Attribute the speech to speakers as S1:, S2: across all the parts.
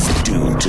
S1: to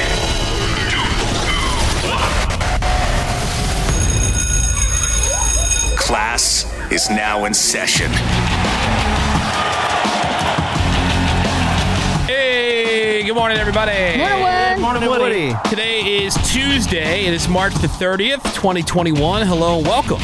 S1: Class is now in session.
S2: Hey, good morning, everybody.
S3: Morning, Woody. Woody.
S2: Today is Tuesday. It is March the 30th, 2021. Hello and welcome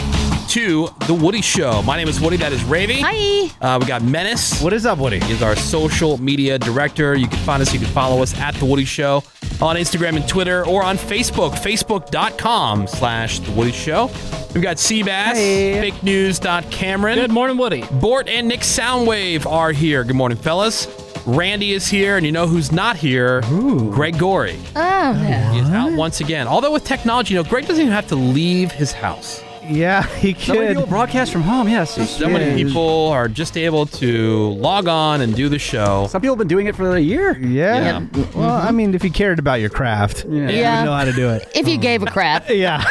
S2: to The Woody Show. My name is Woody. That is Ravy.
S3: Hi.
S2: Uh, we got Menace.
S4: What is up, Woody?
S2: He is our social media director. You can find us, you can follow us at The Woody Show on Instagram and Twitter or on Facebook, facebook.com slash The Woody Show. We've got Seabass,
S4: Hey.
S2: fake news. Cameron.
S4: Good morning, Woody.
S2: Bort and Nick Soundwave are here. Good morning, fellas. Randy is here, and you know who's not here? Greg Gorey.
S3: Oh, no.
S2: He is out once again. Although with technology, you know, Greg doesn't even have to leave his house.
S4: Yeah, he
S2: So many
S4: could.
S2: people
S4: broadcast from home, yes.
S2: So many people are just able to log on and do the show.
S4: Some people have been doing it for a year. Yeah.
S2: Yeah.
S4: Well, I mean, if you cared about your craft, yeah.
S3: Yeah.
S4: you know how to do it.
S3: If you gave a crap.
S4: yeah.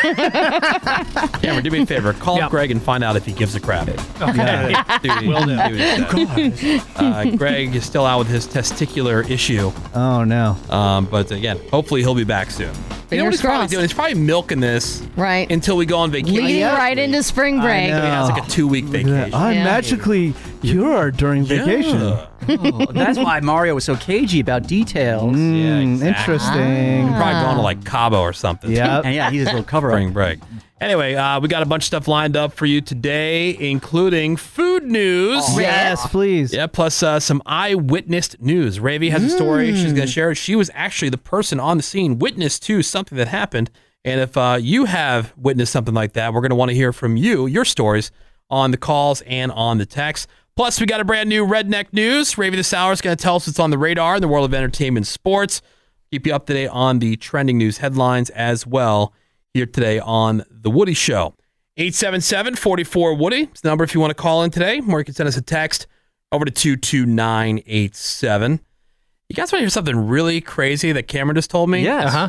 S2: Cameron, do me a favor. Call up Greg and find out if he gives a crap.
S4: Yeah.
S2: Oh, Dude, he-
S4: Will do.
S2: dude, uh, uh, Greg is still out with his testicular issue.
S4: Oh, no.
S2: Um, but again, hopefully he'll be back soon. you know what
S3: Fingers
S2: he's probably
S3: crossed.
S2: doing? He's probably milking this
S3: Right.
S2: until we go on vacation.
S3: Leading right into spring break.
S2: He has like a two week vacation.
S3: Yeah.
S5: magically cured during vacation.
S6: That's why Mario was so cagey about details.
S5: Mm,
S4: yeah, Interesting.
S2: Probably going to like Cabo or something.
S4: Yep.
S6: And yeah, he's his little cover
S2: Spring break. Anyway, uh, we got a bunch of stuff lined up for you today, including food news.
S4: Oh, Yes, please.
S2: Yeah, plus uh, some eyewitnessed news. Ravi has a story she's
S6: Mm.
S2: going to share. She was actually the person on the scene, witness to something that happened. And if uh, you have witnessed something like that, we're going to want to hear from you, your stories on the calls and on the text. Plus, we got a brand new redneck news. Ravi this hour is going to tell us what's on the radar in the world of entertainment and sports. Keep you up to date on the trending news headlines as well here today on The Woody Show. 877 44 Woody is the number if you want to call in today, or you can send us a text over to 22987. You guys want to hear something really crazy that Cameron just told me?
S6: Yes.
S4: Uh-huh.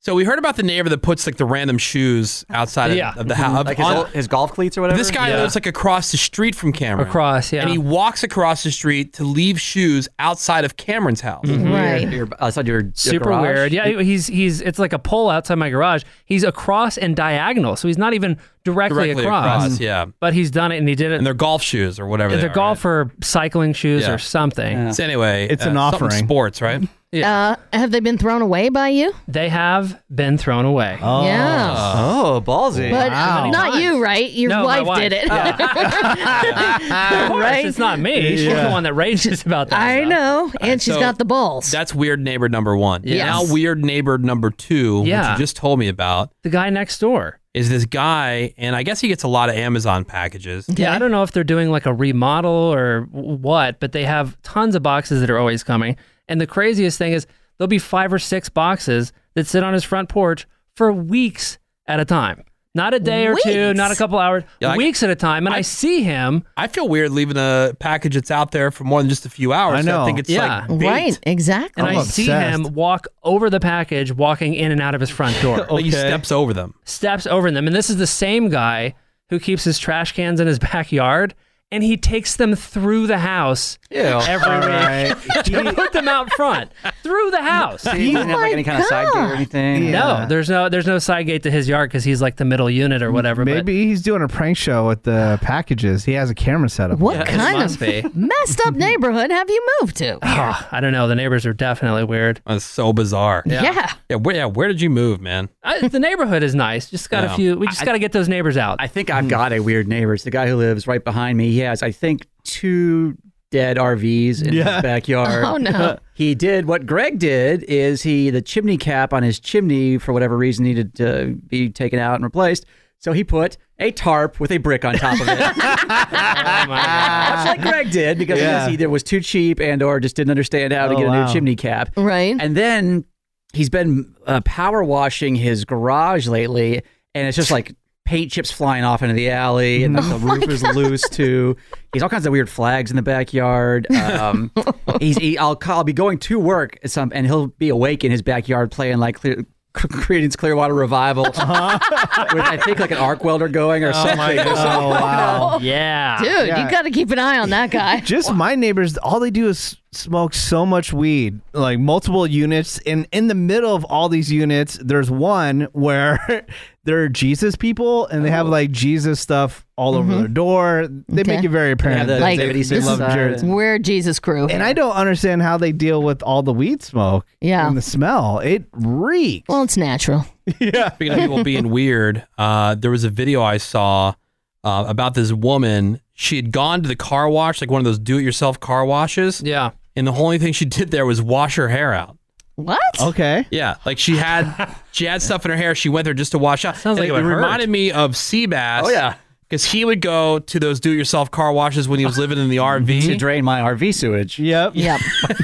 S2: So we heard about the neighbor that puts like the random shoes outside of-
S5: Ah.
S6: Yeah.
S2: of, the
S7: Mm-hmm.
S2: house.
S6: Like his, ol- his golf cleats or whatever.
S2: this guy lives like across the street from Cameron.
S4: Across, yeah.
S2: And he walks across the street to leave shoes outside of Cameron's house.
S6: Your- your- outside your, your
S7: Mm-hmm. Super
S6: garage.
S7: weird. Yeah, he's he's it's like a pole outside my garage. He's across and diagonal, so he's not even directly,
S2: Directly across, yeah.
S7: But he's done it, and he did it.
S2: And they're golf shoes or whatever.
S7: They're
S2: they are,
S7: golf or cycling shoes
S2: Yeah.
S7: or something.
S2: right? So anyway, uh,
S7: It's an
S2: something
S7: offering.
S2: Sports, right?
S7: Yeah.
S3: Uh, have they been thrown away by you?
S7: They have been thrown away.
S3: Oh. Yeah.
S6: Oh, ballsy.
S3: But not you, right? Your
S7: No, my
S3: wife, did it.
S7: of course,
S3: Right?
S7: it's not me. She's
S2: Yeah.
S7: the one that rages about that.
S3: I know. And
S2: she's
S3: she's got the balls.
S2: That's weird neighbor number one.
S7: Yes.
S2: Now weird neighbor number two, which
S7: Yeah.
S2: you just told me about,
S7: The guy next door.
S2: is this guy, and I guess he gets a lot of Amazon packages.
S7: Yeah, I don't know if they're doing like a remodel or what, but they have tons of boxes that are always coming. And the craziest thing is there'll be five or six boxes that sit on his front porch for weeks at a time. Not a day or two,
S2: Weeks?
S7: not a couple hours,
S2: Yeah, like-
S7: weeks at a time. And I, see him.
S2: I feel weird leaving a package that's out there for more than just a few hours.
S7: I
S2: so
S7: know.
S2: think it's
S7: Yeah.
S2: like bait.
S3: Right, exactly.
S7: And i see him walk over the package, walking in and out of his front door.
S2: Like he steps over them.
S7: steps over them. And this is the same guy who keeps his trash cans in his backyard and he takes them through the house every week. to put them out front through the house. Oh
S6: See, he doesn't have
S3: Oh
S6: like any kind of side gate or anything.
S7: No, there's no there's no side gate to his yard because he's like the middle unit or whatever.
S4: Maybe he's doing a prank show with the packages. He has a camera set up.
S3: What kind of messed up neighborhood have you moved to?
S7: But
S4: Oh,
S7: Ah, I don't know. The neighbors are definitely weird.
S2: That's so bizarre.
S3: Yeah.
S2: Yeah. Where, yeah, where did you move, man?
S7: I, the neighborhood is nice. Just got
S2: Yeah.
S7: a few. We just got to get those neighbors out.
S6: I think I've got a weird neighbor. It's the guy who lives right behind me. He has, I think, two dead RVs in
S7: Yeah.
S6: his backyard.
S7: Oh, no.
S6: he did what Greg did is he the chimney cap on his chimney for whatever reason needed to be taken out and replaced. So he put a tarp with a brick on top of
S7: Oh,
S6: it. Much like Greg did because
S3: Yeah.
S6: he just either was too cheap and or just didn't understand how to
S3: Oh,
S6: get a
S3: wow.
S6: new chimney cap.
S3: Right.
S6: And then
S8: he's been uh, power washing his garage lately, and it's just like paint chips flying off into the alley,
S3: Mm-hmm.
S8: and the,
S3: Oh,
S8: the roof is loose too. He's all kinds of weird flags in the backyard. Um, he's he, I'll call, I'll be going to work at some, and he'll be awake in his backyard playing like clear. Creedence Clearwater Revival,
S3: Uh-huh.
S8: with I think like an arc welder going or something.
S4: Oh wow.
S7: Yeah.
S3: Dude,
S4: Yeah.
S3: you got to keep an eye on that guy.
S4: Just my neighbors, all they do is smoke so much weed, like multiple units. And in the middle of all these units, there's one where there are Jesus people and they have like Jesus stuff all over their door. They
S3: Mm-hmm. Okay.
S4: make it very apparent
S8: the
S4: that E.
S3: Like,
S4: they,
S8: activities
S4: they love
S8: inside.
S4: Jared's.
S3: We're Jesus crew.
S4: And I don't understand how they deal with all the weed smoke
S3: Yeah.
S4: and the smell. It reeks.
S3: well, it's natural.
S2: Speaking of people being weird, uh, there was a video I saw uh, about this woman. She had gone to the car wash, like one of those do-it-yourself car washes,
S7: Yeah.
S2: and the only thing she did there was wash her hair out.
S3: What?
S4: okay.
S2: Yeah, like she had she had stuff in her hair. She went there just to wash out.
S7: Sounds
S2: And
S7: like it
S2: it
S7: would hurt.
S2: reminded me of Seabass.
S8: Oh, yeah.
S2: because he would go to those do-it-yourself car washes when he was living in the RV.
S8: to drain my RV sewage.
S4: Yep.
S3: Yep.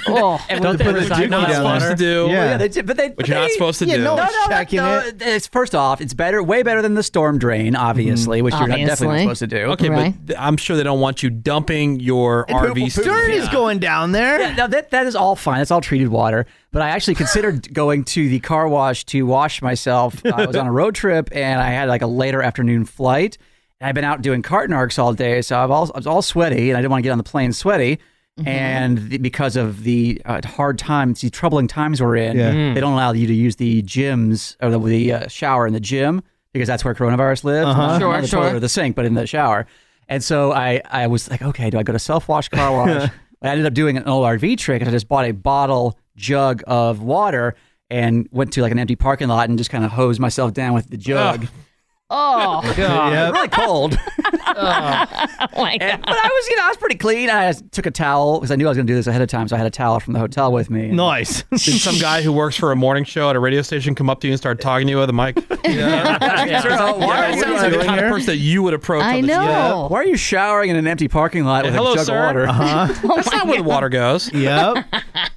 S3: oh,
S8: Don't put
S7: the dookie
S2: Not
S7: down
S2: supposed to do.
S4: Yeah.
S8: Yeah, they, did- but they,
S2: Which you're not supposed to
S4: yeah,
S2: do.
S4: no-
S8: No, no,
S4: Checking
S8: no. It's first off, it's better, way better than the storm drain, obviously, which you're not definitely
S3: Obviously.
S8: not supposed to do.
S2: Mm-hmm. Okay,
S3: Right.
S2: but th- I'm sure they don't want you dumping your RV.
S4: Dirt is going down there.
S8: Now that that is all fine. That's all treated water. But I actually considered going to the car wash to wash myself. I was on a road trip and I had like a later afternoon flight. And I've been out doing carton arcs all day, so I've all, I was all sweaty and I didn't want to get on the plane sweaty.
S4: Mm-hmm.
S8: And the, because of the uh, hard times, the troubling times we're in,
S4: Yeah.
S8: they don't allow you to use the gyms or the, the uh, shower in the gym because that's where coronavirus lives.
S4: Uh-huh.
S8: Not
S3: Sure,
S8: in the
S3: sure.
S8: toilet or the sink, but in the shower. And so I, I was like, okay, do I go to self wash car wash? I ended up doing an old RV trick, and I just bought a bottle jug of water and went to like an empty parking lot and just kind of hosed myself down with the jug.
S3: oh,
S8: It was really cold,
S3: my
S8: and,
S3: God.
S8: but I was, you know, I was pretty clean. I just took a towel because I knew I was going to do this ahead of time, so I had a towel from the hotel with me.
S4: Nice.
S2: Did some guy who works for a morning show at a radio station come up to you and start talking to you at the mic?
S8: Yeah. Sure, oh, why, are
S2: That sounds like
S8: you,
S2: the kind of person that you would approach.
S3: I
S2: on the
S3: know.
S8: why are you showering in an empty parking lot with
S2: hello,
S8: a jug
S2: sir. Uh-huh. Oh
S8: of water?
S2: That's not where the water goes. That's
S4: yep.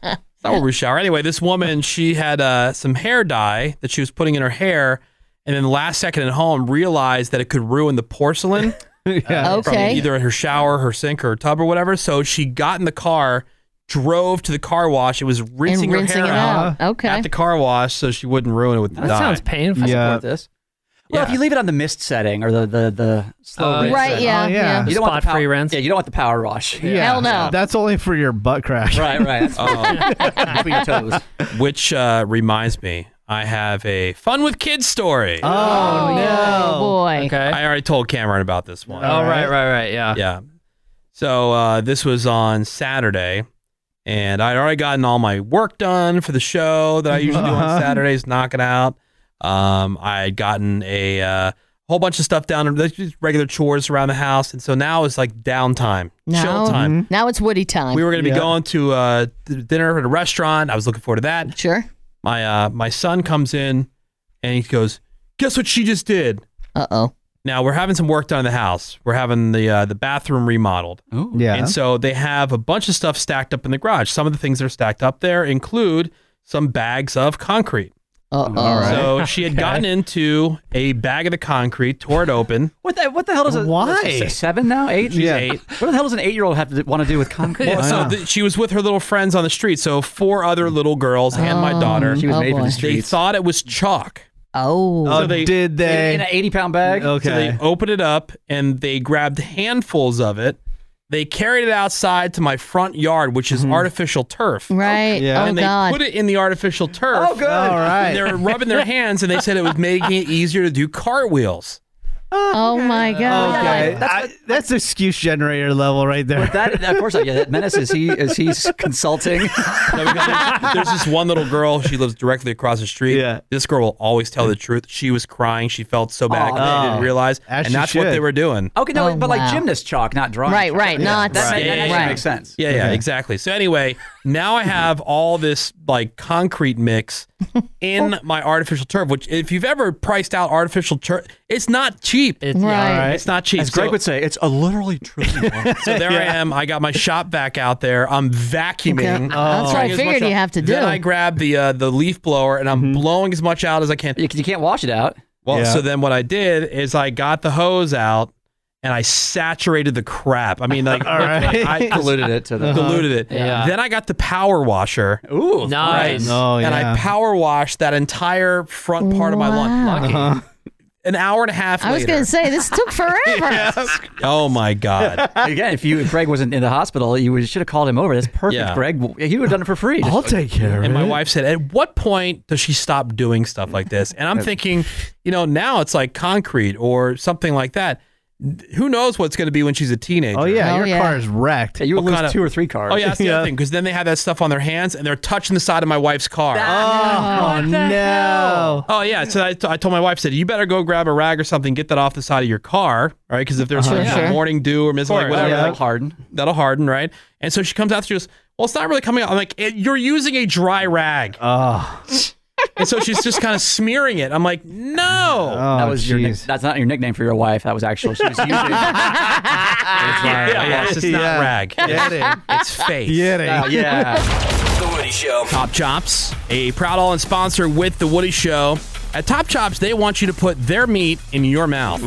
S2: not where we shower. Anyway, this woman, she had uh, some hair dye that she was putting in her hair, and then last second at home realized that it could ruin the porcelain
S4: Yeah.
S2: from
S3: okay.
S2: either in her shower, her sink, or her tub, or whatever. So she got in the car, drove to the car wash. It was rinsing,
S3: and rinsing
S2: her hair
S3: it out. Okay.
S2: at the car wash so she wouldn't ruin it with the
S7: That
S2: dye.
S7: sounds painful.
S4: Yeah.
S8: Support this. Well,
S2: Yeah.
S8: if you leave it on the mist setting or the the, the slow
S7: Uh,
S8: rinse
S3: right.
S8: setting,
S3: Yeah.
S4: Oh, yeah.
S3: yeah.
S8: you don't want the
S7: Spot-free
S8: power,
S7: rinse.
S8: Yeah, you don't want the power wash.
S3: Hell no.
S4: That's only for your butt crack.
S8: Right, right. That's
S2: Um,
S8: between your toes.
S2: which uh, reminds me, I have a fun with kids story.
S4: Oh,
S3: Oh, boy.
S7: Okay.
S2: I already told Cameron about this one.
S7: oh, right, right, right. Yeah.
S2: Yeah. So uh, this was on Saturday, and I'd already gotten all my work done for the show that I usually do on
S4: Uh-huh.
S2: Saturdays, knocking out. Um, I had gotten a uh, whole bunch of stuff down, just regular chores around the house, and so now it's like downtime,
S3: Now-
S2: chill time.
S3: Now it's Woody time.
S2: We were going to be
S4: Mm-hmm. Yeah.
S2: going to uh, th- dinner at a restaurant. I was looking forward to that.
S3: sure.
S2: My uh, my son comes in and he goes, "Guess what she just did."
S3: Uh oh.
S2: Now we're having some work done in the house. We're having the uh, the bathroom remodeled,
S4: Yeah.
S2: and so they have a bunch of stuff stacked up in the garage. Some of the things that are stacked up there include some bags of concrete.
S3: Uh oh.
S2: So she had gotten into a bag of the concrete, tore it open.
S8: What the what the hell does a
S4: Why?
S8: what is she, seven now eight? She's
S4: Yeah.
S2: eight.
S8: What the hell does an eight year old have to want to do with concrete?
S2: Well, so th- she was with her little friends on the street. So four other little girls and my daughter.
S8: she was
S3: Oh,
S8: made for the
S3: boy.
S2: They
S8: streets.
S2: thought it was chalk.
S3: oh.
S4: oh,
S2: so they-
S4: did they?
S8: in an eighty pound bag.
S2: So
S4: okay.
S2: they opened it up and they grabbed handfuls of it. They carried it outside to my front yard, which is
S8: Mm-hmm.
S2: artificial turf.
S3: right.
S4: Yeah.
S3: Oh,
S2: And they
S3: God.
S2: put it in the artificial turf.
S8: Oh, good.
S4: All
S2: And they
S4: right.
S2: were rubbing their hands and they said it was making it easier to do cartwheels.
S3: oh, my God.
S4: Okay.
S8: That's
S4: I- that's excuse generator level right there.
S8: That of course, yeah. That menace is he is he's consulting.
S2: No, because there's, there's this one little girl. She lives directly across the street.
S4: Yeah.
S2: This girl will always tell the truth. She was crying. She felt so
S8: Aw,
S2: bad. 'cause they didn't
S4: man.
S2: realize.
S4: Oh. As
S2: and
S4: she
S2: that's what they
S4: should.
S2: were doing.
S8: Okay, no,
S3: Oh,
S8: but
S3: wow.
S8: like gymnast chalk, not drawing.
S3: Right,
S8: chalk.
S3: right. Not
S8: That,
S2: Yeah,
S8: that
S2: yeah,
S8: actually
S2: yeah.
S8: makes
S3: right.
S8: sense.
S2: Yeah, yeah, exactly. So anyway, now I have all this like concrete mix in my artificial turf, which if you've ever priced out artificial turf, It's not cheap.
S7: It's not. Right.
S2: It's not cheap.
S6: As Greg
S2: So-
S6: would say, it's a literally trillion.
S2: So there I am. I got my shop back out there. I'm vacuuming.
S3: Okay. Oh. That's what I
S2: Trying as
S3: figured
S2: much
S3: you
S2: out.
S3: have to
S2: Then
S3: do. Mm-hmm.
S2: I grab the uh, the leaf blower and I'm blowing as much out as I can.
S6: you, you can't wash it out.
S2: Well,
S4: Yeah.
S2: so then what I did is I got the hose out and I saturated the crap. I mean, like,
S4: right.
S2: I
S6: Diluted it to the.
S3: Uh-huh.
S2: diluted it.
S7: Yeah.
S2: Then I got the power washer.
S6: Ooh,
S7: Nice.
S4: Oh yeah.
S2: and I power washed that entire front part of my lawn.
S3: Wow.
S7: Lucky.
S4: Uh-huh.
S2: An hour and a half
S3: I was
S2: later.
S3: going to say, this took forever.
S2: oh my god!
S6: Again, if you if Greg wasn't in the hospital, you would, should have called him over. That's perfect,
S2: Yeah.
S6: Greg. He would have done it for free.
S5: I'll take care of
S2: And
S5: it.
S2: my wife said, "At what point does she stop doing stuff like this?" And I'm thinking, you know, now it's like concrete or something like that. Who knows what's going to be when she's a teenager?
S4: oh yeah.
S3: Oh,
S4: your
S3: yeah.
S4: car is wrecked.
S6: Yeah, you would
S2: What
S6: lose
S2: kind of-
S6: two or three cars.
S2: Oh yeah, that's the
S4: Yeah.
S2: other thing because then they have that stuff on their hands and they're touching the side of my wife's car.
S4: oh no.
S2: Oh yeah, so I, t- I told my wife, said you better go grab a rag or something, get that off the side of your car, all right? Because if
S6: Uh-huh.
S2: there's some
S3: Sure, sure.
S2: morning dew or mist, like whatever,
S6: Whatever,
S4: Yeah.
S6: like Harden.
S2: that'll harden, right? And so she comes out, she goes, well, it's not really coming out. I'm like, "It- you're using a dry rag,
S4: Oh.
S2: and so she's just kind of smearing it. I'm like, no,
S4: Oh,
S6: that was your. nick-
S4: jeez.
S6: That's not your nickname for your wife. That was actual. She was using. oh,
S2: yeah, yeah, Oh, it's just not
S4: Yeah.
S2: rag,
S4: Get it.
S2: it's face. Uh,
S4: Get it.
S6: yeah.
S9: The Woody Show.
S2: Top Chops, a proud all sponsor with the Woody Show. At Top Chops, they want you to put their meat in your mouth.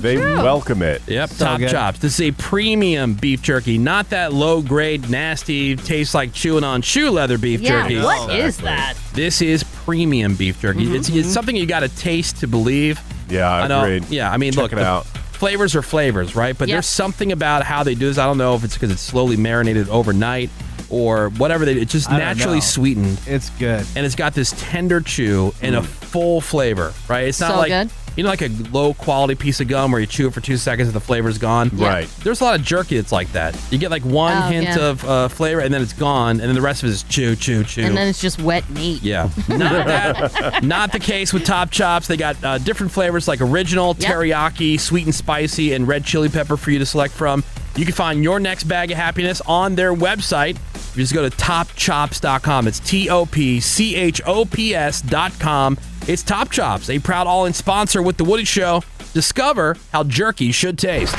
S10: they welcome it.
S2: Yep, Top
S4: good.
S2: Chops. This is a premium beef jerky, not that low grade, nasty, tastes like chewing on shoe leather beef jerky.
S3: yeah, what is that?
S2: This is premium beef jerky. It's, it's something you got to taste to believe.
S10: Mm-hmm, Yeah, I
S2: know.
S10: agreed.
S2: Yeah, I mean,
S10: Check
S2: look,
S10: it
S2: the
S10: out.
S2: flavors are flavors, right? But
S3: Yep.
S2: there's something about how they do this. I don't know if it's because it's slowly marinated overnight or whatever. They, it's just
S4: I don't
S2: naturally
S4: know.
S2: sweetened
S4: It's good.
S2: and it's got this tender chew and
S10: Mm.
S2: a full flavor, right? It's not
S3: So
S2: like
S3: good.
S2: you know, like a low quality piece of gum where you chew it for two seconds and the flavor's gone.
S10: Yeah. Right.
S2: There's a lot of jerky that's like that. You get like one
S3: Oh,
S2: hint
S3: yeah.
S2: of uh, flavor and then it's gone, and then the rest of it is chew, chew, chew.
S3: And then it's just wet meat.
S2: yeah, not that, not the case with Top Chops. They got uh, different flavors like original,
S3: Yep.
S2: teriyaki, sweet and spicy, and red chili pepper for you to select from. You can find your next bag of happiness on their website. You just go to topchops.com. It's T O P C H O P S.com. It's Top Chops, a proud all in sponsor with The Woody Show. Discover how jerky should taste.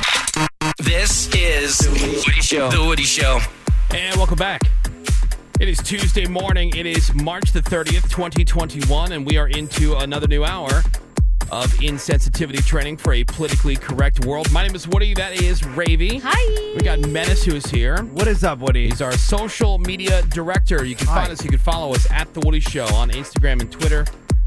S9: This is The Woody Show. The Woody Show.
S2: And welcome back. It is Tuesday morning. It is March the 30th, 2021, and we are into another new hour of insensitivity training for a politically correct world. My name is Woody. That is Ravy.
S3: Hi.
S2: We got Menace who's here.
S4: What is up, Woody?
S2: He's our social media director. You can find us, you can follow us at The Woody Show on Instagram and Twitter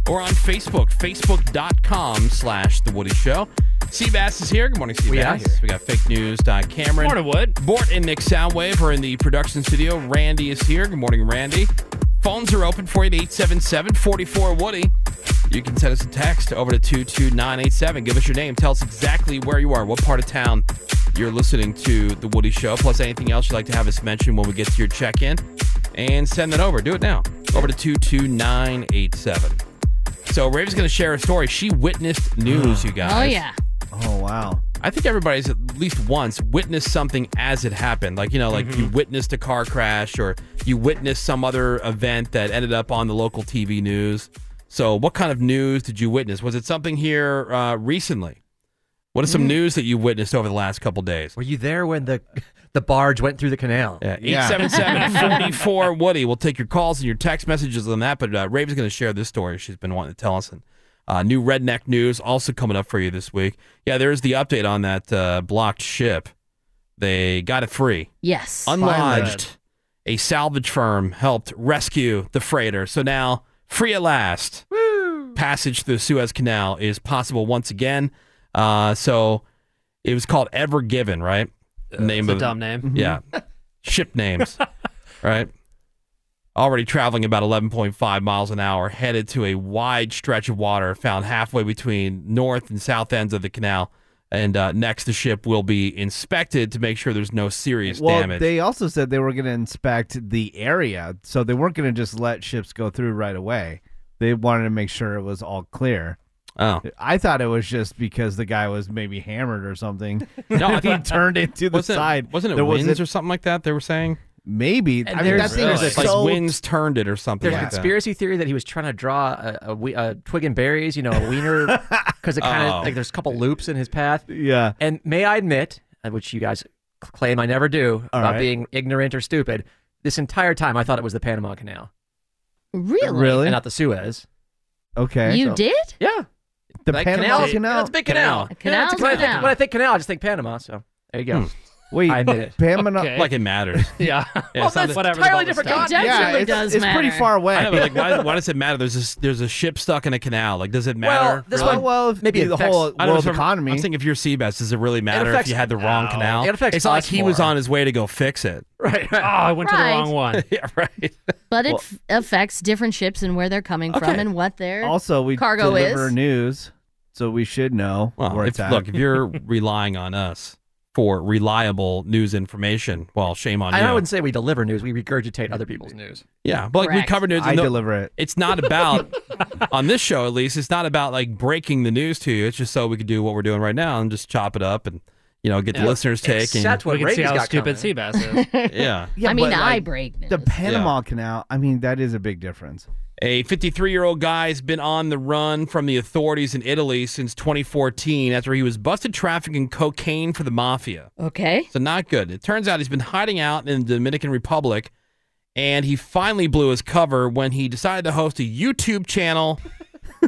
S2: or on Facebook, facebook.com slash The Woody Show. Seabass is here. Good morning, Seabass.
S6: We are here.
S2: We got fake news. Don Cameron.
S7: Morning, Wood.
S2: Bort and Nick Soundwave are in the production studio. Randy is here. Good morning, Randy. Phones are open for you at 877 44 Woody. You can send us a text over to 22987. Give us your name. Tell us exactly where you are, what part of town you're listening to The Woody Show, plus anything else you'd like to have us mention when we get to your check in. And send that over. Do it now. Over to 22987. So, Rave's going to share a story. She witnessed news, you guys.
S3: Oh, yeah.
S4: oh wow.
S2: I think everybody's at least once witnessed something as it happened. Like, you know, like you witnessed a car crash or you witnessed some other event that ended up on the local TV news. So, what kind of news did you witness? Was it something here uh, recently? What is some news that you witnessed over the last couple days?
S8: Were you there when the the barge went through the canal?
S2: Yeah,
S4: Yeah.
S2: 877 Woody. We'll take your calls and your text messages on that. But uh, Rave's going to share this story she's been wanting to tell us. And uh, new redneck news also coming up for you this week. Yeah, there's the update on that uh, blocked ship. They got it free,
S3: Yes.
S2: unlodged. A salvage firm helped rescue the freighter. So now, free at last. Passage through the Suez Canal is possible once again. Uh, so it was called Ever Given, right? Name
S7: Uh, It's a dumb name.
S2: yeah. Ship names. right. Already traveling about 11.5 miles an hour, headed to a wide stretch of water found halfway between north and south ends of the canal. And uh, next, the ship will be inspected to make sure there's no serious
S4: Well,
S2: damage.
S4: they also said they were going to inspect the area, so they weren't going to just let ships go through right away. They wanted to make sure it was all clear.
S2: oh
S4: I thought it was just because the guy was maybe hammered or something.
S2: no! I
S4: he
S2: thought,
S4: turned it to the
S2: wasn't,
S4: side.
S2: wasn't it
S4: There
S2: winds
S4: wasn't-
S2: or something like that? They were saying
S4: Maybe.
S6: And
S4: I mean, that
S6: there's-
S4: thing
S6: Really?
S4: is
S6: Like
S4: so
S2: Wins turned it or something
S8: There's a
S2: like that.
S8: conspiracy theory that he was trying to draw a, a, we- a twig and berries, you know, a wiener, because it kind of
S2: Oh.
S8: like there's a couple loops in his path.
S4: Yeah.
S8: And may I admit, uh, which you guys claim I never do,
S4: All
S8: about
S4: right.
S8: being ignorant or stupid. This entire time, I thought it was the Panama Canal.
S3: Really?
S8: And not the Suez.
S4: Okay.
S3: You
S8: So-
S3: did?
S8: Yeah.
S4: The
S8: Like
S4: Panama
S8: canals-
S4: Canal.
S8: Yeah, it's a big canal.
S3: A canal's
S8: Yeah, it's a- when, I
S3: canal.
S8: think, when I think canal, I just think Panama. So there you go.
S4: Wait,
S8: I admit it.
S4: Panama.
S7: Okay.
S2: Like it matters.
S7: yeah.
S2: Yeah, it's not
S8: that's
S2: that-
S7: Whatever. the
S8: entirely
S7: bubble
S8: different
S7: stuff.
S3: It
S8: concept.
S3: definitely
S4: Yeah, it's,
S3: does
S4: it's
S3: matter.
S4: pretty far away.
S2: I know, but like why, why does it matter? There's this, there's a ship stuck in a canal. Like, does it matter?
S8: Well, this
S4: Well,
S8: one
S4: well, if
S8: maybe
S4: the
S8: affects-
S4: whole
S2: I don't know
S4: world
S2: if I'm-
S4: economy.
S2: I'm saying if you're Seabass, does it really matter
S8: affects-
S2: if you had the wrong
S7: No.
S2: canal?
S8: It affects
S2: It's not like
S8: us
S2: he was
S8: more.
S2: on his way to go fix it.
S8: right,
S7: Oh,
S8: right.
S7: I went to the
S3: Right.
S7: wrong one.
S2: yeah, right.
S3: But it f- affects different ships and where they're coming from
S2: Okay.
S3: and what they're.
S4: also, we
S3: Cargo
S4: deliver
S3: is-
S4: news, so we should know
S2: Well,
S4: where
S2: if,
S4: it's at.
S2: look, if you're relying on us for reliable news information, well, shame on
S8: I,
S2: you.
S8: I wouldn't say we deliver news; we regurgitate other people's news.
S2: yeah, but like
S3: Correct.
S2: we cover news.
S4: I
S2: and the-
S4: deliver it.
S2: it's not about on this show at least. It's not about like breaking the news to you. It's just so we could do what we're doing right now and just chop it up and you know get the
S7: Yeah.
S2: listeners' take. And,
S8: Except what
S7: we can see
S8: Reagan's
S7: how
S8: got
S7: stupid
S8: coming.
S7: Seabass is.
S2: yeah,
S4: Yeah,
S3: I mean,
S4: but,
S3: I
S4: like,
S3: break news.
S4: the Panama Canal. I mean, that is a big difference.
S2: A 53 year old guy's been on the run from the authorities in Italy since 2014 after he was busted trafficking cocaine for the mafia.
S3: okay.
S2: So, not good. It turns out he's been hiding out in the Dominican Republic and he finally blew his cover when he decided to host a YouTube channel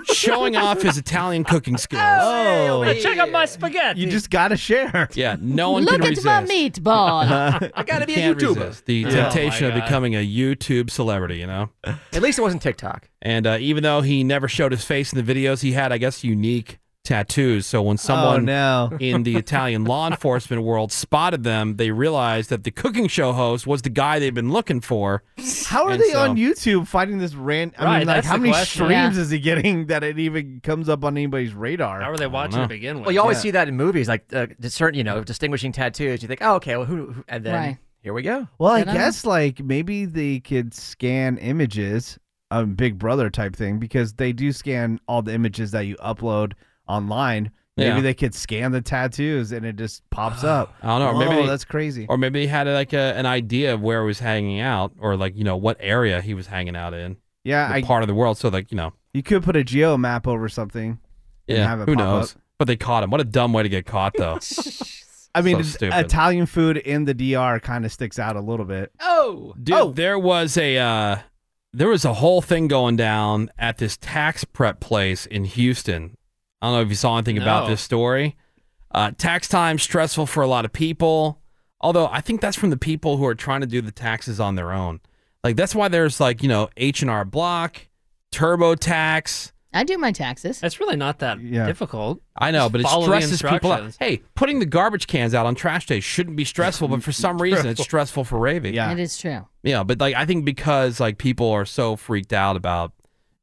S2: showing off his Italian cooking skills.
S8: Oh,
S7: Check out my spaghetti.
S4: You just gotta share.
S2: Yeah, no one
S3: Look
S2: can
S3: at
S2: resist.
S3: my meatball.
S8: I gotta be a
S2: Can't
S8: YouTuber.
S2: resist the
S7: Oh
S2: temptation
S7: my
S2: of
S7: God.
S2: becoming a YouTube celebrity, you know?
S8: At least it wasn't TikTok.
S2: And uh, even though he never showed his face in the videos, he had, I guess, unique tattoos. So when someone
S4: oh no.
S2: in the Italian law enforcement world spotted them, they realized that the cooking show host was the guy they'd been looking for.
S4: How are
S2: And
S4: they
S2: so-
S4: on YouTube finding this rant? I
S7: Right,
S4: mean, like,
S7: that's
S4: how
S7: the
S4: many
S7: question.
S4: streams
S3: Yeah.
S4: is he getting that it even comes up on anybody's radar?
S7: How were they watching
S2: know.
S7: to begin with?
S8: Well, you always
S4: Yeah.
S8: see that in movies, like uh, certain, you know, distinguishing tattoos. You think, oh, okay, well, who? who and then
S3: Right.
S8: here we go.
S4: Well, I
S3: I don't know.
S4: guess like maybe they could scan images, a Big Brother type thing, because they do scan all the images that you upload online. Maybe
S2: Yeah.
S4: they could scan the tattoos and it just pops up.
S2: I don't know, or maybe
S4: Whoa,
S2: they-
S4: that's crazy.
S2: Or maybe he had uh, like a, an idea of where he was hanging out or like, you know, what area he was hanging out in,
S4: yeah,
S2: what
S4: I,
S2: part of the world. So, like, you know,
S4: you could put a geo map over something. and
S2: yeah,
S4: have it
S2: who
S4: pop
S2: knows?
S4: up.
S2: But they caught him. What a dumb way to get caught, though.
S4: I mean,
S2: So
S4: it's-
S2: stupid.
S4: Italian food in the DR kind of sticks out a little bit.
S8: Oh,
S2: Dude, there was a uh, there was a whole thing going down at this tax prep place in Houston. I don't know if you saw anything about
S7: No.
S2: this story. Uh, tax time stressful for a lot of people. Although I think that's from the people who are trying to do the taxes on their own. Like that's why there's like you know H and R Block, TurboTax.
S3: I do my taxes.
S7: That's really not that
S4: Yeah.
S7: difficult.
S2: I know,
S7: Just
S2: but it
S7: follow the
S2: stresses people out.
S7: instructions.
S2: Hey, putting the garbage cans out on trash day shouldn't be stressful, but for some reason it's stressful for Ravy.
S4: Yeah.
S3: It is true.
S2: Yeah, but like I think because like people are so freaked out about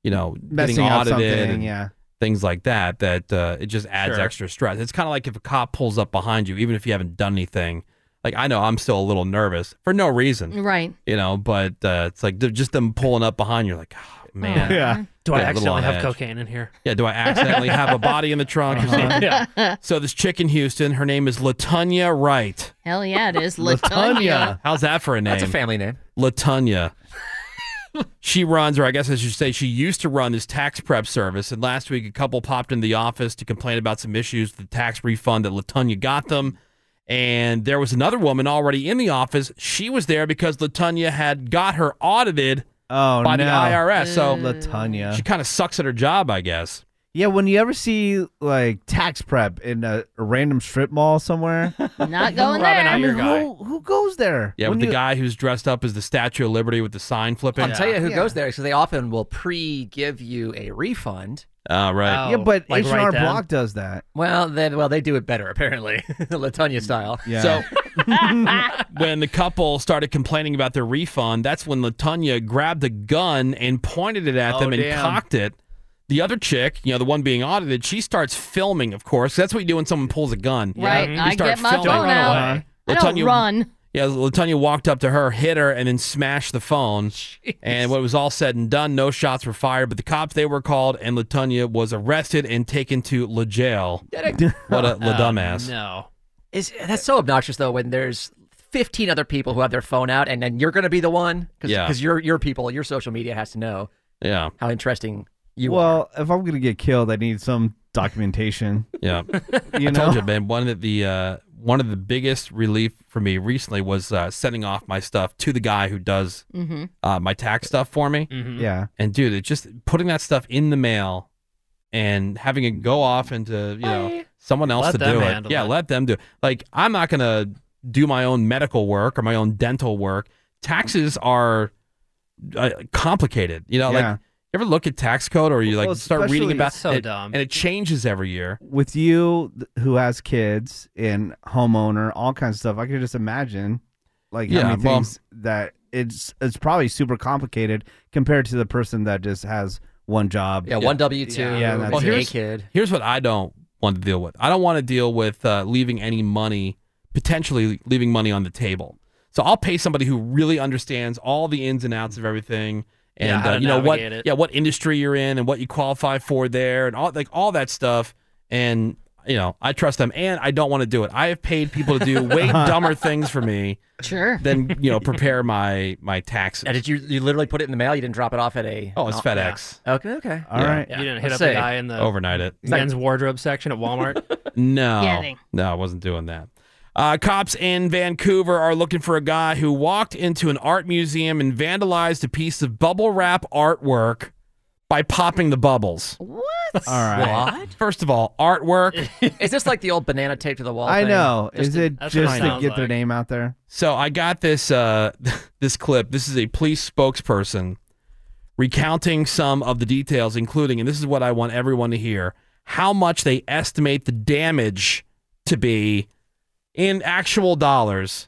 S2: you know
S4: Messing
S2: getting
S4: up
S2: audited
S4: something.
S2: and
S4: Yeah.
S2: things like that that uh, it just adds
S7: Sure.
S2: extra stress. It's kind of like if a cop pulls up behind you, even if you haven't done anything. Like I know I'm still a little nervous for no
S4: Mm-hmm.
S2: reason,
S3: Right.
S2: you know. But uh, it's like th- just them pulling up behind you, you're like oh, man,
S3: Uh-huh.
S2: yeah.
S4: Yeah.
S7: Do I
S2: Yeah, a little
S7: accidentally
S2: on
S7: have
S2: edge.
S7: cocaine in here?
S2: Do I accidentally have a body in the trunk?
S4: Uh-huh.
S2: or something?
S7: yeah.
S2: So this chick in Houston, her name is Latonya Wright.
S3: Hell yeah, it is. Latonia.
S2: How's that for a name?
S8: that's a family name.
S2: Latonya. she runs, or I guess I should say, she used to run this tax prep service. And last week, a couple popped into the office to complain about some issues with the tax refund that Latonya got them. And there was another woman already in the office. She was there because Latonya had got her audited
S4: Oh
S2: by
S4: no.
S2: the IRS. So
S4: Latanya.
S2: she kind of sucks at her job, I guess.
S4: Yeah, when you ever see like tax prep in a, a random strip mall somewhere,
S3: Not going there.
S4: I mean,
S7: your guy.
S4: who, who goes there?
S2: Yeah,
S4: When
S2: with the
S4: you-
S2: guy who's dressed up as the Statue of Liberty with the sign flipping.
S8: I'll tell you who
S4: Yeah.
S8: goes there because they often will pre-give you a refund.
S2: Oh, right.
S4: Yeah, but
S7: like
S4: H and R
S7: right then.
S4: Block does that.
S8: Well, then, well, they do it better apparently, Latonya style.
S4: Yeah.
S2: So when the couple started complaining about their refund, that's when Latonya grabbed a gun and pointed it at
S4: Oh,
S2: them and
S4: damn.
S2: cocked it. The other chick, you know, the one being audited, she starts filming, of course. That's what you do when someone pulls a gun.
S3: Right.
S2: You
S3: I
S2: start
S3: get my
S2: filming.
S3: phone out.
S7: away.
S3: I
S2: Latonya-
S3: don't run.
S2: Yeah, Latonya walked up to her, hit her, and then smashed the phone. And when it was all said and done, no shots were fired, but the cops, they were called, and Latonya was arrested and taken to La
S8: Oh,
S2: Jail. What a La dumbass.
S7: No.
S8: Is that's so obnoxious though when there's 15 other people who have their phone out, and then you're going to be the one because
S4: Yeah.
S8: your your people, your social media has to know
S2: yeah.
S8: how interesting you
S4: well, if I'm gonna get killed, I need some documentation.
S2: Yeah,
S4: You
S2: I
S4: know?
S2: told you, man. One of the uh, one of the biggest relief for me recently was uh, sending off my stuff to the guy who does
S3: Mhm.
S2: uh, my tax stuff for me.
S4: Mhm. Mm-hmm. Yeah.
S2: and dude, it just putting that stuff in the mail and having it go off into you know someone else
S7: Let
S2: to
S7: them
S2: do it.
S7: handle
S2: Yeah, let them do. it. Like I'm not gonna do my own medical work or my own dental work. Taxes are uh, complicated. You know,
S4: Yeah.
S2: like. You ever look at tax code, or you like
S4: Well,
S2: start reading
S4: especially-
S2: about
S4: It's so
S2: it,
S4: dumb.
S2: and it changes every year.
S4: With you th- who has kids and homeowner, all kinds of stuff, I could just imagine like
S2: Yeah,
S4: how many
S2: well-
S4: things that it's it's probably super complicated compared to the person that just has one job.
S8: Yeah, one W-2,
S4: Yeah, that's
S8: Well,
S4: it.
S2: here's, Here's what I don't want to deal with. I don't want to deal with uh, leaving any money, potentially leaving money on the table. So I'll pay somebody who really understands all the ins and outs of everything, and
S7: Yeah, how
S2: uh,
S7: to
S2: you know what,
S7: navigate it.
S2: yeah, what industry you're in and what you qualify for there, and all like all that stuff. And you know, I trust them, and I don't want to do it. I have paid people to do way dumber things for me.
S3: Sure.
S2: Than you know, prepare my my taxes.
S8: did you you literally put it in the mail? You didn't drop it off at a
S2: Oh, it's
S8: no,
S2: FedEx.
S8: yeah. Okay, okay.
S2: All Yeah. right.
S7: You didn't hit
S8: Let's
S7: up
S8: say.
S7: the guy in the
S2: Overnight it.
S7: men's wardrobe section at Walmart.
S2: No,
S7: Getting.
S2: no, I wasn't doing that. Uh, cops in Vancouver are looking for a guy who walked into an art museum and vandalized a piece of bubble wrap artwork by popping the bubbles. What?
S3: All
S8: right.
S2: First of all, artwork.
S8: Is this like the old banana tape to the wall?
S4: I
S8: thing?
S4: know.
S8: Just
S4: Is
S8: to-
S4: it just to get their name out there?
S2: So I got this uh, this clip. This is a police spokesperson recounting some of the details, including, and this is what I want everyone to hear: how much they estimate the damage to be in actual dollars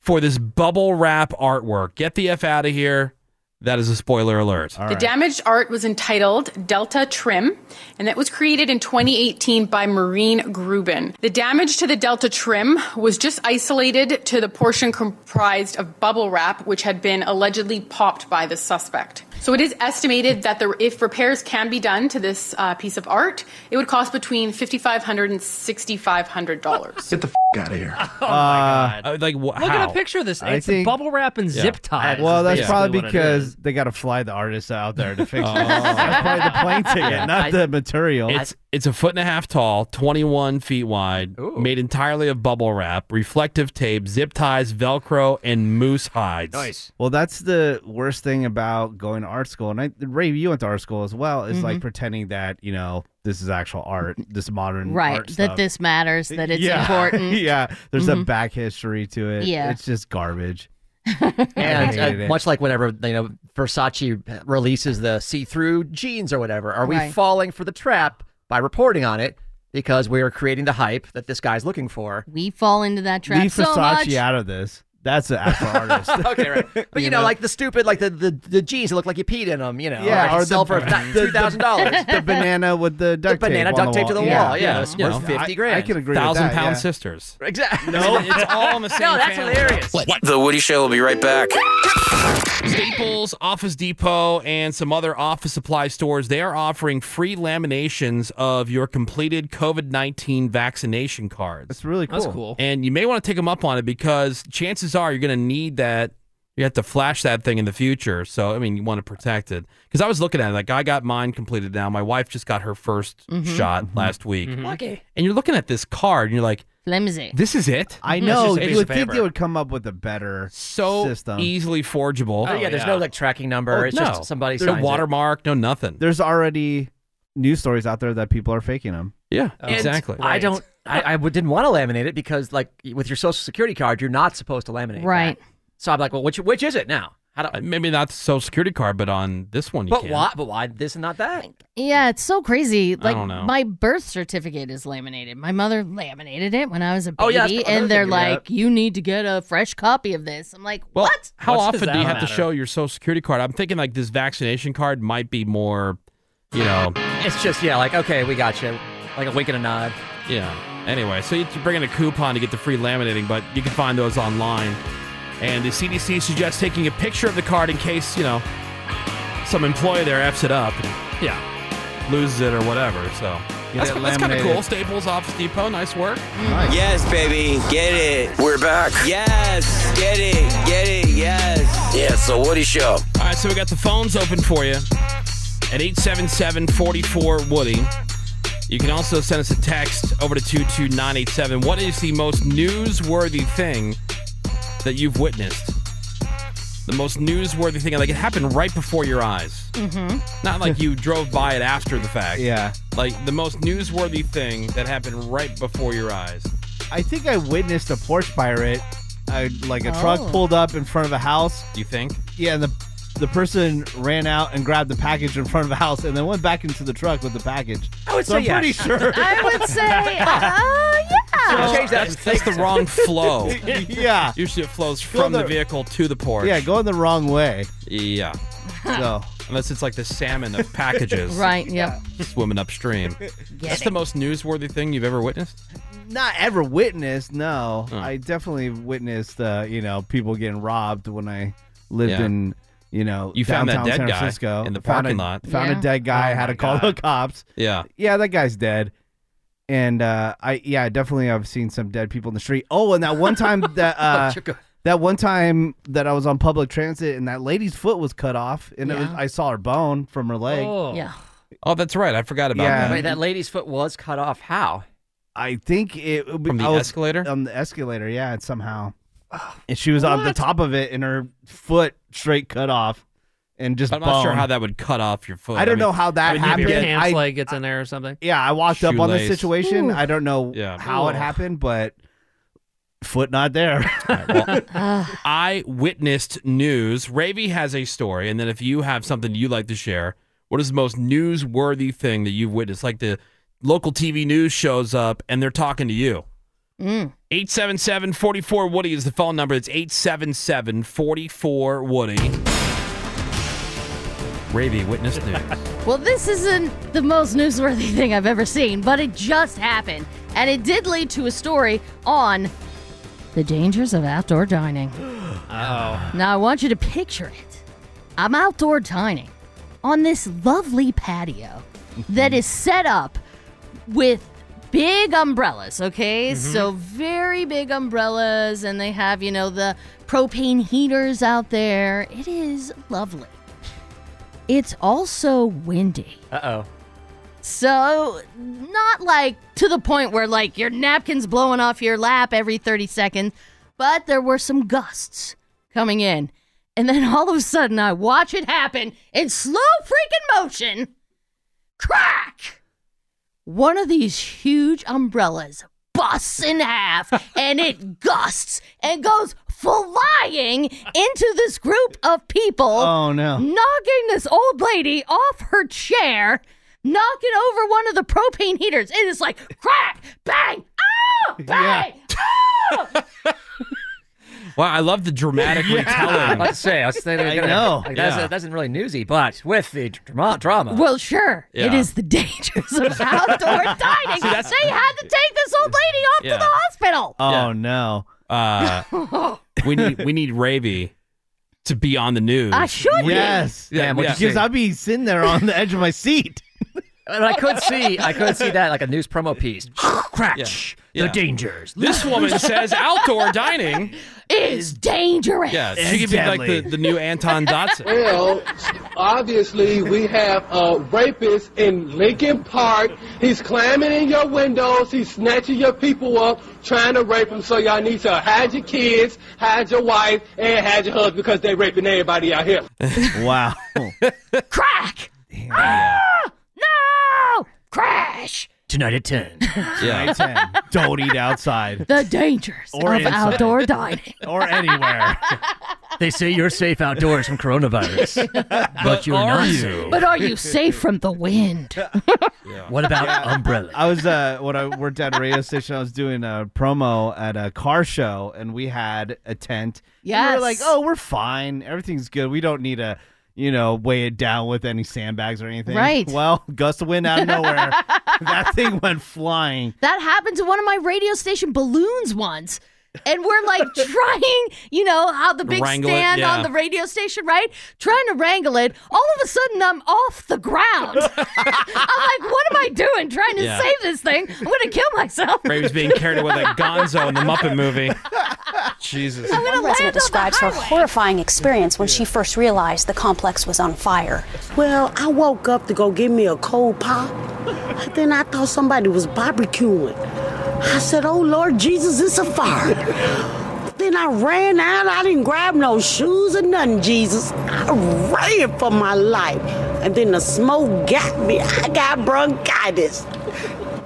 S2: for this bubble wrap artwork. Get the f out of here! That is a spoiler alert.
S11: The damaged art was entitled Delta Trim, and it was created in 2018 by Maureen Grubin. The damage to the Delta Trim was just isolated to the portion comprised of bubble wrap, which had been allegedly popped by the suspect. So it is estimated that the, if repairs can be done to this uh, piece of art, it would cost between $5,500 and $6,500.
S12: Get the f- out of here.
S2: Oh my god! like wh-
S7: Look
S2: how?
S7: at a picture of this.
S2: I
S7: It's
S2: think-
S7: bubble wrap and
S2: Yeah.
S7: zip ties.
S4: Well,
S7: is
S4: that's
S7: basically
S4: probably
S7: what it
S4: because
S7: is.
S4: they got to fly the artists out there to fix it.
S2: Oh.
S4: That's probably the plane ticket,
S2: Yeah.
S4: not
S2: I-
S4: the material.
S2: It's it's a foot and a half tall, 21 feet wide, made entirely of bubble wrap, reflective tape, zip ties, Velcro, and moose hides.
S4: Well, that's the worst thing about going to art school, and I, Ray, you went to art school as well. Is like
S3: Mhm.
S4: pretending that you know this is actual art, this modern
S3: Right.
S4: art
S3: That
S4: stuff.
S3: this matters, that it's
S4: yeah.
S3: important.
S4: yeah, there's a
S3: Mhm.
S4: back history to it.
S3: Yeah.
S4: it's just garbage.
S8: And
S4: hated
S8: uh,
S4: it.
S8: much like whenever you know Versace releases the see-through jeans or whatever, are we
S4: Right.
S8: falling for the trap by reporting on it because we are creating the hype that this guy's looking for?
S3: We fall into that trap
S8: Leave
S3: so
S8: Versace
S3: much.
S4: out of this. That's an actual artist.
S8: okay, right. But you, know, like the stupid, like the the, the jeans that look like you peed in them. You know,
S4: Yeah,
S8: like
S4: or the-
S8: sell for two thousand dollars.
S4: the banana with the duct tape.
S8: banana
S4: on
S8: duct
S4: the
S8: tape to the
S4: wall.
S8: wall, yeah,
S2: Yeah,
S8: it's
S2: you
S8: worth
S2: know,
S8: 50
S2: I-
S8: grand.
S2: I can agree
S8: with
S2: Thousand
S8: that,
S2: pound
S8: yeah.
S2: sisters.
S8: Exactly.
S2: No, it's all in the same.
S8: No, that's
S2: family.
S8: hilarious.
S9: What? The Woody Show will be right back.
S2: Staples, Office Depot, and some other office supply stores, they are offering free laminations of your completed COVID 19 vaccination cards. That's
S4: really
S7: That's cool. cool.
S2: And you may want to take them up on it because chances are you're going to need that. You have to flash that thing in the future. So, I mean, you want to protect it. Because I was looking at it, like, I got mine completed now. My wife just got her 1st
S4: Mm-hmm.
S3: Mhm.
S2: shot last week.
S3: Lucky.
S2: And you're looking at this card and you're like,
S3: Flimsy.
S2: this is it?
S8: Mm-hmm.
S4: I
S2: It's
S4: know.
S2: just a piece
S4: You would
S2: of
S4: think they
S2: paper.
S4: would come up with a better
S2: so
S4: system.
S2: easily forgeable.
S8: Oh, yeah, there's no like tracking number.
S2: Oh,
S8: e- it's
S2: no.
S8: just somebody.
S2: There's
S8: signs
S2: no
S8: it.
S2: watermark, no nothing.
S4: There's already news stories out there that people are faking them.
S2: Yeah,
S8: And I don't. I, I would- didn't want to laminate it because, like, with your social security card, you're not supposed to laminate. Right. So I'm like, well, which which is it now? How do?
S2: Uh, Maybe not the social security card, but on this one you
S8: but
S2: can.
S8: why? But why this and not that?
S3: Yeah, it's so crazy.
S2: I
S3: Like
S2: don't know.
S3: my birth certificate is laminated. My mother laminated it when I was a baby,
S8: Oh, yeah, that's another
S3: and they're
S8: thing you brought
S3: like, "You need to get a fresh copy of this." I'm like,
S2: Well,
S3: "What?
S2: How often do you have to show your social security card? I'm thinking like this vaccination card might be more, you know.
S8: It's just yeah, like okay, we got you, like a wink and a nod.
S2: Yeah. Anyway, so you have to bring in a coupon to get the free laminating, but you can find those online. And the CDC suggests taking a picture of the card in case you know some employee there f's it up. And yeah. Loses it or whatever. So That's, that's kind of cool. Staples, Office Depot, nice work.
S12: Yes, baby, get it.
S1: We're back.
S12: Yes, get it, get it, yes.
S1: Yeah, it's the Woody Show.
S2: All right, so we got the phones open for you at 877-44-WOODY. You can also send us a text over to 22987. What is the most newsworthy thing that you've witnessed? The most newsworthy thing, like it happened right before your eyes.
S3: Mm-hmm.
S2: Not like you drove by it after the fact.
S4: Yeah.
S2: Like the most newsworthy thing that happened right before your eyes.
S4: I think I witnessed a porch pirate. I, like a truck
S2: Oh.
S4: pulled up in front of a house.
S2: Do you think?
S4: Yeah, and the the person ran out and grabbed the package in front of the house and then went back into the truck with the package.
S8: I would
S4: so
S8: say
S4: I'm
S8: yes.
S4: pretty sure.
S3: I would say, uh, yeah.
S8: change that.
S2: That's, that's the wrong flow.
S4: yeah.
S2: Usually it flows from the,
S4: the-
S2: vehicle to the porch.
S4: Yeah, going the wrong way.
S2: Yeah.
S4: So.
S2: Unless it's like the salmon of packages.
S3: Right, yep.
S2: Swimming upstream. That's the most newsworthy thing you've ever witnessed?
S4: Not ever witnessed, no. I definitely witnessed uh, you know, people getting robbed when I lived
S2: Yeah.
S4: in you know,
S2: You found that
S4: downtown
S2: dead
S4: San
S2: guy
S4: Francisco.
S2: in the
S4: Found a-
S2: parking lot.
S4: Found
S2: Yeah.
S4: a dead guy,
S2: Oh
S4: had
S2: my
S4: to call
S2: God.
S4: the cops.
S2: Yeah.
S4: yeah, that guy's dead. And uh, I, yeah, I definitely I've seen some dead people in the street. Oh, and that one time that uh,
S8: Chica.
S4: that one time that I was on public transit and that lady's foot was cut off, and it was,
S8: Yeah.
S4: I saw her bone from her leg.
S3: Yeah.
S2: Oh, that's right. I forgot about
S4: Yeah.
S2: that.
S8: Wait, that lady's foot was cut off. How?
S4: I think it from
S8: oh,
S2: the
S4: escalator on the escalator. Yeah, and somehow, and she was on the
S2: What?
S4: top of it, and her foot straight cut off, and just.
S2: I'm not sure
S4: bone.
S2: how that would cut off your foot.
S4: I don't know how that
S7: I mean, maybe your
S4: happened.
S7: pants
S4: I-
S7: leg gets in there or something.
S4: Yeah, I walked up on the
S2: Shoelace.
S4: situation.
S7: Ooh.
S4: I don't know
S2: Yeah.
S4: how it
S2: Ugh.
S4: happened, but foot not there.
S2: Eyewitnessed news. Ravy has a story, and then if you have something you'd like to share, what is the most newsworthy thing that you've witnessed? Like the local TV news shows up and they're talking to you.
S3: Mm.
S2: 877 44 Woody is the phone number. It's 877 44 Woody. Ravy, witnessed news.
S3: Well, this isn't the most newsworthy thing I've ever seen, but it just happened. And it did lead to a story on the dangers of outdoor dining.
S7: Oh.
S3: Now, I want you to picture it. I'm outdoor dining on this lovely patio that is set up with big umbrellas, okay? So, very big umbrellas, and they have, you know, the propane heaters out there. It is lovely. It's also windy.
S8: Uh oh.
S3: So, not like to the point where like your napkin's blowing off your lap every 30 seconds, but there were some gusts coming in. And then all of a sudden, I watch it happen in slow freaking motion. Crack! One of these huge umbrellas busts in half and it gusts and goes flying into this group of people
S4: Oh, no.
S3: knocking this old lady off her chair, knocking over one of the propane heaters. It is like crack, bang, ah, bang.
S2: wow, I love the dramatic
S8: I was
S2: retelling.
S8: about to say, I was thinking,
S2: I
S8: gonna-
S2: know.
S8: Like, that's,
S2: Yeah.
S8: that isn't really newsy, but with the drama, drama.
S3: Well, sure, it
S8: Yeah.
S3: is the dangers of outdoor dining.
S8: See, that's-
S3: they had to take this old lady off
S2: Yeah.
S3: to the hospital.
S4: Oh no.
S2: Uh, we need we need Ravy to be on the news.
S3: I should be.
S4: Yes.
S2: Yeah, yeah.
S4: Because I'd be sitting there on the edge of my seat.
S8: And I could see, I could see that like a news promo piece. Crack.
S2: Yeah.
S8: The dangers.
S2: This woman says outdoor dining.
S3: is dangerous.
S2: Yeah, she could be like the, the new Anton Dotson.
S13: Well, obviously, we have a rapist in Lincoln Park. He's climbing in your windows. He's snatching your people up, trying to rape them. So y'all need to hide your kids, hide your wife, and hide your husband because they raping everybody out here.
S4: wow.
S3: Crack. Ah, no. Crash.
S8: Tonight at 10.
S4: Tonight, 10. Don't eat outside.
S3: The dangers
S8: Or
S3: of
S8: inside.
S3: outdoor dining.
S4: or anywhere.
S8: They say you're safe outdoors from coronavirus, but,
S2: Uh,
S8: you're
S3: are
S8: not
S3: you?
S8: safe.
S3: But are you safe from the wind?
S8: What about umbrella?
S4: I was uh when I worked at a radio station, I was doing a promo at a car show and we had a tent. And We
S3: Yes.
S4: were like, oh, we're fine. Everything's good. We don't need to, you know, weigh it down with any sandbags or anything.
S3: Right.
S4: Well, gust of wind out of nowhere. that thing went flying.
S3: That happened to one of my radio station balloons once. and we're like trying, you know, how the big
S2: Wrangle it,
S3: stand
S2: yeah.
S3: on the radio station, right? Trying to wrangle it. All of a sudden, I'm off the ground. I'm like, what am I doing? Trying to
S2: Yeah.
S3: save this thing? I'm going to kill myself.
S2: Brave's being carried away like Gonzo in the Muppet movie. Jesus.
S14: One resident describes her horrifying experience when she first realized the complex was on fire.
S15: Well, I woke up to go get me a cold pop. Then I thought somebody was barbecuing. I said, Oh Lord Jesus, it's a fire. Then I ran out. I didn't grab no shoes or nothing, Jesus. I ran for my life. And then the smoke got me. I got bronchitis.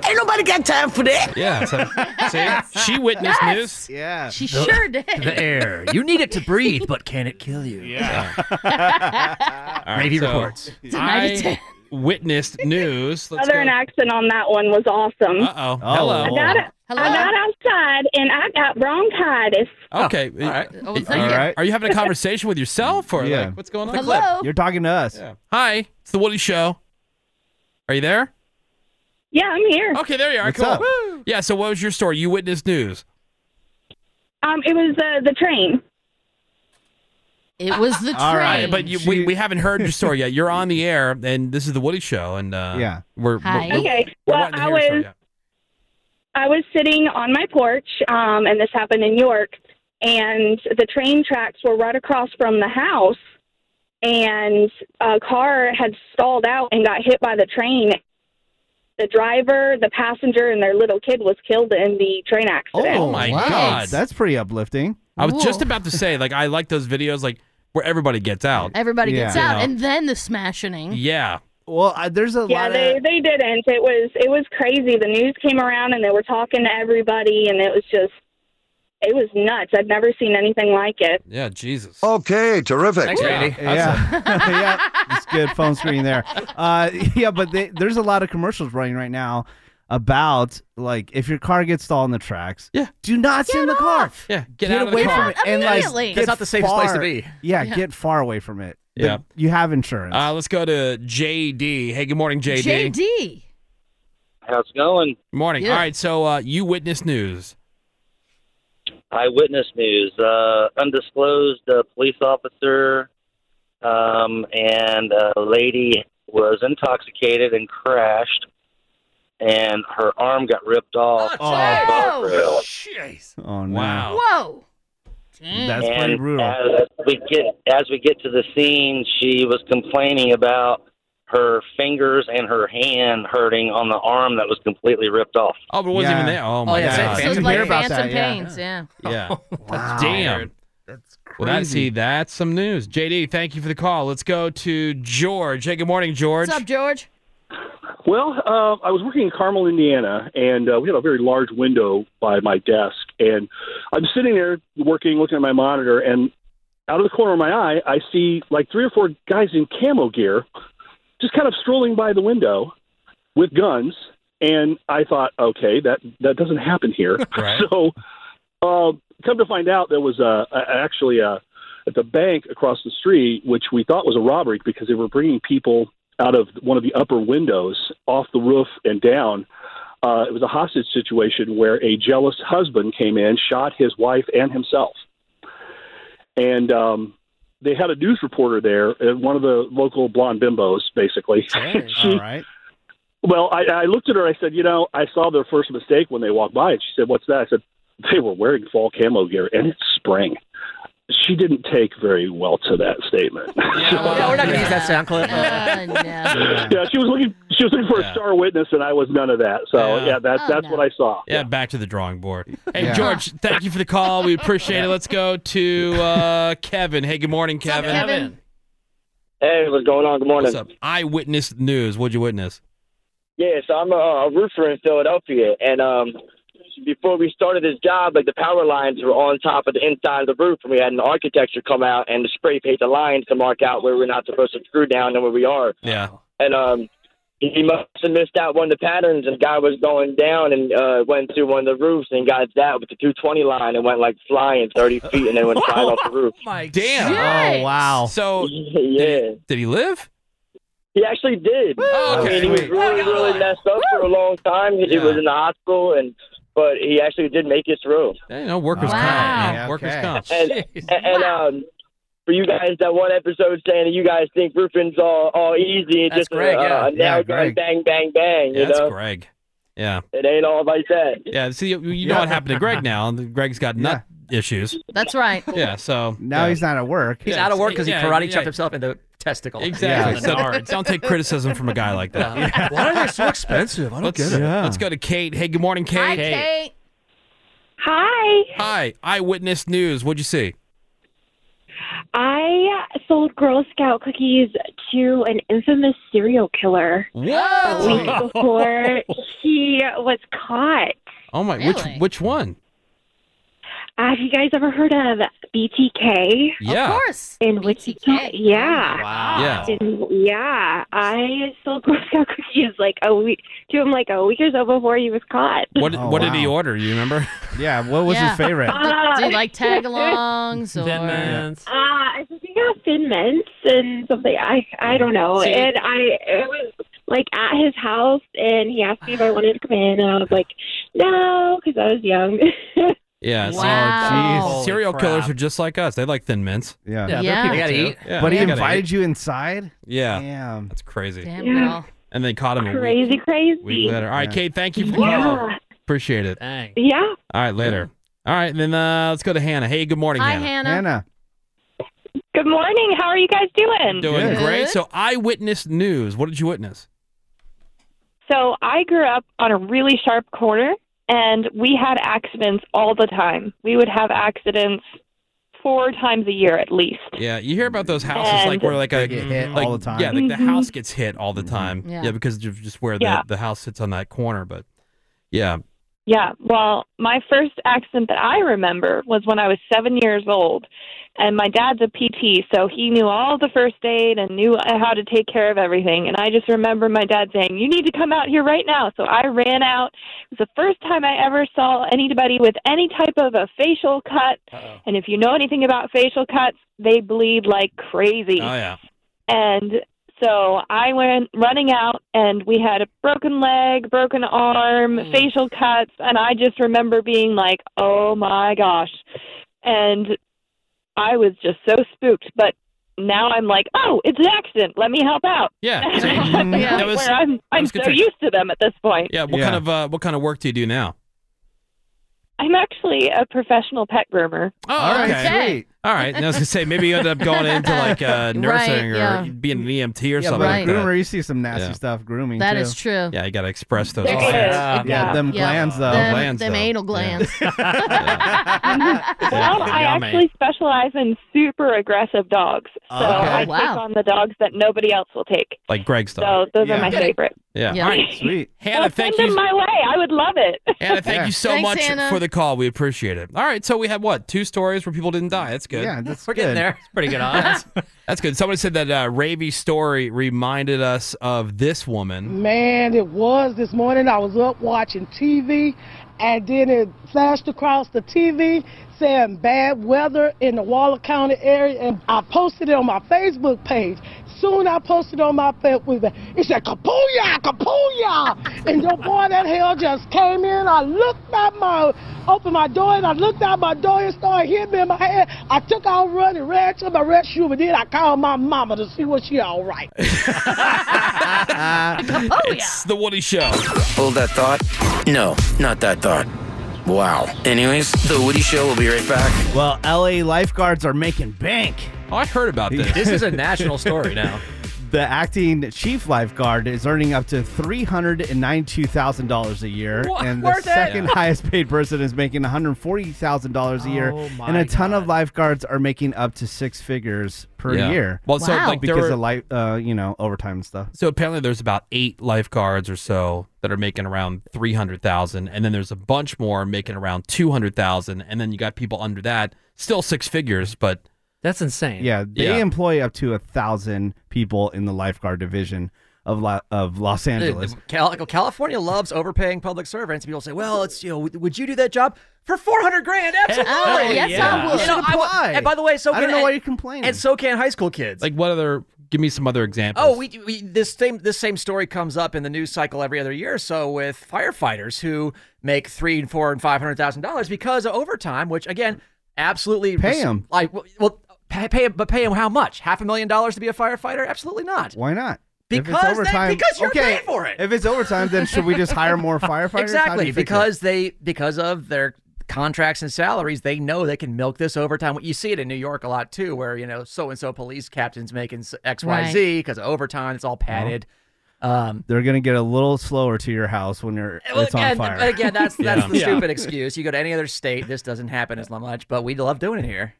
S15: Ain't nobody got time for that.
S2: Yeah. So, see, she witnessed
S15: Yes.
S2: news.
S4: Yeah.
S3: She sure did.
S8: The air. You need it to breathe, but can it kill you? Yeah. Navy reports. It's a
S2: I
S8: 90.
S2: witnessed news. Let's
S16: Southern
S2: go.
S16: accent on that one was awesome.
S2: Uh-oh. Oh. Hello.
S16: I got, I got outside and I got bronchitis.
S2: Okay. All right.
S16: Oh, thank
S2: are,
S16: you.
S2: are you having a conversation with yourself or
S4: Yeah.
S2: like what's going on?
S16: Hello?
S4: You're talking to us.
S2: Hi, it's the Woody Show. Are you there?
S16: Yeah, I'm here.
S2: Okay, there you are. Cool. Yeah. So, what was your story? You witnessed news.
S16: Um, it was the the train.
S3: It was the
S2: All right, but you, we, we haven't heard your story yet. You're on the air, and this is the Woody Show, and uh, yeah, we're,
S16: Hi.
S2: we're-
S16: Okay,
S2: we're
S16: well,
S2: wanting to
S16: I
S2: hear your story,
S16: was-
S2: yeah.
S16: I was sitting on my porch, um, and this happened in York, and the train tracks were right across from the house, and a car had stalled out and got hit by the train. The driver, the passenger, and their little kid was killed in the train accident.
S2: Oh my God.
S4: That's pretty uplifting.
S2: I was
S3: Whoa.
S2: just about to say, like, I like those videos, like where everybody gets out.
S3: Everybody gets
S2: You
S3: out,
S2: know?
S3: and then the smashing.
S2: yeah,
S4: Well, I, there's a
S16: yeah,
S4: lot
S16: they
S4: of
S16: they didn't. It was it was crazy. The news came around and they were talking to everybody, and it was just it was nuts. I'd never seen anything like it.
S2: yeah, Jesus.
S17: Okay, terrific.
S2: Thanks, Randy.
S4: Yeah, yeah, it's good phone screen there. Uh, yeah, but they, there's a lot of commercials running right now about like if your car gets stalled on the tracks, yeah, do not sit in the car.
S2: Yeah,
S8: get out of the
S4: away
S8: car.
S4: from it. And like,
S8: Immediately.
S4: get
S8: That's not the safest place to
S4: far-
S8: be.
S4: Yeah,
S8: Yeah.
S4: get far away from it. The-
S2: Yeah.
S4: you have insurance.
S2: Uh, let's go to JD. Hey, good morning, JD.
S3: JD.
S18: How's it going?
S2: Morning.
S18: Yeah.
S2: All right, so uh, you witnessed news.
S18: Eyewitness news. Uh, undisclosed uh, police officer um, and a lady was intoxicated and crashed, and her arm got ripped off.
S3: Oh,
S18: jeez.
S4: Oh, no.
S18: Wow.
S3: Whoa.
S18: and As we get as we get to the scene, she was complaining about her fingers and her hand hurting on the arm that was completely ripped off.
S2: Oh, but it wasn't
S18: Yeah.
S2: even there. Oh
S18: Oh,
S2: my
S18: yeah,
S2: God.
S18: Phantom Sounds like Pain about
S3: Phantom pains, yeah.
S2: Yeah. Damn. That's crazy. Well, that, see, that's some news. JD, thank you for the call. Let's go to George. Hey, good morning, George.
S3: What's up, George?
S19: Well, uh, I was working in Carmel, Indiana, and uh, we had a very large window by my desk. And I'm sitting there working, looking at my monitor, and out of the corner of my eye, I see like three or four guys in camo gear just kind of strolling by the window with guns. And I thought, okay, that, that doesn't happen here. So uh, come to find out, there was a, a, actually a, at the bank across the street, which we thought was a robbery because they were bringing people out of one of the upper windows off the roof and down. Uh, it was a hostage situation where a jealous husband came in, shot his wife and himself. And um, they had a news reporter there, uh, one of the local blonde bimbos, basically. She-
S4: All right.
S19: well, I, I looked at her. I said, "You know, I saw their first mistake when they walked by." And she said, "What's that?" I said, "They were wearing fall camo gear, and it's spring." She didn't take very well to that statement.
S2: Oh,
S8: yeah, we're not going to use that sound clip.
S19: Yeah, she was looking. She was looking for a star witness, and I was none of that. So
S2: Yeah.
S19: yeah, that's
S2: Oh,
S19: that's
S2: no.
S19: what I saw.
S2: Yeah, back to the drawing board. Hey,
S19: Yeah.
S2: George, thank you for the call. We appreciate it. Let's go to uh, Kevin. Hey, good morning, Kevin.
S3: Kevin.
S20: Hey, what's going on? Good morning.
S2: What's up? Eyewitness news. What'd you witness?
S20: Yeah, so I'm a, a roofer in Philadelphia, and um, before we started this job, like the power lines were on top of the inside of the roof, and we had an architecture come out and to spray paint the lines to mark out where we're not supposed to screw down and where we are.
S2: Yeah.
S20: And um, he must have missed out one of the patterns, and the guy was going down and uh, went through one of the roofs and got that with the 220 line and went like flying 30 feet and then went flying off the roof.
S2: Oh My Damn.
S20: God.
S2: Oh, wow. So,
S20: yeah.
S2: Did he live?
S20: He actually did.
S2: Oh,
S20: I
S2: okay.
S20: mean, he was
S2: Sweet.
S20: really, really messed up for a long time. He, he was in the hospital, and but he actually did make it through.
S2: no workers
S20: wow.
S2: comp. man. Workers comp.
S20: And, and um, for you guys, that one episode saying that you guys think roofing's all, all easy and
S2: That's
S20: just uh, a-
S2: Greg,
S20: a,
S2: yeah.
S20: a
S2: Yeah,
S20: nail gun,
S2: Greg.
S20: bang, bang, bang.
S2: Yeah,
S20: you
S2: that's
S20: know,
S2: Greg. Yeah.
S20: it ain't all like that.
S2: Yeah. See, you, you know what happened to Greg now. Greg's got nut issues.
S3: That's right.
S2: Yeah. So
S4: Now
S2: yeah.
S4: he's not at work.
S2: He's Yeah, out of work 'cause he yeah, karate yeah. chopped
S8: himself in the testicle.
S2: Exactly. So don't take criticism from a guy like that.
S8: Why are they so expensive? I don't
S2: Let's,
S8: get it. Yeah.
S2: Let's go to Kate. Hey, good morning, Kate.
S8: Hi,
S3: Kate.
S17: Hi.
S2: Hi. Eyewitness News. What'd you see?
S17: I sold Girl Scout cookies to an infamous serial killer. A week before he was caught.
S2: Oh my! Which which one?
S17: Uh, have you guys ever heard of BTK?
S2: Yeah. Of
S3: course.
S17: In Wichita. Yeah.
S2: Wow. Yeah.
S17: In- yeah. I sold Girl Scout cookies like a week to him like a week or so before he was caught.
S2: What what did he order? You remember?
S4: Oh, Yeah. What
S17: was his Yeah. favorite?
S3: Oh, Do, do you like tag alongs or
S17: Uh, I think I got thin mints and something. I I don't know.
S3: See-
S17: and I it was like at his house, and he asked me if I wanted to come in, and I was like, no, because I was young.
S2: Yeah. so-
S17: Wow.
S4: Holy
S2: Serial
S4: crap.
S2: killers are just like us. They like thin mints.
S4: Yeah.
S2: they're
S4: Yeah.
S2: people
S4: They gotta
S2: too.
S4: eat. But he
S2: they gotta
S4: invited
S2: eat.
S4: you inside?
S2: Yeah.
S4: Damn.
S2: That's crazy.
S3: Damn
S17: Yeah. girl.
S2: And they caught him a week,
S17: crazy, crazy.
S2: week later. All right, Kate. Thank you for the call.
S17: Yeah.
S2: Appreciate it.
S17: Yeah.
S2: All right, later. All right, then uh, let's go to Hannah. Hey, good morning,
S17: Hi, Hannah.
S2: Hannah.
S4: Hannah.
S21: Good morning. How are you guys doing?
S2: Doing great. So, eyewitness news. What did you witness?
S21: So I grew up on a really sharp corner, and we had accidents all the time. We would have accidents four times a year at least.
S2: Yeah, you hear about those houses like
S21: And-
S2: where like a
S4: They get hit
S2: like-
S4: all the time. Mm-hmm.
S2: Yeah, like the
S21: Mhm.
S2: house gets hit all the time.
S21: Yeah.
S2: Yeah, because of just where
S21: Yeah.
S2: the the house sits on that corner. But yeah,
S21: Yeah, well, my first accident that I remember was when I was seven years old, and my dad's a PT, so he knew all the first aid and knew how to take care of everything. And I just remember my dad saying, "You need to come out here right now." So I ran out. It was the first time I ever saw anybody with any type of a facial cut. And if you know anything about facial cuts, they bleed like crazy.
S2: Oh yeah.
S21: And so I went running out, and we had a broken leg, broken arm,
S2: Mm.
S21: facial cuts, and I just remember being like, "Oh my gosh!" And I was just so spooked. But now I'm like, "Oh, it's an accident. Let me help out."
S2: Yeah,
S21: yeah.
S2: That was-
S21: Where I'm, I'm
S2: was
S21: so
S2: good trick.
S21: used to them at this point.
S2: yeah. What kind of uh, what kind of work do you do now?
S21: I'm actually a professional pet groomer.
S2: Oh,
S4: Oh,
S2: All right. And I was gonna say maybe you end up going into like uh, nursing or
S21: yeah.
S2: being an EMT or
S4: Yeah,
S2: something.
S4: but
S2: like
S4: groomer,
S2: that.
S4: you see some nasty
S2: Yeah.
S4: stuff grooming.
S3: That
S4: too.
S3: is true.
S2: Yeah, you gotta express those.
S4: There
S2: glands.
S4: is. Yeah. Yeah, them glands, though.
S3: Them,
S2: Glands,
S3: them
S2: though.
S3: anal glands.
S21: Well, I
S2: Yummy. Oh,
S21: actually specialize in super aggressive dogs. So
S2: Okay.
S21: I
S2: Wow.
S21: take on the dogs that nobody else will take.
S2: Like Greg stuff.
S21: So those are my favorite.
S2: Yeah. All right.
S4: Sweet.
S2: Hannah,
S21: Well,
S2: thank
S21: send
S2: you.
S21: them my way. I would love it.
S2: Hannah, thank you so
S21: Thanks,
S2: much
S21: Hannah.
S2: for the call. We appreciate it. All right, so we had what two stories where people didn't die. That's good.
S4: Yeah, that's
S2: We're
S4: getting good. there.
S2: It's pretty good odds. that's good. Somebody said that uh, Ravy story reminded us of this woman.
S22: Man, it was this morning. I was up watching TV, and then it flashed across the TV saying bad weather in the Waller County area, and I posted it on my Facebook page. Soon I posted on my Facebook page. It said "Kapuya, Kapuya," and your boy that hell just came in. I looked at my, opened my door, and I looked out my door and started hitting me in my head. I took out running, ran to my red shoe, but then I called my mama to see was she all right.
S4: Uh,
S2: It's the Woody Show.
S9: Hold that thought. No, not that thought. Wow. Anyways, the Woody Show will be right back.
S4: Well, LA lifeguards are making bank.
S2: Oh, I heard about
S8: this. This is a national story now.
S4: The acting chief lifeguard is earning up to three hundred and ninety-two thousand dollars a year,
S8: Wha-
S4: and
S8: worth
S4: the
S8: it.
S4: second
S8: Yeah.
S4: highest paid person is making one hundred forty thousand dollars a year,
S8: Oh my
S4: and a ton of lifeguards are making up to six figures per
S2: Yeah.
S4: year.
S2: Well, so, Wow. like, there
S4: because
S2: were-
S4: of life, uh, you know, overtime and stuff.
S2: So apparently, there's about eight lifeguards or so that are making around three hundred thousand, and then there's a bunch more making around two hundred thousand, and then you got people under that still six figures, but
S7: that's insane.
S4: Yeah, they
S2: Yeah.
S4: employ up to a thousand people in the lifeguard division. of La- of Los Angeles.
S8: Cal- California loves overpaying public servants. People say, "Well, it's you know, would would you do that job for four hundred grand?" Absolutely.
S2: Oh, yes, I Yeah. would.
S8: You know, I would- and by the way, so
S2: I don't
S8: can-
S2: know why
S8: and-
S2: you're complaining.
S8: And so can high school kids.
S2: Like what other? Give me some other examples.
S8: Oh, we, we this same this same story comes up in the news cycle every other year. Or so with firefighters who make three and four and five hundred thousand dollars because of overtime, which again, absolutely
S4: Pay 'em.
S8: Like well- well, pay, pay 'em- but pay them how much? Half a million dollars to be a firefighter? Absolutely not.
S4: Why not? If
S8: Because they-
S4: it's overtime,
S8: because you're
S4: okay,
S8: paying for it.
S4: If it's overtime, then should we just hire more firefighters? How do
S8: Exactly,
S4: you fix it?
S8: because they because of their contracts and salaries, they know they can milk this overtime. You see it in New York a lot too, where you know so and so police captains making X Y Z because of overtime. It's all padded. Um,
S4: they're gonna get a little slower to your house when you're
S8: Well,
S4: it's on
S8: again,
S4: fire.
S8: but again, that's that's the
S4: Yeah.
S8: stupid excuse. You go to any other state, this doesn't happen as much. But we love doing it here.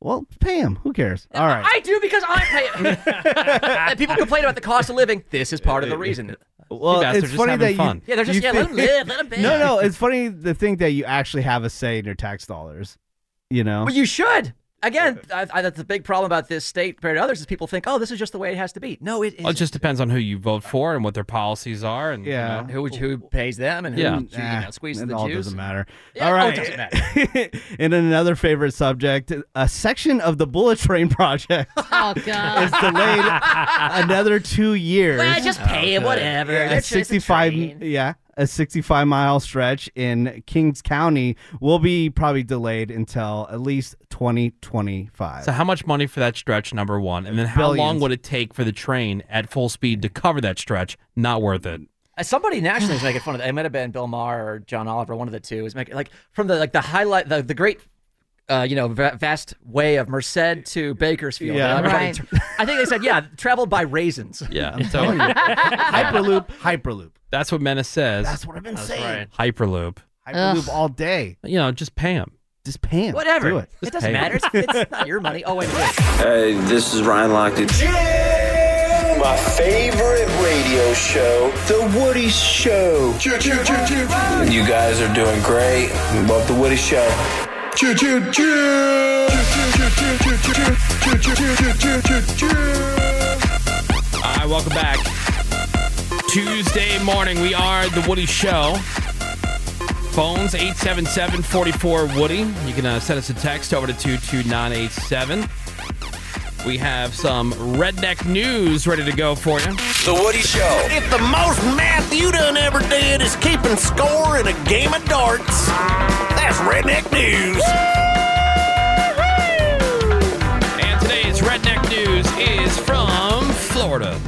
S4: Well, pay him. Who cares? All right.
S8: I do because I pay. and people complain about the cost of living. This is part of the reason.
S4: Well, it's funny that you.
S8: yeah, they're just
S4: you
S8: yeah, let them
S4: think-
S8: live, let them be.
S4: No, no, it's funny the thing that you actually have a say in your tax dollars. You know,
S8: But you should. Again, I, I, that's the big problem about this state compared to others is people think, oh, this is just the way it has to be. No, it is.
S2: Well, it just depends on who you vote for and what their policies are, and
S8: Yeah.
S2: you know.
S8: who who pays them and who
S2: Yeah.
S8: you know, squeezes
S4: it
S8: the
S4: all
S8: juice.
S4: doesn't matter.
S8: Yeah,
S4: all
S8: oh, it
S4: right.
S8: doesn't
S4: in another favorite subject, a section of the bullet train project
S3: Oh God.
S4: is delayed another two years.
S8: Well, just pay it, whatever.
S4: A
S8: It's just a
S4: 65, yeah, a 65 mile stretch in Kings County will be probably delayed until at least 2025.
S2: So how much money for that stretch? Number one, and then how long
S4: Oh, Billions.
S2: would it take for the train at full speed to cover that stretch? Not worth it.
S8: Uh, Somebody nationally is making fun of that. It might have been Bill Maher or John Oliver, one of the two. Is making like from the like the highlight, the the great, uh, you know, va- vast way of Merced to Bakersfield.
S4: Yeah.
S8: And everybody
S4: Right.
S8: tra- I think they said yeah, traveled by raisins.
S2: Yeah,
S8: I'm
S2: telling you.
S4: Hyperloop, Hyperloop.
S2: That's what Menace says.
S4: That's what I've been saying.
S2: Hyperloop.
S4: Hyperloop all day.
S2: You know, just pay him.
S4: Just pay him.
S8: Whatever.
S4: Do
S8: it.
S4: it.
S8: doesn't
S2: Hey.
S8: matter. It's, it's not your money. Oh wait, wait.
S12: Hey, this is Ryan Lochte. My favorite radio show, The Woody Show. You guys are doing great. Love The Woody Show.
S2: All right, welcome back. Tuesday morning, we are The Woody Show. Phones 877 44 Woody. You can uh, send us a text over to 22987. We have some redneck news ready to go for you.
S12: The Woody Show.
S23: If the most math you done ever did is keeping score in a game of darts, that's redneck news.
S2: And today's redneck news is from Florida.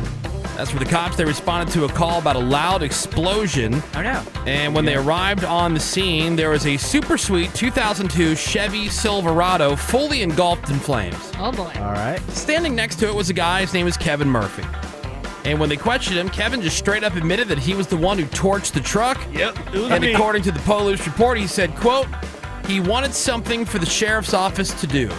S2: That's where the cops they responded to a call about a loud explosion.
S8: Oh no!
S2: And when they arrived on the scene, there was a super sweet 2002 Chevy Silverado fully engulfed in flames.
S3: Oh boy.
S4: All right.
S2: Standing next to it was a guy. His name is Kevin Murphy. And when they questioned him, Kevin just straight up admitted that he was the one who torched the truck.
S23: Yep, it was
S2: and
S23: me.
S2: according to the police report, he said, "quote He wanted something for the sheriff's office to do."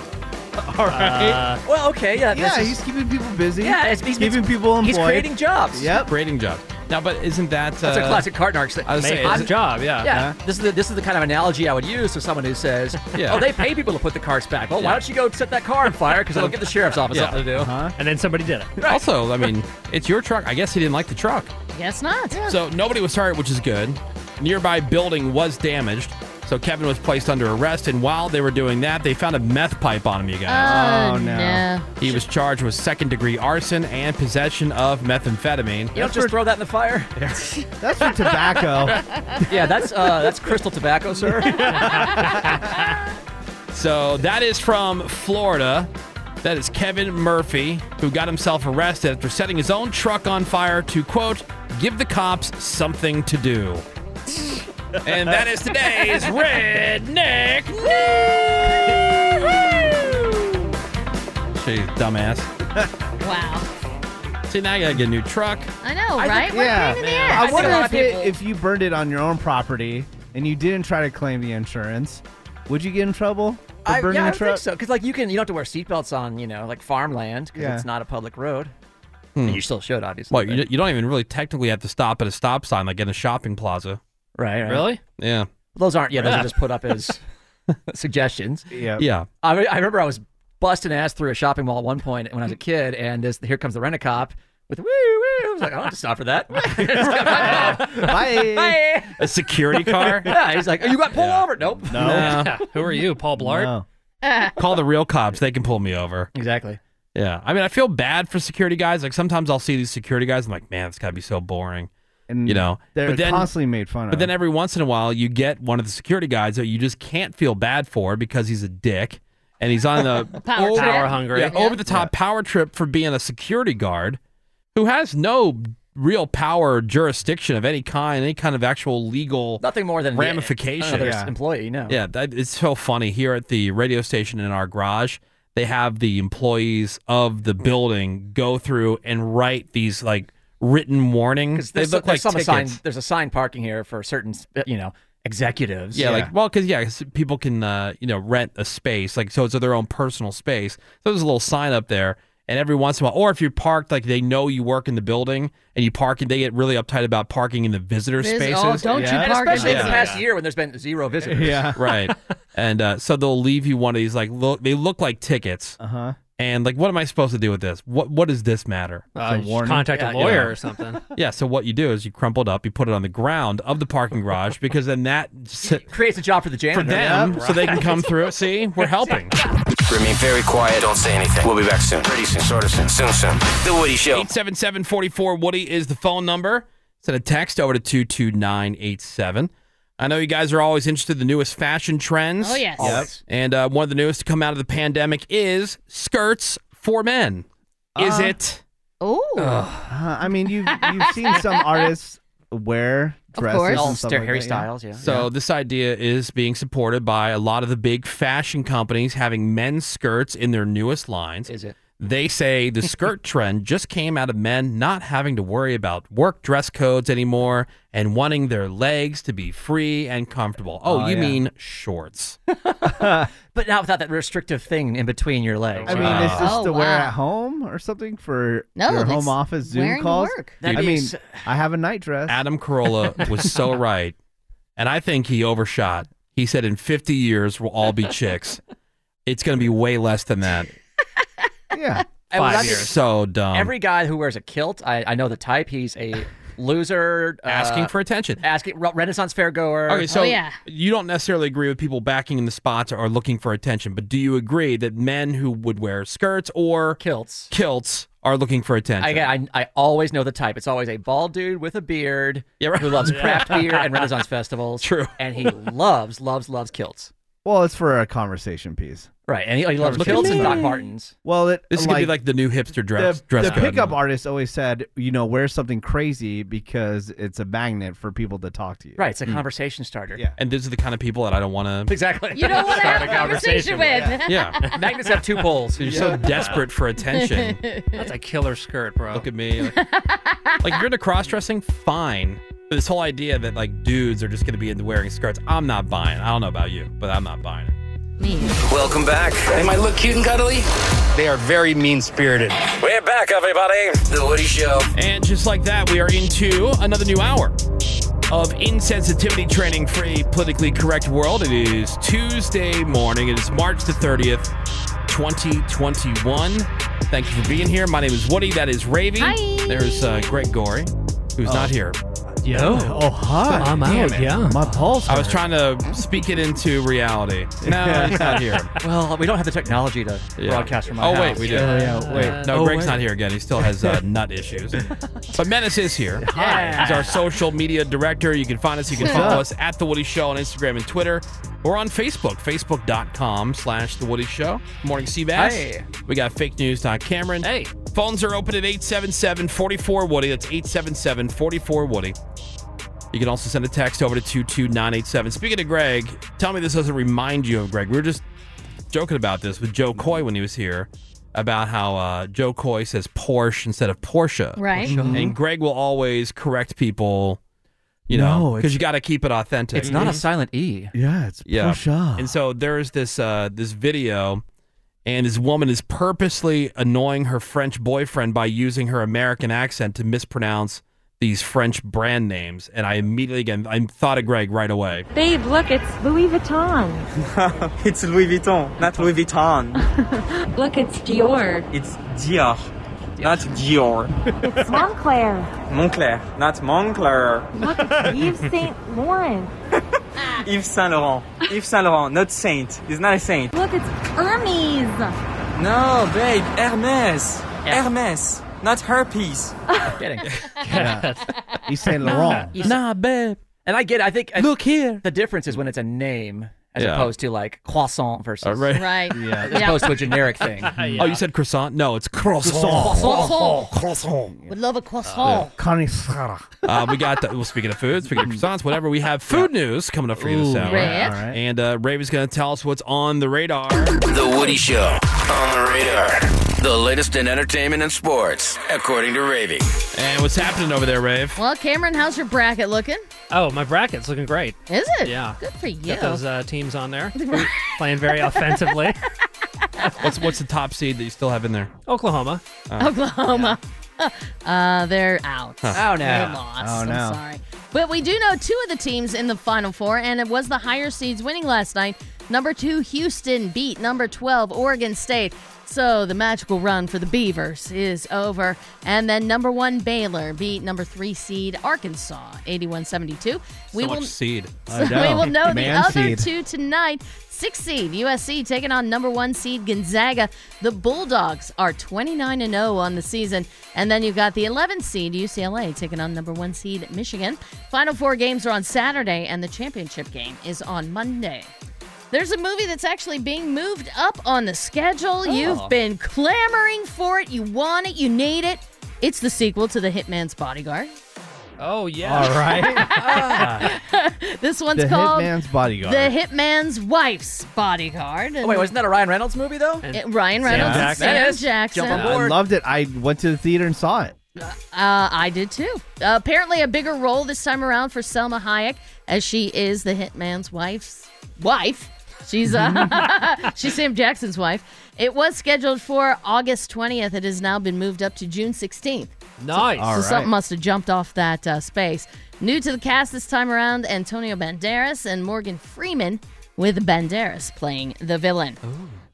S4: All Uh,
S2: right.
S8: well, okay, Uh, yeah.
S4: Yeah,
S2: this is-
S4: he's keeping people busy.
S8: Yeah, it's- he's-
S4: keeping people employed.
S8: he's creating jobs.
S4: Yep.
S2: Creating jobs. Now, but isn't that
S8: That's a
S2: uh,
S8: classic Cartnarks thing.
S2: I was saying,
S8: I'm-
S2: isn't-
S8: Yeah. This is the, this is the kind of analogy I would use to someone who says,
S2: Yeah.
S8: "Oh, they pay people to put the carts back. Well, why
S2: Yeah.
S8: don't you go set that car on fire? Because it'll give the sheriff's office
S2: Yeah.
S8: something to do."
S2: And then somebody did it. Also, I mean, it's your truck. I guess he didn't like the truck.
S3: Guess not.
S2: So nobody was hurt, which is good. Nearby building was damaged, so Kevin was placed under arrest. And while they were doing that, they found a meth pipe on him. You guys.
S3: Oh, Oh, no. no.
S2: He was charged with second degree arson and possession of methamphetamine.
S8: You don't just throw that in the fire.
S4: That's for tobacco.
S8: yeah, that's uh, that's crystal tobacco, sir.
S2: So that is from Florida. That is Kevin Murphy, who got himself arrested after setting his own truck on fire to, quote, give the cops something to do. and that is today's Redneck Jeez, dumbass.
S3: Wow.
S2: See, now I gotta get a new truck.
S3: I know, right? We're
S4: yeah.
S3: pain in the ass.
S4: I wonder if, it- if you burned it on your own property and you didn't try to claim the insurance, would you get in trouble for
S8: I,
S4: burning
S8: yeah, I
S4: a truck?
S8: think so. Because like you can, you don't have to wear seatbelts on, you know, like farmland because
S4: Yeah.
S8: it's not a public road. You still should, obviously.
S2: Well, you, you don't even really technically have to stop at a stop sign like in a shopping plaza.
S8: Right. right.
S2: Yeah.
S8: Those aren't. Yeah, those
S2: Yeah.
S8: are just put up as suggestions.
S4: Yeah.
S2: Yeah.
S8: I, re- I remember I was busting ass through a shopping mall at one point when I was a kid, and this here comes the rent a cop with woo woo. I was like, I don't have to stop for that.
S4: Bye.
S8: Bye.
S2: A security car?
S8: yeah, he's like, oh, you got pulled over? Nope.
S2: Yeah.
S7: Who are you, Paul Blart?
S2: Call the real cops. They can pull me over.
S8: Exactly.
S2: Yeah. I mean, I feel bad for security guys. Like sometimes I'll see these security guys. I'm like, man, it's got to be so boring.
S4: And
S2: you know,
S4: They're
S2: but then,
S4: constantly made fun of.
S2: but then every once in a while, you get one of the security guys that you just can't feel bad for because he's a dick and he's on the
S7: Power trip. Power hungry.
S2: yeah,
S7: Yeah.
S2: over the top power trip for being a security guard who has no real power or jurisdiction of any kind, any kind of actual legal
S8: Nothing more than the-
S2: ramification.
S8: another s- employee. No.
S2: Yeah, that, it's so funny. Here at the radio station in our garage, they have the employees
S8: Hmm.
S2: of the building go through and write these like written warnings. They
S8: There's,
S2: look
S8: there's
S2: like
S8: some assigned,
S2: tickets.
S8: There's assigned parking here for certain, you know, executives.
S2: Yeah, like well, because yeah, 'cause people can uh, you know rent a space, like so it's their own personal space. So there's a little sign up there, and every once in a while, or if you're parked, like they know you work in the building, and you park, and they get really uptight about parking in the visitor
S8: Vis-
S2: spaces.
S8: oh, don't you Yeah. park in Especially in the
S2: Yeah.
S8: past year when there's been zero visitors.
S2: Yeah. right. And uh, so they'll leave you one of these like look they look like tickets.
S4: Uh-huh.
S2: And like what am I supposed to do with this? What what does this matter?
S7: Uh, you should contact a
S2: Yeah, you
S7: lawyer
S2: know.
S7: or something.
S2: Yeah, so what you do is you crumple it up, you put it on the ground of the parking garage because then that
S8: creates a job for the janitor
S2: for them
S8: Yeah,
S2: so they can
S8: right.
S2: come through. See, we're helping.
S9: Remain very quiet. Don't say anything. We'll be back soon. Pretty soon. Sort of soon. Soon, soon. The Woody Show.
S2: 877-44 Woody is the phone number. Send a text over to 22987. I know you guys are always interested in the newest fashion trends.
S3: Oh, yes. Always.
S2: And uh, one of the newest to come out of the pandemic is skirts for men. Is
S8: Uh-huh.
S4: Uh,
S2: it?
S3: Oh.
S4: Uh, I mean, you've you've seen some artists wear dresses, and stuff like that,
S2: So this idea is being supported by a lot of the big fashion companies having men's skirts in their newest lines. Is
S8: it?
S2: They say the skirt trend just came out of men not having to worry about work dress codes anymore and wanting their legs to be free and comfortable. Oh,
S8: Oh,
S2: you
S8: yeah.
S2: mean shorts?
S8: but not without that restrictive thing in between your legs.
S4: I mean, it's just
S2: Oh,
S4: to wear at home or something
S8: Oh,
S4: for
S8: No,
S4: your
S8: that's
S4: home office
S8: wearing
S4: Zoom
S8: to
S4: calls.
S8: work. That'd
S4: I
S8: be
S4: mean,
S8: ex-
S4: I have a night dress.
S2: Adam Carolla was so right, and I think he overshot. He said in 50 years we'll all be chicks. It's going to be way less than that.
S4: yeah.
S2: Five years. So dumb.
S8: Every guy who wears a kilt, I, I know the type. He's a loser, uh,
S2: Asking for attention,
S8: asking re- Renaissance fair goer.
S2: Okay,
S4: Oh,
S2: so you don't necessarily agree with people backing in the spots or looking for attention, but do you agree that men who would wear skirts or
S8: kilts
S2: kilts are looking for attention?
S8: I, I I always know the type. It's always a bald dude with a beard who loves craft beer and Renaissance festivals. True, and he loves loves loves kilts.
S4: Well, it's for a conversation piece.
S8: Right, and he, he loves
S4: Look at
S8: kilts and
S4: me.
S8: Doc Martens.
S4: Well, it,
S2: this could be like the new hipster dress.
S4: the,
S2: dress
S4: the
S2: code.
S4: pickup artist always said, you know, wear something crazy because it's a magnet for people to talk to you.
S8: Right,
S2: Hmm.
S8: it's a conversation starter.
S4: Yeah.
S2: and these are the kind of people that I don't want to.
S8: Exactly.
S3: You don't wanna have a conversation with.
S2: Yeah,
S8: magnets have two poles.
S2: You're so desperate for attention.
S7: That's a killer skirt, bro.
S2: Look at me. Like, like, if you're into cross dressing, fine. But this whole idea that like dudes are just going to be into wearing skirts, I'm not buying. I don't know about you, but I'm not buying it.
S9: Welcome back. Am I look cute and cuddly? They are very mean spirited. We're back, everybody. The Woody Show.
S2: And just like that, we are into another new hour of insensitivity training for a politically correct world. It is Tuesday morning. It is March the 30th, 2021. Thank you for being here. My name is Woody. That is Ravy. There's uh, Greg Gorey, who's
S9: Oh.
S2: not here.
S7: Yo.
S4: Oh, hi.
S7: I'm out, yeah.
S4: My pulse.
S2: I was trying to speak it into reality. No, he's not here.
S8: Well, we don't have the technology to broadcast from my
S2: Oh wait,
S8: house.
S2: we do.
S8: Oh,
S2: No, Greg's not here again. He still has uh, nut issues. But Menace is here.
S8: Hi.
S2: He's our social media director. You can find us. You can
S8: What's
S2: follow
S8: up?
S2: us at The Woody Show on Instagram and Twitter. We're on Facebook, facebook.com slash The Woody Show. Good Morning, Seabass.
S8: Hey.
S2: We got fake news. Cameron. Hey. Phones are open at 877 44 Woody. That's 877 44 Woody. You can also send a text over to 22987. Speaking of Greg, tell me this doesn't remind you of Greg. We were just joking about this with Joe Coy when he was here about how uh, Joe Coy says Porsche instead of Porsche.
S3: Right. Porsche.
S8: Mm-hmm.
S2: And Greg will always correct people, you know,
S4: No,
S2: because
S4: it's-
S2: you got to keep it authentic.
S8: It's not a silent E.
S4: Mm-hmm. Yeah, it's
S2: Yeah.
S4: Porsche.
S2: And so there's this uh, this video, and this woman is purposely annoying her French boyfriend by using her American accent to mispronounce these French brand names. And I immediately again I thought of Greg right away.
S5: Babe, look, it's Louis Vuitton.
S6: it's Louis Vuitton, not Louis Vuitton.
S5: Look, it's Dior.
S6: It's Dior. not Dior.
S5: Montclair.
S6: Montclair, not Montclair.
S5: Look, it's Yves Saint Laurent.
S6: Yves Saint Laurent. Yves Saint Laurent, not saint. He's not a saint.
S5: Look, it's Hermes.
S6: No, babe, Hermes. Hermes, not herpes.
S8: Kidding.
S4: He's saying
S8: Laurent.
S2: Nah, babe.
S8: And I get. It. I think. I,
S2: Look here.
S8: The difference is when it's a name as
S2: Yeah.
S8: opposed to like croissant versus
S2: Uh, right.
S3: Right.
S2: Yeah.
S8: as opposed to a generic thing.
S2: Oh, you said croissant? No, it's croissant.
S3: Croissant.
S2: Croissant.
S3: Would love a croissant.
S2: uh, we got the, well, speaking of food, speaking of croissants, whatever, we have food news coming up for you this
S9: Ooh,
S2: hour.
S9: Rave. All
S2: And uh, Rave is going to tell us what's on the radar.
S9: The Woody Show on the radar. The latest in entertainment and sports, according to Ravy.
S2: And what's happening over there, Rave?
S3: Well, Cameron, how's your bracket looking?
S7: Oh, my bracket's looking great.
S3: Is it?
S7: Yeah.
S3: Good for you.
S7: Got those uh, teams on there playing very offensively.
S2: What's what's the top seed that you still have in there?
S7: Oklahoma.
S3: Oklahoma. uh, they're out.
S2: Huh. Oh, no.
S3: They lost.
S2: Oh,
S3: I'm
S2: no.
S3: sorry. But we do know two of the teams in the Final Four, and it was the higher seeds winning last night. Number two, Houston beat number 12, Oregon State. So the magical run for the Beavers is over. And then number one, Baylor beat number three seed, Arkansas, 81 72.
S2: so much seed.
S3: So we will know the other two tonight. Sixth seed USC taking on number one seed Gonzaga. The Bulldogs are 29 and 0 on the season, and then you've got the 11th seed UCLA taking on number one seed Michigan. Final four games are on Saturday, and the championship game is on Monday. There's a movie that's actually being moved up on the schedule. You've been clamoring for it. You want it. You need it. It's the sequel to The Hitman's Bodyguard.
S7: Oh, yeah.
S4: All right.
S7: Ah,
S3: This one's
S4: the
S3: called
S4: Hitman's bodyguard.
S3: The Hitman's Wife's Bodyguard.
S8: Oh, wait, wasn't that a Ryan Reynolds movie though?
S3: It- Ryan Reynolds and
S8: Jackson. That
S3: Sam
S8: is.
S3: Jackson.
S8: Jump on
S4: I loved it. I went to the theater and saw it.
S3: Uh, I did too. Uh, apparently, a bigger role this time around for Selma Hayek, as she is the hitman's wife's wife. She's uh, she's Sam Jackson's wife. It was scheduled for August 20th. It has now been moved up to June 16th.
S7: Nice.
S3: So,
S7: All
S3: so
S7: right.
S3: something must have jumped off that uh, space. New to the cast this time around: Antonio Banderas and Morgan Freeman, with Banderas playing the villain.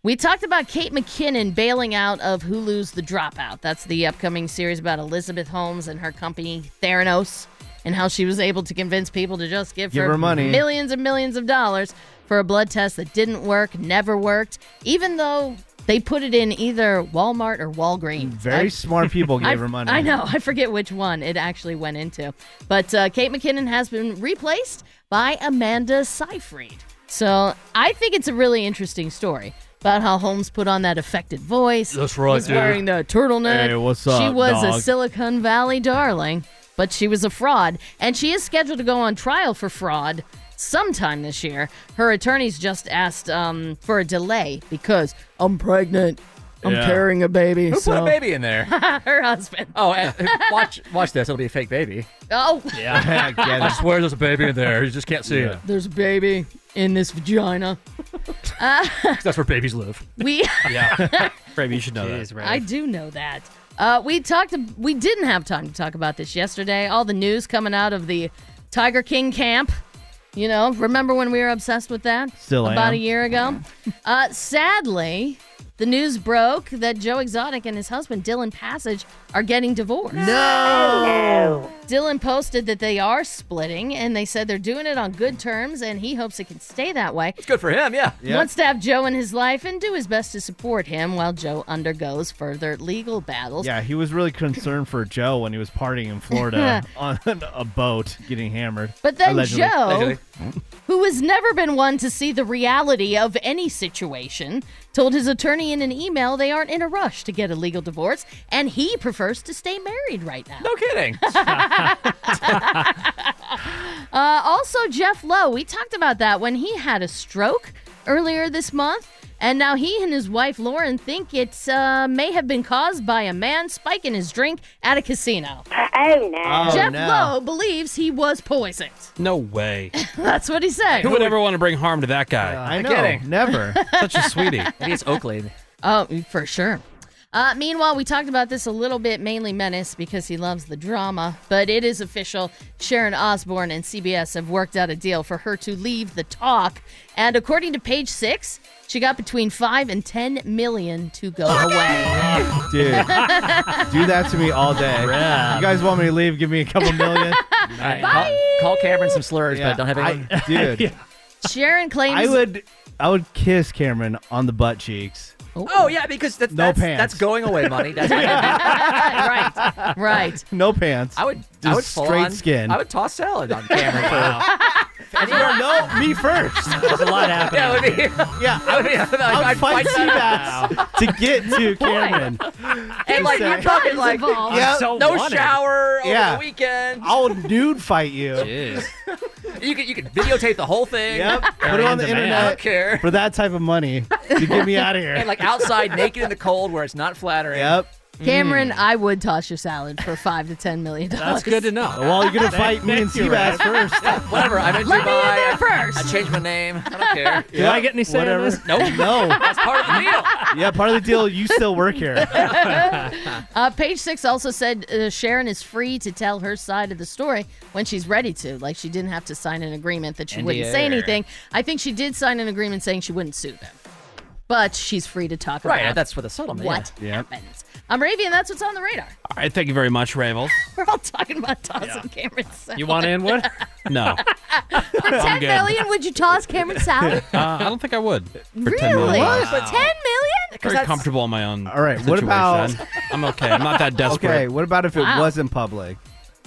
S3: We talked about Kate McKinnon bailing out of Hulu's The Dropout. That's the upcoming series about Elizabeth Holmes and her company Theranos and how she was able to convince people to just give,
S4: Give her money.
S3: millions and millions of dollars for a blood test that didn't work, never worked, even though they put it in either Walmart or Walgreens.
S4: Very
S3: I-
S4: smart people gave
S3: I-
S4: her money.
S3: I know. I forget which one it actually went into. But uh, Kate McKinnon has been replaced by Amanda Seyfried. So I think it's a really interesting story about how Holmes put on that affected voice.
S4: That's right,
S3: He's
S4: dude.
S3: wearing the turtleneck.
S4: Hey, what's
S3: She
S4: up,
S3: was a
S4: dog?
S3: Silicon Valley darling, but she was a fraud. And she is scheduled to go on trial for fraud sometime this year. Her attorneys just asked um, for a delay because I'm pregnant. I'm uh,
S8: Yeah.
S3: carrying a baby.
S8: Who put
S3: so-
S8: a baby in there?
S3: her husband.
S8: Oh, and, watch watch this. It'll be a fake baby.
S3: Oh.
S8: Yeah, I swear there's a baby in there. You just can't see it.
S3: There's a baby in this vagina. Uh,
S8: 'Cause That's where babies live.
S3: we.
S2: Yeah. Rave, you should know that.
S3: I do know that. Uh, we talked. We didn't have time to talk about this yesterday. All the news coming out of the Tiger King camp. You know, remember when we were obsessed with that?
S4: Still
S3: about
S4: am.
S3: a year ago. uh, sadly, the news broke that Joe Exotic and his husband Dylan Passage are getting divorced.
S4: No.
S3: Dylan posted that they are splitting, and they said they're doing it on good terms, and he hopes it can stay that way.
S8: It's good for him, yeah.
S3: Wants to have Joe in his life and do his best to support him while Joe undergoes further legal battles.
S4: Yeah, he was really concerned for Joe when he was partying in Florida on a boat getting hammered.
S3: But then
S4: Allegedly.
S3: Joe- Allegedly. Who has never been one to see the reality of any situation, told his attorney in an email they aren't in a rush to get a legal divorce, and he prefers to stay married right now.
S8: No kidding.
S3: Uh, also, Jeff Lowe, we talked about that when he had a stroke earlier this month. And now he and his wife Lauren think it uh, may have been caused by a man spiking his drink at a casino.
S17: Oh, no.
S2: Oh,
S3: Jeff
S2: no.
S3: Lowe believes he was poisoned.
S2: No way.
S3: That's what he said.
S2: Who would ever want to bring harm to that guy?
S8: I No know. kidding.
S4: Never.
S2: Such a sweetie.
S8: Maybe it's Oakley.
S3: Oh, for sure. Uh, meanwhile, we talked about this a little bit, mainly Menace because he loves the drama, but it is official. Sharon Osbourne and CBS have worked out a deal for her to leave the talk. And according to page six, she got between five and 10 million to go away.
S4: Dude, do that to me all day. You guys want me to leave? Give me a couple million.
S8: Call, call Cameron some slurs, but don't have any.
S4: I- dude,
S3: Sharon claims.
S4: I would, I would kiss Cameron on the butt cheeks.
S8: Oh yeah, because that's
S4: No
S8: that's,
S4: pants.
S8: that's going away money. That's
S3: right, right.
S4: No pants.
S8: I would,
S4: Just
S8: I would full
S4: straight
S8: on-
S4: skin.
S8: I would toss salad on camera.
S4: no, me first.
S8: There's a lot happening. Yeah, it would be,
S4: yeah
S8: I would, be,
S4: I would
S8: I'd
S4: fight
S8: that.
S4: Seabass to get to Cameron.
S8: And like
S4: Say-
S8: you're talking like
S4: Yep.
S8: no shower over
S4: Yeah.
S8: the weekend.
S4: I'll nude fight you.
S8: You could you could videotape the whole thing.
S4: Yep. Put it on the internet.
S8: I don't care.
S4: For that type of money to get me out of here.
S8: And like outside naked in the cold where it's not flattering. Mm.
S4: Yep.
S3: Cameron, I would toss your salad for five to ten million dollars.
S8: know.
S4: Well, you're gonna fight me and Seabass first.
S8: Whatever. I'm in
S3: Let me in
S8: Dubai.
S3: there first.
S8: I changed my name. I don't care.
S4: Do I get any say on Whatever. this?
S8: Nope.
S4: No.
S8: That's part of the deal.
S4: Yeah, part of the deal. You still work here.
S3: Uh, page six also said uh, Sharon is free to tell her side of the story when she's ready to. Like she didn't have to sign an agreement that she wouldn't say
S8: NDA.
S3: anything. I think she did sign an agreement saying she wouldn't sue them, but she's free to talk
S8: Right.
S3: about
S8: That's for the settlement.
S3: what happens. I'm Ravian. That's what's on the radar.
S2: All right, thank you very much, Ravels.
S3: We're all talking about tossing Cameron salad.
S2: in, Wood? No.
S3: For ten
S2: I'm good.
S3: million, would you toss Cameron salad?
S2: Uh, I don't think I would. For 10
S3: really?
S2: million.
S3: For ten million?
S2: Very comfortable on my own.
S4: All right, what
S2: situation.
S4: about-
S2: I'm okay. I'm not that desperate.
S4: Okay, what about if it
S2: Wow.
S4: wasn't public?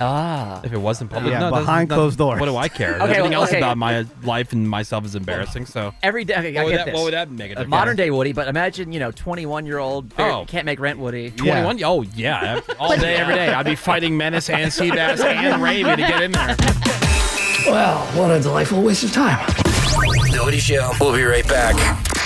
S8: Ah.
S2: If it wasn't public,
S4: Yeah,
S2: no, it doesn't-
S4: behind
S2: doesn't-
S4: closed doors.
S2: What do I care?
S8: Okay,
S2: Everything
S8: well,
S2: else
S8: okay.
S2: about my life and myself is embarrassing. So
S8: Every day, okay,
S2: What
S8: I
S2: would
S8: get
S2: that-
S8: this.
S2: what would that make it?
S8: A
S2: Okay.
S8: Modern day Woody, but imagine you know, twenty-one year old
S2: Oh.
S8: can't make rent Woody.
S2: 21? Oh, yeah. All day, every day. I'd be fighting Menace and Seabass and Raven to get in there.
S9: Well, what a delightful waste of time. The Woody Show. We'll be right back.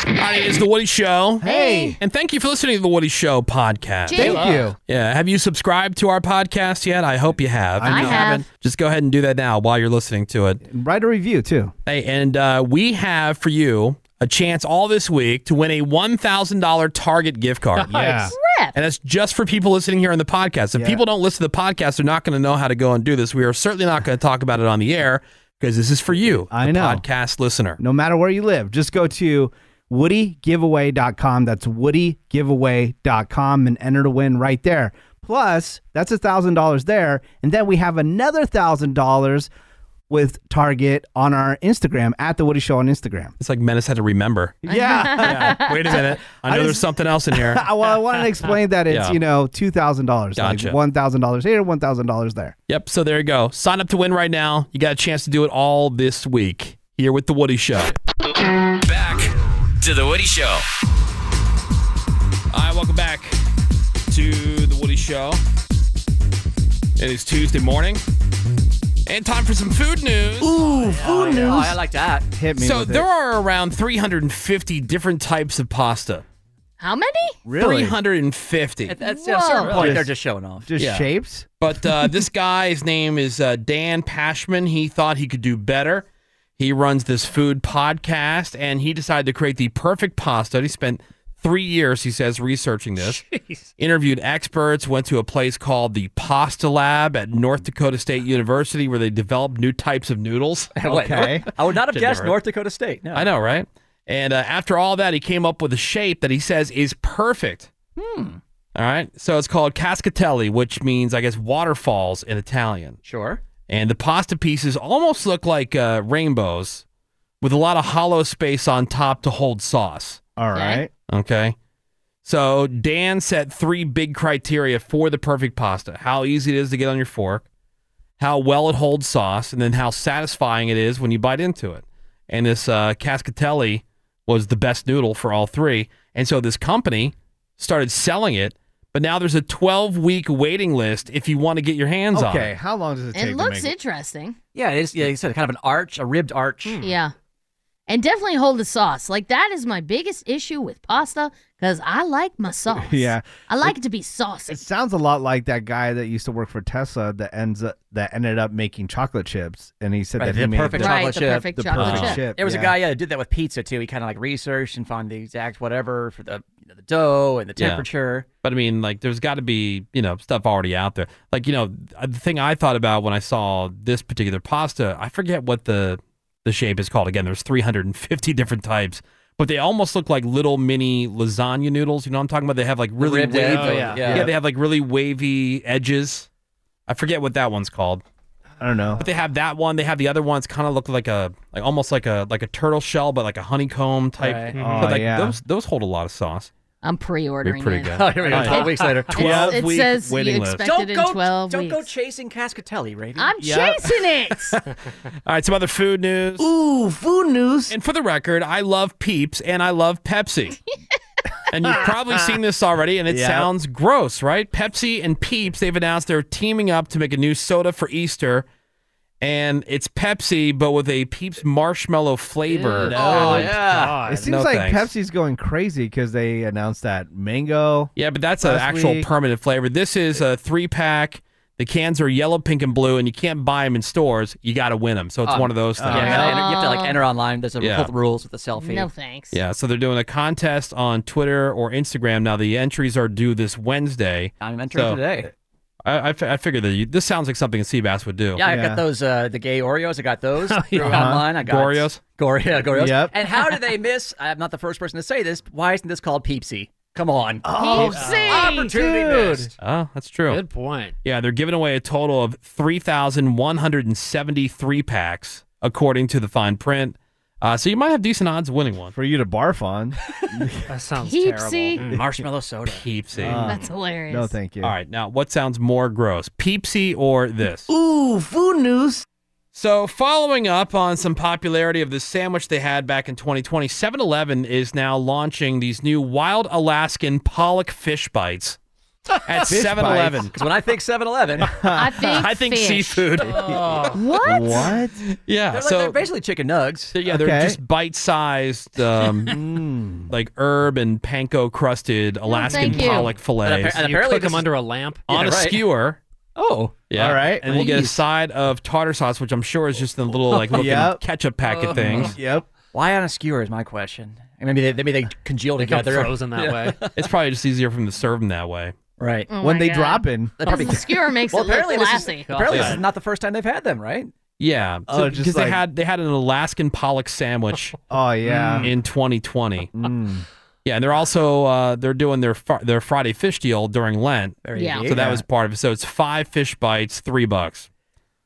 S2: Hi, it's The Woody Show.
S9: Hey.
S2: And thank you for listening to The Woody Show podcast.
S9: Thank Thank you. you.
S2: Yeah. Have you subscribed to our podcast yet? I hope you have.
S4: I I
S2: If you
S4: have.
S2: haven't, Just go ahead and do that now while you're listening to it.
S4: Write a review too.
S2: Hey, and uh, we have for you a chance all this week to win a $1,000 Target gift card.
S4: Nice.
S3: Yeah.
S2: And that's just for people listening here on the podcast. If people don't listen to the podcast, they're not going to know how to go and do this. We are certainly not going to talk about it on the air because this is for you, I know. podcast listener.
S4: No matter where you live, just go to woodygiveaway.com. That's woodygiveaway.com and enter to win right there. Plus, that's a $1,000 there. And then we have another $1,000 with Target on our Instagram at The Woody Show on Instagram.
S2: It's like Menace had to remember.
S4: Yeah.
S2: Wait a minute. I know
S4: I
S2: there's
S4: just-
S2: something else in here.
S4: well, I wanted to explain that it's,
S2: Yeah.
S4: you know, $2,000.
S2: Gotcha.
S4: Like $1,000 here, $1,000 there.
S2: Yep. So there you go. Sign up to win right now. You got a chance to do it all this week here with The Woody Show.
S9: Back to The Woody Show.
S2: All right, welcome back to the Woody Show. It is Tuesday morning, and time for some food news.
S4: Ooh, food
S8: news! Oh, I like that.
S4: Hit
S2: so there are around 350 different types of pasta.
S3: How many?
S2: 350.
S8: At, at a certain point, they're just showing off.
S4: Just
S2: Yeah.
S4: shapes?
S2: But uh, this guy's name is uh, Dan Pashman. He thought he could do better. He runs this food podcast, and he decided to create the perfect pasta. He spent three years, he says, researching this. Interviewed experts, went to a place called the Pasta Lab at North Dakota State University, where they developed new types of noodles.
S8: Wait, North- I would not have
S2: Should've
S8: guessed
S2: never-
S8: North Dakota State. No.
S2: I know, right? And uh, after all that, he came up with a shape that he says is perfect. All right. So it's called cascatelli, which means, I guess, waterfalls in Italian.
S8: Sure.
S2: And the pasta pieces almost look like uh, rainbows with a lot of hollow space on top to hold sauce.
S4: All right.
S2: Okay. So Dan set three big criteria for the perfect pasta how easy it is to get on your fork, how well it holds sauce, and then how satisfying it is when you bite into it. And this uh, cascatelli was the best noodle for all three. And so this company started selling it, but now there's a 12 week waiting list if you want to get your hands on
S4: Okay, how long does
S3: It looks interesting.
S2: Hmm.
S8: Hmm. Yeah, it's yeah. You said kind of an arch, a ribbed arch.
S3: Yeah. And definitely hold the sauce. Like that is my biggest issue with pasta because I like my sauce.
S4: Yeah.
S3: I like it to be saucy.
S4: It sounds a lot like that guy that used to work for Tesla that ends up that ended up making chocolate chips, and he said
S8: Right,
S4: that
S8: the
S4: he made
S8: perfect
S4: the,
S8: chocolate chip.
S4: the perfect chip.
S8: There was
S4: yeah.
S8: a guy yeah, that did that with pizza too. He kind of like researched and found the exact whatever for the you know, the dough and the
S2: Yeah.
S8: temperature.
S2: But I mean, like, there's got to be, you know, stuff already out there. Like, you know, th- the thing I thought about when I saw this particular pasta, I forget what the the shape is called. Again, there's 350 different types, but they almost look like little mini lasagna noodles. You know what I'm talking about? They have like really
S8: ribbed
S2: wavy,
S8: end. Oh,
S2: yeah.
S8: yeah. Yeah.
S2: they have like really wavy edges. I forget what that one's called.
S4: I don't know.
S2: But they have that one. They have the other ones kind of look like a like almost like a like a turtle shell, but like a honeycomb type.
S3: Right.
S2: But,
S3: Oh,
S2: like,
S3: yeah.
S2: those those hold a lot of sauce.
S3: I'm pre-ordering
S2: Be pretty
S3: it.
S2: good. Oh, here we go, 12 weeks later. 12
S3: it
S2: week
S3: says
S2: waiting
S3: you
S2: list.
S3: expect
S8: Don't
S3: it in
S8: go,
S3: 12
S8: don't
S3: weeks.
S8: go chasing Cascatelli, Ravy.
S3: I'm
S2: Yep.
S3: chasing it.
S2: All right, some other food news.
S4: Ooh, food news.
S2: And for the record, I love Peeps and I love Pepsi. and you've probably seen this already, and it
S9: Yeah.
S2: sounds gross, right? Pepsi and Peeps, they've announced they're teaming up to make a new soda for Easter. And it's Pepsi, but with a Peeps marshmallow flavor.
S4: Oh, It seems like Pepsi's going crazy because they announced that mango.
S2: Yeah, but that's an
S4: last
S2: actual
S4: week.
S2: permanent flavor. This is a three pack. The cans are yellow, pink, and blue, and you can't buy them in stores. You got to win them. So it's
S8: Oh.
S2: one of those
S8: Yeah,
S2: things.
S8: you gotta enter- you have to like enter online. There's a
S2: Yeah.
S8: rules with the selfie.
S3: No thanks.
S2: Yeah, so they're doing a contest on Twitter or Instagram. Now the entries are due this Wednesday.
S8: I'm entering today.
S2: I, I, fi- I figured that you, this sounds like something a Seabass would do.
S8: Yeah, Uh-huh. I got those uh, the gay Oreos. I got those
S2: yeah.
S8: through online. I got
S2: Goreos?
S8: Gore, yeah, Goreos.
S2: Yep.
S8: And how do they miss? I'm not the first person to say this. but Why isn't this called Peepsy? Come on,
S9: Oh,
S8: Peepsy opportunity
S9: dude.
S8: missed.
S2: Oh, that's true.
S8: Good
S7: point.
S2: Yeah, they're giving away a total of 3,173 packs, according to the fine print. Uh, so you might have decent odds of winning one.
S4: For you to barf on.
S7: that sounds
S3: Peepsy. terrible.
S8: Marshmallow soda.
S2: Peepsy.
S3: Mm. That's hilarious.
S4: Uh, Um, No, thank you.
S2: All right, now what sounds more gross, Peepsy or this?
S4: Ooh, food news.
S2: So, following up on some popularity of the sandwich they had back in 2020, 7 Eleven is now launching these new wild Alaskan pollock fish bites at 7 Eleven.
S8: Because when I think 7 Eleven,
S2: I think I think fish. seafood.
S8: Oh.
S3: what?
S4: What?
S2: Yeah,
S8: They're, like,
S2: so-
S8: they're basically chicken nugs.
S2: Yeah, they're just bite sized, um, like herb and panko crusted Alaskan
S8: thank you.
S2: pollock
S8: And
S2: fillets.
S8: appa- and You apparently cook 'em this-
S7: under a lamp
S2: on
S8: Yeah,
S2: a
S8: right.
S2: skewer.
S8: Oh,
S2: Yeah.
S8: All right.
S2: And then you get a
S8: Jeez.
S2: side of tartar sauce, which I'm sure is just a little like looking
S8: Yep.
S2: ketchup packet thing.
S4: Yep.
S8: Oh. Why on a skewer is my question. And Maybe they maybe they congeal
S2: They come
S8: together,
S2: frozen that
S8: Yeah.
S2: way. It's probably just easier for them to serve them that way.
S8: Right.
S3: Oh When my they God. drop
S4: in.
S8: They probably-
S3: Because the skewer makes
S8: well,
S3: it look
S8: apparently
S3: classy.
S8: This is, apparently,
S2: Yeah.
S8: this is not the first time they've had them, right?
S2: Yeah, because
S8: Oh, just
S2: they
S8: like-
S2: had they had an Alaskan pollock sandwich.
S4: oh yeah. Mm.
S2: in 2020. Yeah, and they're also uh, they're doing their fr- their Friday fish deal during Lent.
S4: you Yeah. go.
S2: So that was part of it. So it's five fish bites, three bucks.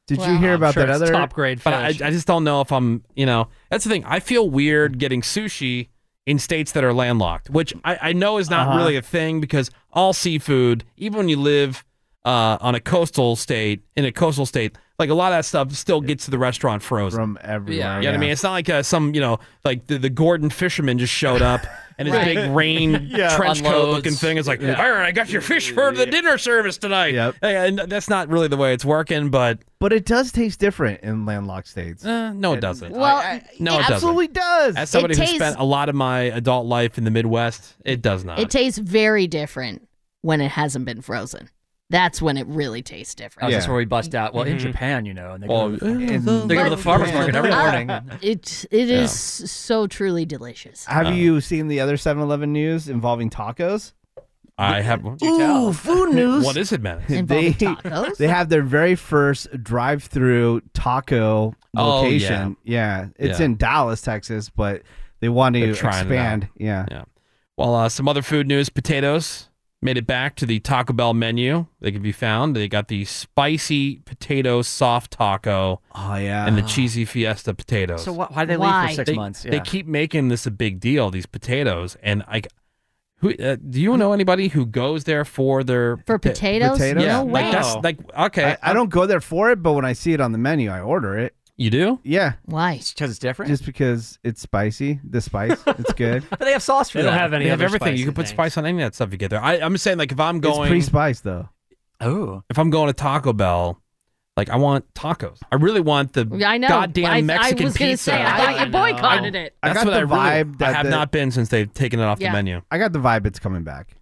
S4: Did you hear about that other
S2: But I, I just don't know if I'm. You know, that's the thing. I feel weird getting sushi in states that are landlocked, which I, I know is not
S4: Uh-huh.
S2: really a thing because all seafood, even when you live uh, on a coastal state, in a coastal state, like a lot of that stuff still gets to the restaurant frozen
S4: from everywhere?
S2: you know what I mean? It's not like uh, some, you know, like the, the Gordon fisherman just showed up and his
S9: Right.
S2: big rain
S9: Yeah.
S2: trench coat
S9: Unloads.
S2: looking thing is like,
S9: Yeah.
S2: all right, I got your fish for the dinner service tonight. Yeah, And that's not really the way it's working, but
S4: But it does taste different in landlocked states.
S2: Uh, no, it doesn't.
S4: Well, it
S2: no, it, doesn't.
S4: absolutely does.
S2: As somebody
S3: It
S2: who
S3: tastes-
S2: spent a lot of my adult life in the Midwest, it does not.
S3: It tastes very different when it hasn't been frozen. That's when it really tastes different.
S8: Oh, That's where we bust out. Well, in Japan, you know, and they
S2: Mm-hmm. Well, uh,
S8: go, to the- they go to the farmer's market every morning.
S3: It it
S4: Yeah. Uh,
S3: is so truly delicious.
S4: Have
S2: Um,
S4: you seen the other 7-Eleven news involving tacos?
S2: I have.
S4: Ooh, food news.
S2: What is it, man?
S4: They, they have their very first drive-through taco
S2: Oh,
S4: location. yeah. it's
S2: Yeah.
S4: in Dallas, Texas, but they want to
S2: They're trying it out.
S4: expand. Yeah.
S2: Yeah. Well, uh, some other food news: potatoes made it back to the Taco Bell menu. They can be found. They got the spicy potato soft taco.
S4: Oh yeah,
S2: and the cheesy fiesta potatoes.
S8: So wh- why did they leave for six
S2: They-
S8: months?
S2: They
S8: Yeah.
S2: keep making this a big deal. These potatoes and I. Who, uh, do you know anybody who goes there for their
S3: For
S2: pota-
S3: potatoes? Potatoes?
S2: Yeah,
S3: No
S2: like
S3: way.
S2: that's
S3: Oh.
S2: like okay.
S4: I, I don't go there for it, but when I see it on the menu, I order it.
S2: You do?
S4: Yeah.
S3: Why?
S8: Because it's different.
S4: Just because it's spicy. The spice, it's good.
S8: But they have sauce for
S2: They
S8: that.
S2: don't have any. They have everything. You can put spice on any of that stuff you get there. I, I'm just saying, like if I'm
S4: It's
S2: going,
S4: pretty spiced though.
S8: Oh,
S2: if I'm going to Taco Bell, Like I want tacos. I really want the
S3: Yeah, I know.
S2: goddamn
S3: I- I
S2: Mexican
S3: was gonna
S2: pizza.
S3: say, I thought you boycotted it. I
S2: That's
S3: got
S2: what
S3: the
S2: I really,
S3: vibe
S2: I
S3: that
S2: have
S3: the-
S2: not been since they've taken it off
S3: Yeah.
S2: the menu.
S4: I got the vibe it's coming back.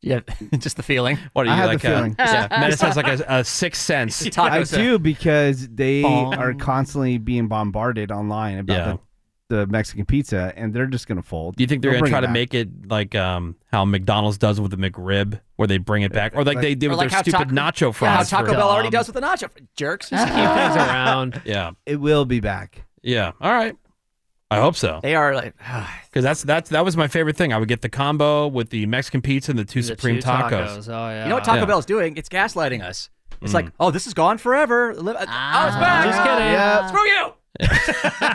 S8: Yeah, just the feeling.
S2: What are you
S4: I had the
S2: like?
S4: feeling.
S2: Uh, yeah, medicine has like a, a sixth sense.
S4: I do because they
S2: Bong.
S4: are constantly being bombarded online about
S2: Yeah.
S4: the, the Mexican pizza, and they're just gonna fold.
S2: Do you think they're
S4: They'll
S2: going to
S4: bring
S2: try
S4: it
S2: to
S4: back.
S2: make it like um, how McDonald's does with the McRib, where they bring it back, or like, they did
S8: Or
S2: with
S8: like
S2: their
S8: how
S2: stupid
S8: Taco-
S2: nacho
S8: Yeah,
S2: fries?
S8: how Taco
S2: for- um,
S8: Bell already does with the nacho fr- jerks. Just keep things around.
S2: Yeah,
S4: it will be back.
S2: Yeah. All right. I hope so.
S8: They are like
S2: because that's that's that was my favorite thing. I would get the combo with the Mexican pizza and the two supreme tacos. Oh,
S8: You know what Taco
S2: Yeah.
S8: Bell's doing? It's gaslighting us. It's
S2: Mm.
S8: like, oh, this is gone forever. Li- oh,
S3: Ah.
S8: it's back.
S2: Just kidding.
S4: Yeah.
S8: Screw you.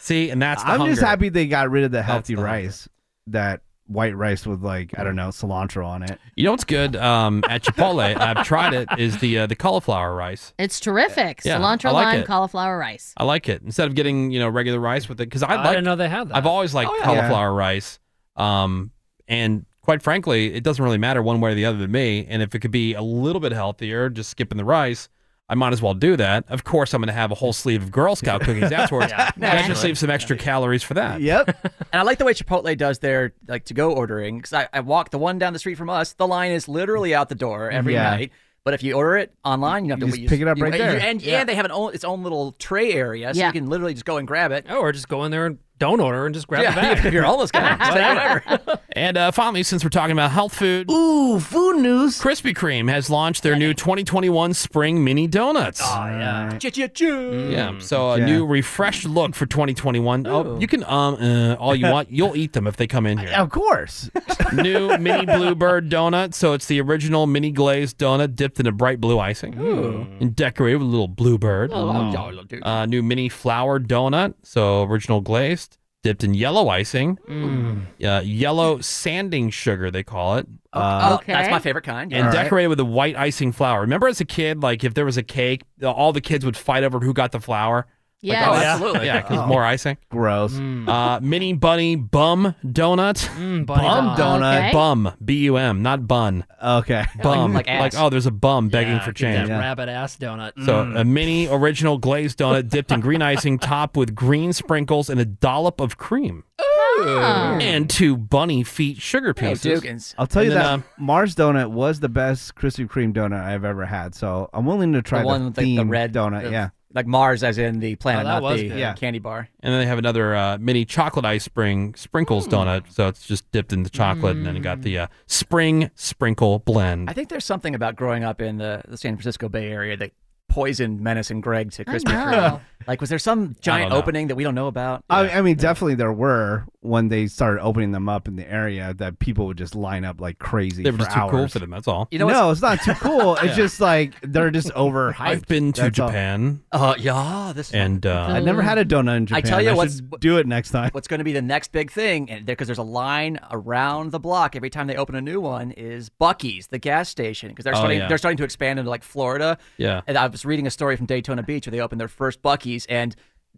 S2: See, and that's the
S4: I'm just
S2: hunger.
S4: happy they got rid of the healthy rice, that white rice with like I don't know cilantro on it.
S2: You know what's good um, at Chipotle? I've tried it. Is the uh, the cauliflower rice?
S3: It's terrific.
S2: Yeah, I
S3: Cilantro
S2: like
S3: lime,
S2: it.
S3: cauliflower rice.
S2: I like it instead of getting you know regular rice with it because I,
S7: I
S2: like.
S7: didn't know they had that. Oh,
S2: I've always liked
S7: yeah.
S2: cauliflower rice, um, and quite frankly, it doesn't really matter one way or the other to me. And if it could be a little bit healthier, just skipping the rice. I might as well do that. Of course, I'm going to have a whole sleeve of Girl Scout cookies afterwards.
S8: Yeah,
S2: And I
S8: naturally.
S2: just leave some extra calories for that.
S4: Yep.
S8: and I like the way Chipotle does their like to go ordering because I, I walk the one down the street from us. The line is literally out the door every
S4: Yeah.
S8: night. But if you order it online, you don't have
S4: You
S8: to
S4: just
S8: wait.
S4: pick it up
S8: you-
S4: right
S8: you-
S4: there.
S8: and yeah,
S4: Yeah.
S8: they have an own, its own little tray area, so
S7: Yeah.
S8: you can literally just go and grab it.
S7: Oh, or just go in there and don't order and just grab
S8: yeah,
S7: the bag.
S8: if you're a homeless guy. just take whatever.
S2: And uh, finally, since we're talking about health food, ooh, food news! Krispy Kreme has launched their new 2021 spring mini donuts. Oh
S8: yeah, Choo-choo-choo.
S2: yeah. So a
S8: Mm, Yeah.
S2: new refreshed look for 2021. Oh, you can um uh, all you want. You'll eat them if they come in here.
S4: Of course.
S2: new mini bluebird donut. So it's the original mini glazed donut dipped in a bright blue icing and decorated with a little bluebird.
S8: Oh.
S2: Uh, new mini flower donut. So original glazed, dipped in yellow icing. Uh, yellow sanding sugar, they call it. Uh,
S8: Mm. Oh, that's my favorite kind.
S2: And decorated with a white icing flour. Remember as a kid, like if there was a cake, all the kids would fight over who got the flour? Like,
S8: Yes. Oh, absolutely.
S2: Yeah, because
S8: Oh.
S2: more icing.
S4: Gross.
S7: Mm.
S2: Uh, mini bunny bum donut.
S4: bunny Bum donut. donut. Okay.
S2: Bum. B U M, not bun.
S4: Okay.
S2: Bum.
S7: like
S2: Like,
S7: ass.
S2: oh, there's a bum begging
S7: Yeah,
S2: for
S7: get that
S2: change.
S7: rabbit ass donut.
S2: So
S7: Mm.
S2: a mini original glazed donut dipped in green icing, topped with green sprinkles and a dollop of cream,
S7: Mm. Oh.
S2: and two bunny feet sugar pieces.
S4: I'll tell
S2: And
S4: you
S2: then,
S4: that
S2: um,
S4: Mars donut was the best Krispy Kreme donut I've ever had, so I'm willing to try the,
S8: the one with the,
S4: themed
S8: the red
S4: donut.
S8: the-
S4: yeah.
S8: like Mars, as in the planet,
S4: Oh, that
S8: not
S4: was
S8: the
S4: good. Yeah.
S8: candy bar.
S2: and then they have another uh, mini chocolate ice spring sprinkles
S8: Hmm.
S2: donut. So it's just dipped in the chocolate, and then you got the uh, spring sprinkle blend.
S8: I think there's something about growing up in the, the San Francisco Bay Area that poisoned Menace and Greg to Krispy Kreme.
S4: know.
S8: Like, was there some giant
S4: know.
S8: opening that we don't know about?
S4: I, I mean, definitely there were when they started opening them up in the area that people would just line up like crazy.
S2: They were
S4: for
S2: just too cool
S4: hours.
S2: for them, that's all.
S8: You know
S4: no,
S8: what's-
S4: it's not too cool. It's
S2: Yeah.
S4: just like they're just overhyped.
S2: I've been to
S4: That's all.
S2: Japan.
S8: Uh, yeah, this
S2: and uh,
S4: I've never had a donut in
S8: I
S4: Japan.
S8: tell you what's-
S4: should do it next time.
S8: What's going to be the next big thing? And because there's a line around the block every time they open a new one is Bucky's, the gas station, because they're
S2: Oh,
S8: starting
S2: yeah.
S8: they're starting to expand into like Florida.
S2: Yeah.
S8: And I was reading a story from Daytona Beach where they opened their first Bucky's and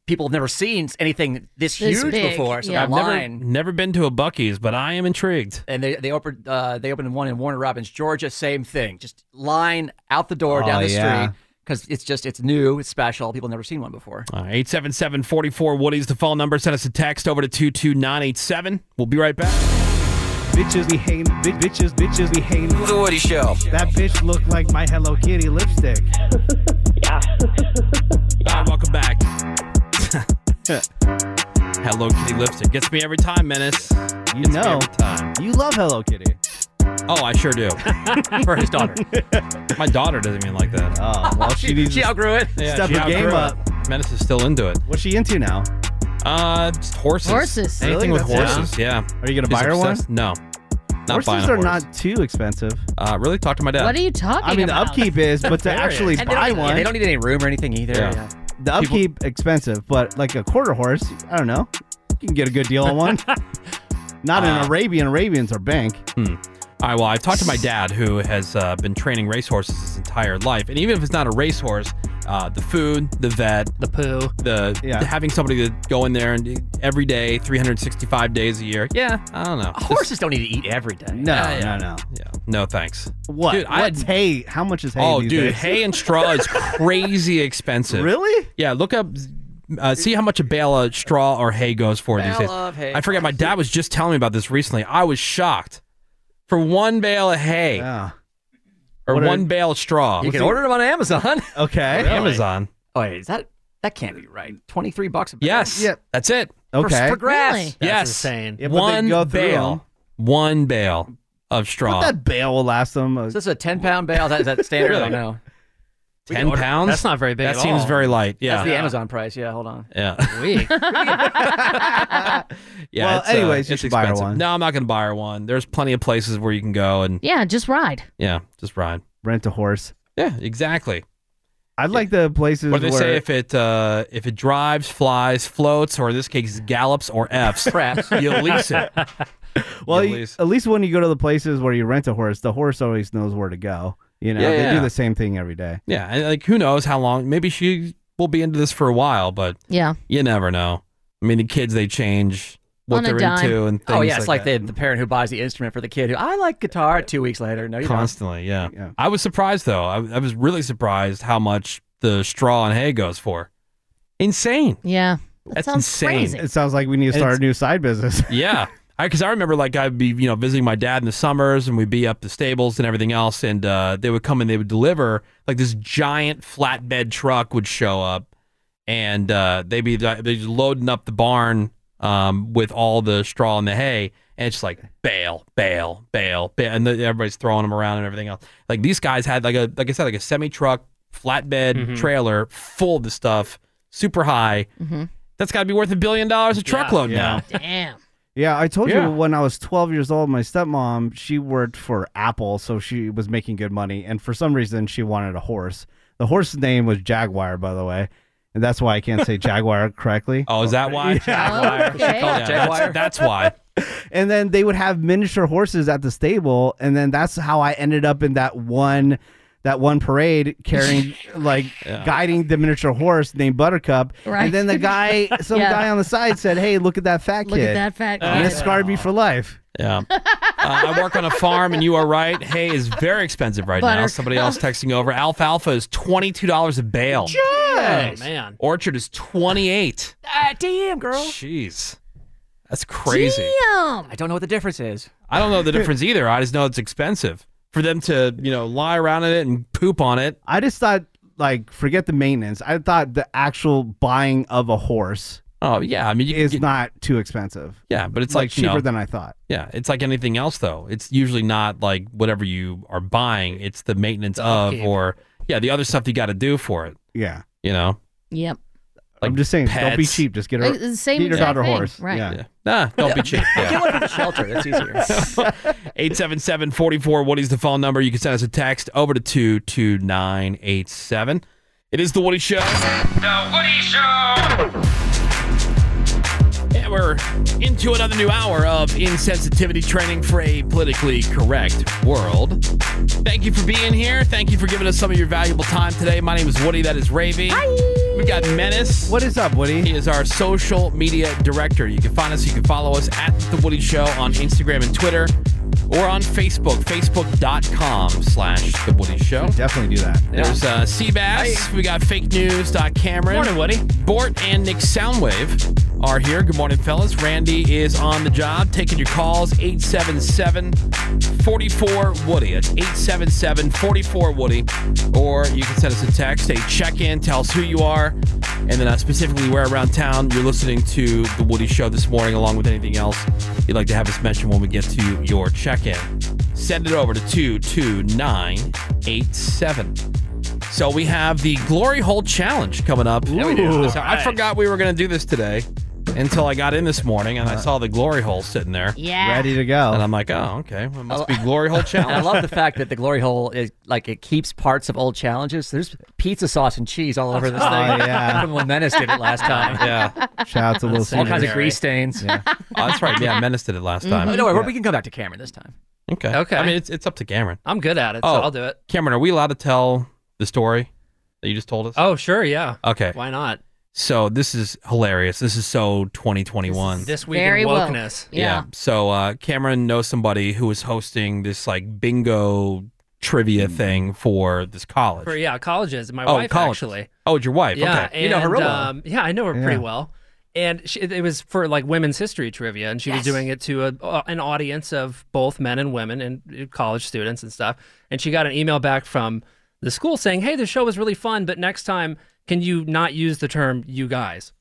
S8: people have never seen anything this,
S2: This
S8: huge
S2: big,
S8: before. So
S2: yeah.
S8: that
S2: I've never-
S8: line
S2: Never been to a Bucky's, but I am intrigued.
S8: and they they opened uh, they opened one in Warner Robins, Georgia. Same thing, just line out the door
S2: Oh,
S8: down the
S2: yeah.
S8: street because it's just it's new, it's special. People have never seen one before.
S2: 877 44 Woody's the phone number. Send us a text over to 22987. We'll be right back.
S4: Bitches be hating. Big bitches, bitches be hating.
S9: The Woody Show.
S4: That bitch looked like my Hello Kitty lipstick. yeah.
S2: All right, welcome back. Hello Kitty lipstick gets me every time, Menace. You
S4: know.
S2: every time.
S4: You love Hello Kitty.
S2: Oh, I sure do. For his daughter. My daughter doesn't even like that.
S4: Oh, well, she needs to
S8: outgrew it.
S2: Yeah,
S4: step
S2: she
S4: her game
S2: outgrew it.
S4: up.
S2: Menace is still into it.
S4: What's she into now?
S2: Uh, just horses.
S4: Horses.
S2: Anything
S4: Really?
S2: with
S4: That's it?
S2: horses, yeah.
S4: Are you gonna
S2: She's
S4: buy her one?
S2: obsessed. No. Not buying
S4: Horses
S2: a
S4: are
S2: horse.
S4: not too expensive.
S2: Uh, really? Talk to my dad.
S3: What are you talking
S4: I mean,
S3: about?
S4: the upkeep is, but to actually
S8: And they don't
S4: buy
S8: need-
S4: one,
S8: They don't need any room or anything either.
S4: Yeah.
S8: Yeah.
S4: the upkeep expensive, but like a quarter horse, I don't know, you can get a good deal on one. Not
S2: Uh,
S4: an Arabian. Arabians are bank.
S2: Hmm. All right. Well, I've talked to my dad, who has uh, been training racehorses his entire life, and even if it's not a racehorse, uh, the food, the vet,
S7: the poo,
S2: the having somebody to go in there and every day, 365 days a year. Yeah, I don't know.
S8: Horses don't need to eat every day.
S2: No,
S8: Yeah, yeah.
S2: no, no. Yeah, no thanks.
S4: What?
S2: Dude, I-
S4: What's hay? How much is hay?
S2: oh,
S4: these
S2: dude,
S4: days?
S2: hay and straw is crazy expensive.
S4: Really?
S2: Yeah. Look up, uh, see how much a bale of straw or hay goes for these days.
S8: Bale of hay.
S2: I forget. My dad was just telling me about this recently. I was shocked for one bale of hay or
S8: What are-
S2: one bale of straw.
S8: You can order them on Amazon.
S4: Okay.
S8: Really?
S2: Amazon.
S8: Oh, wait, is that that can't be right? Twenty three bucks a bag.
S2: Yes. That's it.
S8: For- Okay. for grass. Really? That's
S2: yes.
S8: insane. Yeah, but they
S2: one
S8: go through
S2: bale. One bale of straw.
S4: that bale will last them.
S8: Is this a ten pound bale? Is that, is that standard? I
S2: Really?
S8: don't know. We can
S2: Ten
S8: order-
S2: pounds. That seems very light. Yeah.
S8: That's the Amazon price. Yeah, hold on.
S2: Yeah.
S8: We.
S2: Yeah.
S4: Well,
S2: it's, uh,
S4: anyways, you
S2: it's
S4: should buy her
S2: expensive.
S4: one.
S2: No, I'm not going to buy her one. There's plenty of places where you can go and
S3: Yeah, just ride.
S2: yeah, just ride.
S4: Rent a horse.
S2: Yeah, exactly.
S4: I'd like the places
S2: What do they
S4: where
S2: say if it uh, if it drives, flies, floats, or in this case gallops or f's?
S8: Craps.
S2: You lease it.
S4: Well,
S2: You
S4: you-
S2: lease.
S4: at least when you go to the places where you rent a horse, the horse always knows where to go. You know,
S2: Yeah,
S4: they
S2: yeah.
S4: do the same thing every day.
S2: Yeah, and like who knows how long? Maybe she will be into this for a while, but
S3: Yeah.
S2: you never know. I mean, the kids they change what
S8: On a
S2: they're
S8: dime.
S2: into and things.
S8: Oh yeah, it's like,
S2: that.
S8: the, the parent who buys the instrument for the kid who I like guitar. Two weeks later, no, you don't.
S2: constantly. Yeah. I was surprised though. I, I was really surprised how much the straw and hay goes for. Insane.
S3: Yeah.
S2: That's sounds insane. crazy.
S4: It sounds like we need to
S2: And
S4: start a
S2: it's-
S4: new side business.
S2: Yeah. Because I, remember, like, I'd be, you know, visiting my dad in the summers and we'd be up the stables and everything else. And uh, they would come and they would deliver, like, this giant flatbed truck would show up and uh, they'd be they'd be loading up the barn um, with all the straw and the hay. And it's just like bale, bale, bale, bale. And the, everybody's throwing them around and everything else. Like, these guys had, like, a, like I said, like a semi truck, flatbed
S7: Mhm.
S2: trailer full of the stuff, super high. That's got to be worth a billion dollars a truckload now.
S3: Damn.
S4: Yeah, I told
S2: Yeah.
S4: you when I was 12 years old, my stepmom, she worked for Apple, so she was making good money. And for some reason, she wanted a horse. The horse's name was Jaguar, by the way. And that's why I can't say Jaguar correctly.
S2: Oh, is that why? Jaguar. She
S4: okay.
S2: called it Jaguar. That's, that's why.
S4: And then they would have miniature horses at the stable. And then that's how I ended up in that one. That one parade carrying, like, guiding the miniature horse named Buttercup,
S3: Right.
S4: and then the guy, some
S3: Yeah.
S4: guy on the side said, "Hey, look at that fat
S3: Look at
S4: kid!
S3: that fat
S4: And it
S3: kid.
S4: scarred me for life."
S2: Yeah. Uh, I work on a farm, and you are right. Hay is very expensive right now.
S4: Buttercup.
S2: Somebody else texting over. Alfalfa is twenty two dollars a bale.
S8: Jeez. Oh, man.
S2: Orchard is twenty eight.
S8: Ah, damn, girl.
S2: Jeez, that's crazy.
S3: Damn.
S8: I don't know what the difference is.
S2: I don't know the difference either. I just know it's expensive for them to you know lie around in it and poop on it.
S4: I just thought like forget the maintenance. I thought the actual buying of a horse.
S2: Oh yeah, I mean you
S4: is not too expensive.
S2: Yeah, but it's
S4: Like,
S2: like, you
S4: cheaper
S2: know-
S4: than I thought.
S2: Yeah, it's like anything else though. It's usually not like whatever you are buying. It's the maintenance of
S4: upkeep.
S2: or yeah the other stuff you got to do for it.
S4: Yeah,
S2: you know.
S3: Yep.
S4: I'm just saying, don't be
S2: pets.
S4: cheap. Just get
S3: Uh,
S4: her,
S3: the same
S4: get her
S3: exact
S4: daughter
S3: thing,
S4: horse.
S3: right.
S4: Yeah.
S3: Yeah.
S2: Nah, don't be cheap.
S8: Get one from the shelter. That's easier.
S2: 877 44 Woody's the phone number. You can send us a text over to 22987. It is The Woody Show.
S9: The Woody Show.
S2: And we're into another new hour of insensitivity training for a politically correct world. Thank you for being here. Thank you for giving us some of your valuable time today. My name is Woody. That is Ravy. We got Menace. What
S4: is up, Woody?
S2: He is our social media director. You can find us. You can follow us at The Woody Show on Instagram and Twitter or on Facebook, facebook.com slash The Woody Show.
S4: Definitely do that.
S2: There's uh, Seabass. We got fake news. Doc Cameron. Morning, Woody. Bort and Nick Soundwave are here. Good morning, fellas. Randy is on the job taking your calls 877 44 Woody. That's 877 44 Woody. Or you can send us a text, a check in, tell us who you are, and then uh, specifically where around town you're listening to The Woody Show this morning, along with anything else you'd like to have us mention when we get to your check in send it over to 22987. So we have the glory hole challenge coming up. Yeah, we do. So I forgot we were going to do this today until I got in this morning and I saw the glory hole sitting there.
S3: Yeah.
S4: Uh, Ready to go.
S2: And I'm like, oh, okay. Well, it must be glory hole
S8: And I
S2: challenge.
S8: love the fact that the glory hole is like it keeps parts of old challenges. There's pizza sauce and cheese all over this
S2: Oh,
S8: thing.
S2: yeah.
S8: From when Menace did it last time.
S2: Yeah.
S4: Shout out to Lil
S8: all
S2: Caesar.
S8: kinds of grease stains. Mm-hmm.
S2: Yeah. Oh, that's right. Yeah, Menace did it last time.
S8: No, wait,
S2: Yeah.
S8: we can come back to Cameron this time.
S2: Okay. Okay. I mean, it's, it's up to Cameron.
S7: I'm good at it, so I'll do it.
S2: Cameron, are we allowed to tell the story? that you just told us?
S7: Oh, sure, yeah.
S2: Okay.
S7: Why not?
S2: So this is hilarious. This is so 2021.
S7: This week
S3: Very
S7: in
S3: woke.
S7: wokeness.
S3: Yeah.
S2: So uh, Cameron knows somebody who is hosting this like bingo trivia thing for this college.
S7: For yeah, colleges. Hmm. My
S2: oh,
S7: wife
S2: college.
S7: actually.
S2: Oh, it's your wife.
S7: Yeah,
S2: okay. you know her
S7: and,
S2: real well.
S7: um, yeah, I know her
S2: Yeah.
S7: pretty well. And she, it was for like women's history trivia, and she was doing it to a, uh, an audience of both men and women and uh, college students and stuff. And she got an email back from the school saying, "Hey, the show was really fun, but next time, can you not use the term you guys?"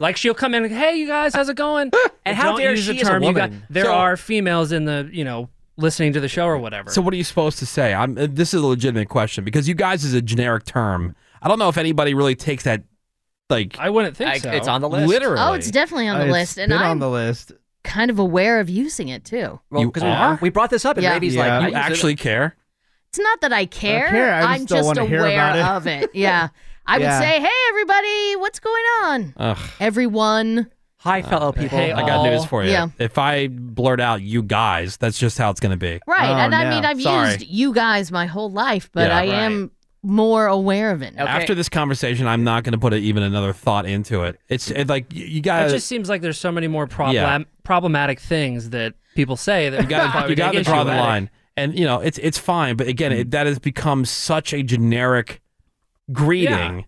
S7: like she'll come in, and, "Hey, you guys, how's it going?"
S8: And how
S7: Don't
S8: dare
S7: use
S8: she
S7: the
S8: is a
S7: term you guys.
S8: woman.
S7: There
S8: So-
S7: are females in the you know listening to the show or whatever.
S2: So what are you supposed to say? I'm. uh, This is a legitimate question because you guys is a generic term. I don't know if anybody really takes that. Like
S7: I wouldn't
S3: think I- so.
S2: It's on the list. Uh, Literally.
S3: Oh, it's definitely on the list, and I'm
S2: list.
S3: kind of aware of using it too.
S2: you
S8: we-
S2: are.
S8: we brought this up, and
S3: Yeah.
S8: Ravi's
S2: Yeah.
S8: like,
S2: you actually care.
S3: It's not that I care.
S2: care, I just
S3: am
S2: don't
S3: just
S2: wanna hear
S3: aware
S2: about
S3: of
S2: it.
S3: it. Yeah. I
S2: Yeah.
S3: would say, hey, everybody, what's going on? Everyone.
S8: Hi,
S2: Uh,
S8: fellow
S3: people.
S2: I got news for you.
S3: Yeah.
S2: If I blurt out "you guys," that's just how it's going to be.
S3: Right. and I mean, I've
S2: Oh, Sorry.
S3: used you guys my whole life, but
S2: Yeah.
S3: I am more aware of it. now.
S2: After this conversation, I'm not going to put a, even another thought into it. It's it, like you, you got
S7: it just seems like there's so many more problem
S2: Yeah.
S7: problematic things that people say that
S2: you got
S7: probably
S2: you got to
S7: take
S2: draw
S7: issue
S2: the
S7: with.
S2: line, and you know it's it's fine. But again, it, that has become such a generic greeting
S7: Yeah.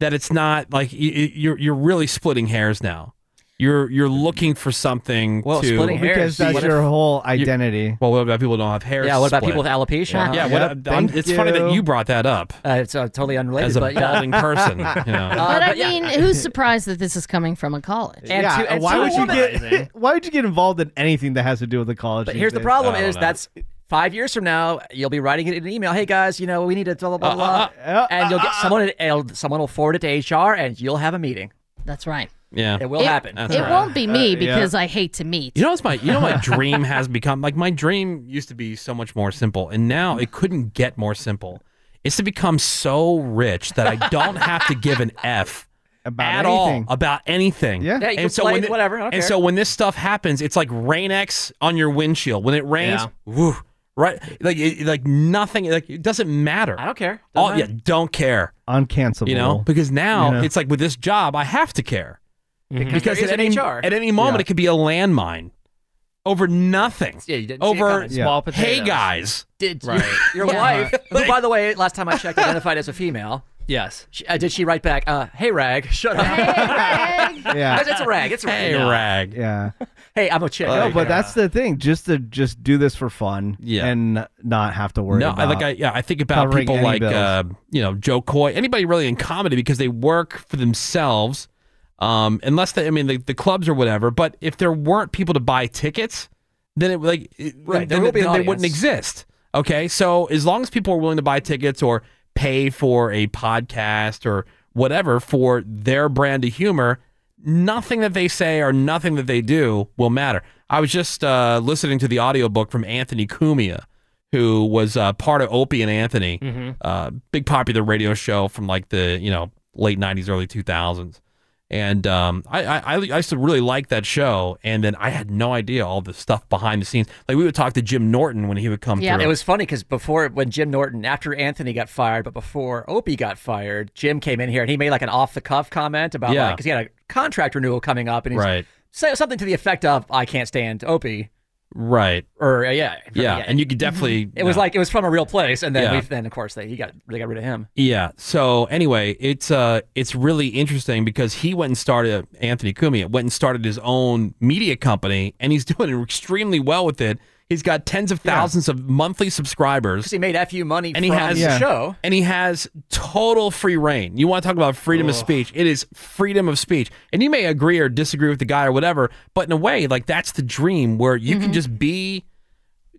S2: that it's not like you, you're you're really splitting hairs now. You're you're looking for something to
S4: because that's your whole identity.
S2: Well, what about people who don't have hair?
S8: Yeah, what about
S2: split?
S8: people with alopecia?
S2: Yeah,
S8: Yeah.
S2: what,
S8: Yep,
S2: I'm-
S8: thank
S2: it's funny that
S8: you.
S2: you brought that up.
S8: Uh, it's uh, totally unrelated.
S2: As a
S8: but, yeah.
S2: balding person, you know. Uh,
S3: but, I
S8: but yeah.
S3: mean, who's surprised that this is coming from a college?
S8: And Yeah, to- and
S4: why
S8: to a
S4: would you
S8: woman.
S4: get why would you get involved in anything that has to do with the college?
S8: But
S4: these
S8: here's the
S4: days?
S8: problem: is that's five years from now, you'll be writing it in an email. Hey guys, you know we need to blah blah blah,
S4: Uh,
S8: blah," and you'll get someone. It'll, someone will forward it to HR, and you'll have a meeting.
S3: That's right.
S2: Yeah, Uh,
S8: it will happen.
S3: It won't be
S4: Uh,
S3: me because I hate to meet.
S2: You know, it's my you know my dream has become like my dream used to be so much more simple, and now it couldn't get more simple. It's to become so rich that I don't have to give an f about at
S8: anything.
S2: all about anything.
S8: Yeah. Yeah, you can play
S2: thi-
S8: whatever, I don't
S2: and
S8: care.
S2: so when this stuff happens, it's like rain X on your windshield. When it rains, woo, right? Like it, like nothing. Like it doesn't matter. I
S8: don't care.
S2: Oh
S8: Doesn't
S2: yeah,
S8: matter.
S2: don't care.
S4: Uncancelable.
S2: You know, because now
S4: You know?
S2: it's like with this job, I have to care
S8: Because
S2: because
S8: there
S2: at
S8: is an
S2: any
S8: HR.
S2: at any moment
S8: Yeah.
S2: it could be a landmine over nothing.
S8: Yeah, you didn't see it
S2: over
S8: coming. Small
S2: hey
S8: potatoes.
S2: guys.
S8: Did
S2: Right.
S8: your
S2: Yeah.
S8: wife, who by the way, last time I checked, identified as a female.
S7: Yes.
S8: She, uh, did she write back? Uh, hey rag, shut up.
S4: Yeah.
S8: It's a rag. It's a rag.
S2: Hey,
S8: Yeah.
S2: rag. uh,
S4: Yeah.
S8: Hey, I'm a chick.
S4: no, Oh, but that's the thing. Just to just do this for fun.
S2: Yeah.
S4: And not have to worry.
S2: No, I
S4: about
S2: like I yeah, I think about
S4: covering
S2: people
S4: any
S2: like
S4: bills.
S2: uh, you know, Joe Coy, anybody really in comedy because they work for themselves. Um, unless they I mean the, the clubs or whatever, but if there weren't people to buy tickets, then it like it-
S8: Right, there
S2: then,
S8: will be an
S2: then they wouldn't
S8: audience.
S2: exist. Okay? So as long as people are willing to buy tickets or pay for a podcast or whatever for their brand of humor, nothing that they say or nothing that they do will matter. I was just uh, listening to the audiobook from Anthony Cumia, who was uh, part of Opie and Anthony,
S8: Mm-hmm.
S7: Mhm.
S2: uh, big popular radio show from like the you know late '90s, early 2000s. And um, I, I I I used to really like that show, and then I had no idea all the stuff behind the scenes. Like we would talk to Jim Norton when he would come through.
S8: It was funny because before, when Jim Norton, after Anthony got fired, but before Opie got fired, Jim came in here and he made like an off the cuff comment about
S2: Yeah.
S8: like, because he had a contract renewal coming up and he's
S2: Right.
S8: say something to the effect of, I can't stand Opie.
S2: right.
S8: Or, uh, yeah. Mm-hmm.
S2: Yeah, and you could definitely.
S8: It was
S2: no.
S8: like, it was from a real place. And then, we,
S2: Yeah.
S8: then of course, they, he got, they got rid of him.
S2: Yeah. So anyway, it's uh it's really interesting because he went and started uh, Anthony Cumia went and started his own media company and he's doing extremely well with it. He's got tens of thousands of monthly subscribers.
S8: Because he made FU money from
S2: And he has
S8: the show.
S2: and he has total free reign. You want to talk about freedom of
S8: Ugh.
S2: speech? It is freedom of speech, and you may agree or disagree with the guy or whatever, but in a way, like that's the dream where you
S8: Mm-hmm.
S2: can just be,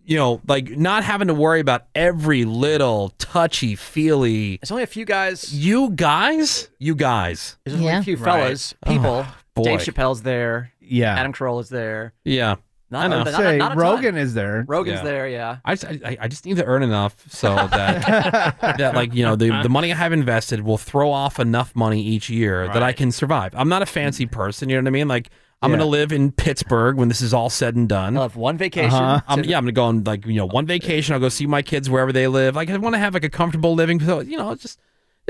S2: you know, like not having to worry about every little touchy feely.
S8: There's only a few guys.
S2: You guys, you guys.
S8: There's only a few fellas, people.
S2: boy.
S8: Dave Chappelle's there.
S4: Yeah.
S8: Adam Carolla's there.
S2: Yeah.
S8: Not
S2: I know.
S8: a- not a- Say, not a ton. Rogan
S4: is there.
S8: Rogan's there, yeah.
S2: I just, I, I just need to earn enough so that that like you know the the money I have invested will throw off enough money each year that I can survive. I'm not a fancy person, you know what I mean? Like I'm
S8: Yeah.
S2: gonna live in Pittsburgh when this is all said and done. I'll
S8: have one vacation.
S2: I'm, yeah, I'm gonna go on like you know one vacation. I'll go see my kids wherever they live. Like I want to have like a comfortable living. So you know, it's just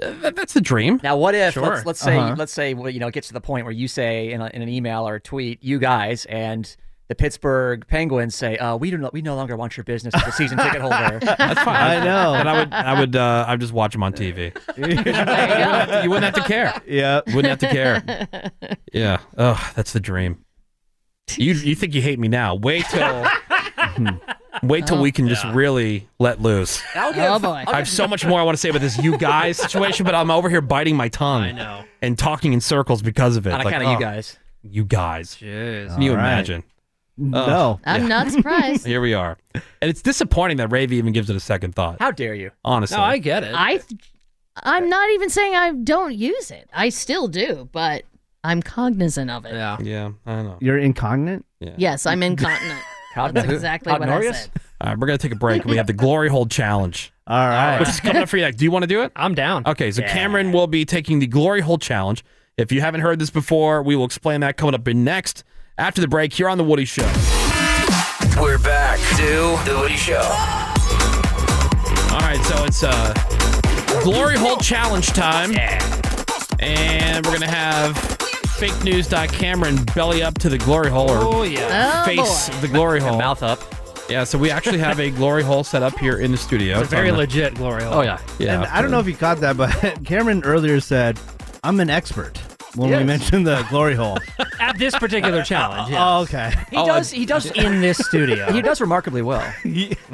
S2: uh, that's the dream.
S8: Now, what if
S2: Sure.
S8: let's, let's say
S2: Uh-huh.
S8: let's say well, you know it gets to the point where you say in, a, in an email or a tweet, you guys and the Pittsburgh Penguins say, uh, we do not, we no longer want your business as a season ticket holder.
S2: That's fine. And I would, I would, uh, I would just watch them on TV. you wouldn't have to care.
S4: Yeah,
S2: wouldn't have to care. Yeah. Oh, that's the dream. You, you think you hate me now? Wait till, wait till we can just really let loose.
S8: I'll give,
S3: Oh, boy.
S8: I'll
S2: I have
S8: give-
S2: so much more I want to say about this you guys situation, but I'm over here biting my tongue. I know. And talking in circles because of it.
S8: On account of you guys.
S2: oh, You guys. Can you
S4: All right.
S2: imagine?
S4: No.
S3: I'm
S2: Yeah.
S3: not surprised.
S2: Here we are. And it's disappointing that Ravy even gives it a second thought.
S8: How dare you?
S2: Honestly.
S7: get it.
S3: I, th- I'm not even saying I don't use it. I still do, but I'm cognizant of it.
S7: Yeah.
S2: Yeah, I know.
S4: You're incognizant?
S3: Yes, I'm incontinent. That's exactly what I said.
S2: All right, we're going to take a break. We have the glory hole challenge. All
S4: right.
S2: Which is coming up for you. next. Do you want to do it?
S7: I'm down.
S2: Okay, so Cameron will be taking the glory hole challenge. If you haven't heard this before, we will explain that coming up in next after the break here on The Woody Show.
S9: We're back to The Woody Show.
S2: All right, so it's uh, glory hole challenge time. And we're gonna have fake news. Cameron belly up to the glory hole, or
S7: Oh, yeah. Oh,
S2: face the glory hole, mouth
S8: up.
S2: Yeah, so we actually have a glory hole set up here in the studio.
S7: It's a very
S2: on the-
S7: legit glory hole.
S2: Oh, yeah. Yeah,
S4: And I don't know if you caught that, but Cameron earlier said, I'm an expert when we
S7: Yes.
S4: mentioned the glory hole.
S7: At this particular challenge. yes.
S4: Oh, okay.
S8: He does. He does
S7: in this studio.
S8: He does remarkably well.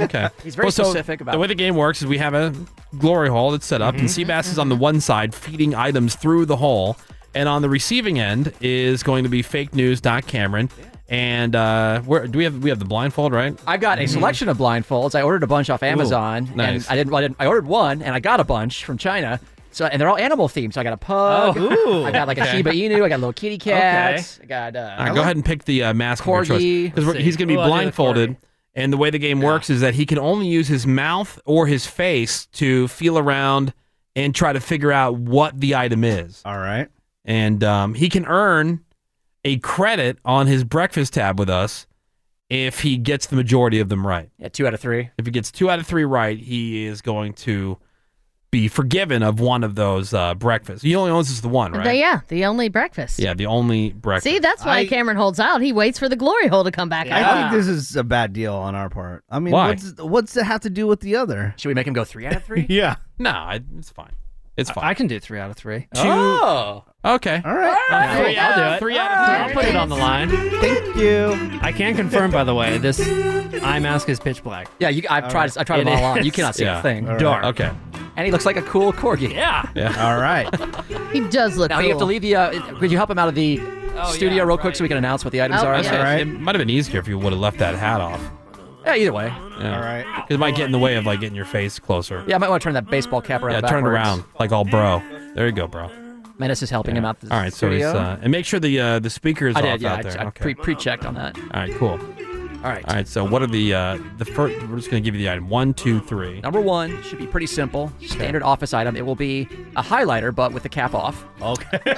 S2: Okay.
S8: He's very
S2: so
S8: specific about
S2: the way the game works is we have a glory hole that's set up, and Seabass is on the one side feeding items through the hole, and on the receiving end is going to be fake news. Dot Cameron, and uh, where do we have we have the blindfold right?
S8: I got a
S2: Mhm.
S8: selection of blindfolds. I ordered a bunch off Amazon,
S2: nice.
S8: and I didn't, I didn't. I ordered one, and I got a bunch from China. So, and they're all animal themed. So I got a pug.
S2: Oh, ooh.
S8: I got like
S2: Okay.
S8: a Shiba Inu. I got a little kitty cat.
S2: Okay.
S8: I got. Uh,
S2: All right, go ahead and pick the uh, mask of your choice
S8: Corgi.
S2: because
S8: Let's
S2: he's
S8: see.
S2: going to be
S8: Ooh, I'll do the
S2: blindfolded. And the way the game works is that he can only use his mouth or his face to feel around and try to figure out what the item is.
S4: All right.
S2: And um, he can earn a credit on his breakfast tab with us if he gets the majority of them right.
S8: Yeah, two out of three.
S2: If he gets two out of three right, he is going to be forgiven of one of those uh, breakfasts. He only owns us the one, right?
S3: But yeah, the only breakfast.
S2: yeah, the only breakfast.
S3: See, that's why
S4: I-
S3: Cameron holds out. He waits for the glory hole to come back.
S4: I think this is a bad deal on our part. I mean,
S2: Why?
S4: what's what's it have to do with the other?
S8: Should we make him go three out of three?
S4: yeah.
S2: No, I- it's fine. It's fine.
S7: I can do three out of three.
S8: Oh.
S2: Okay.
S4: All right.
S7: Three, I'll do it.
S2: Three out of
S7: I'll put it on the line.
S4: Thank you.
S7: I can confirm, by the way, this eye mask is pitch black.
S8: Yeah, you, I've tried. I tried them all on. You cannot see
S7: Yeah.
S8: a thing.
S7: All right. Dark.
S2: Okay.
S8: And he looks like a cool corgi.
S7: Yeah.
S2: Yeah.
S4: All right.
S3: He does look
S8: now
S3: cool.
S8: you have to leave the. Uh, could you help him out of the studio real quick so we can announce what the items
S3: Oh,
S8: are?
S3: yeah. That's all right.
S2: It might have been easier if you would have left that hat off.
S8: Yeah, either way.
S2: Yeah.
S8: All
S4: right.
S2: Because it might get in the way of like getting your face closer.
S8: Yeah, I might want to turn that baseball cap around.
S2: Yeah, turn it
S8: backwards.
S2: around like all bro. There you go, bro.
S8: Menace is helping him out. The
S2: All right, so
S8: studio.
S2: he's uh, and make sure the uh, the speaker is
S8: I
S2: off
S8: did. Yeah,
S2: out
S8: I,
S2: there.
S8: I
S2: okay.
S8: pre pre checked on that.
S2: All right, cool.
S8: All right.
S2: All right, so what are the uh, the first? We're just gonna give you the item one, two, three.
S8: Number one should be pretty simple, standard office item. It will be a highlighter, but with the cap off.
S4: Okay.
S3: You're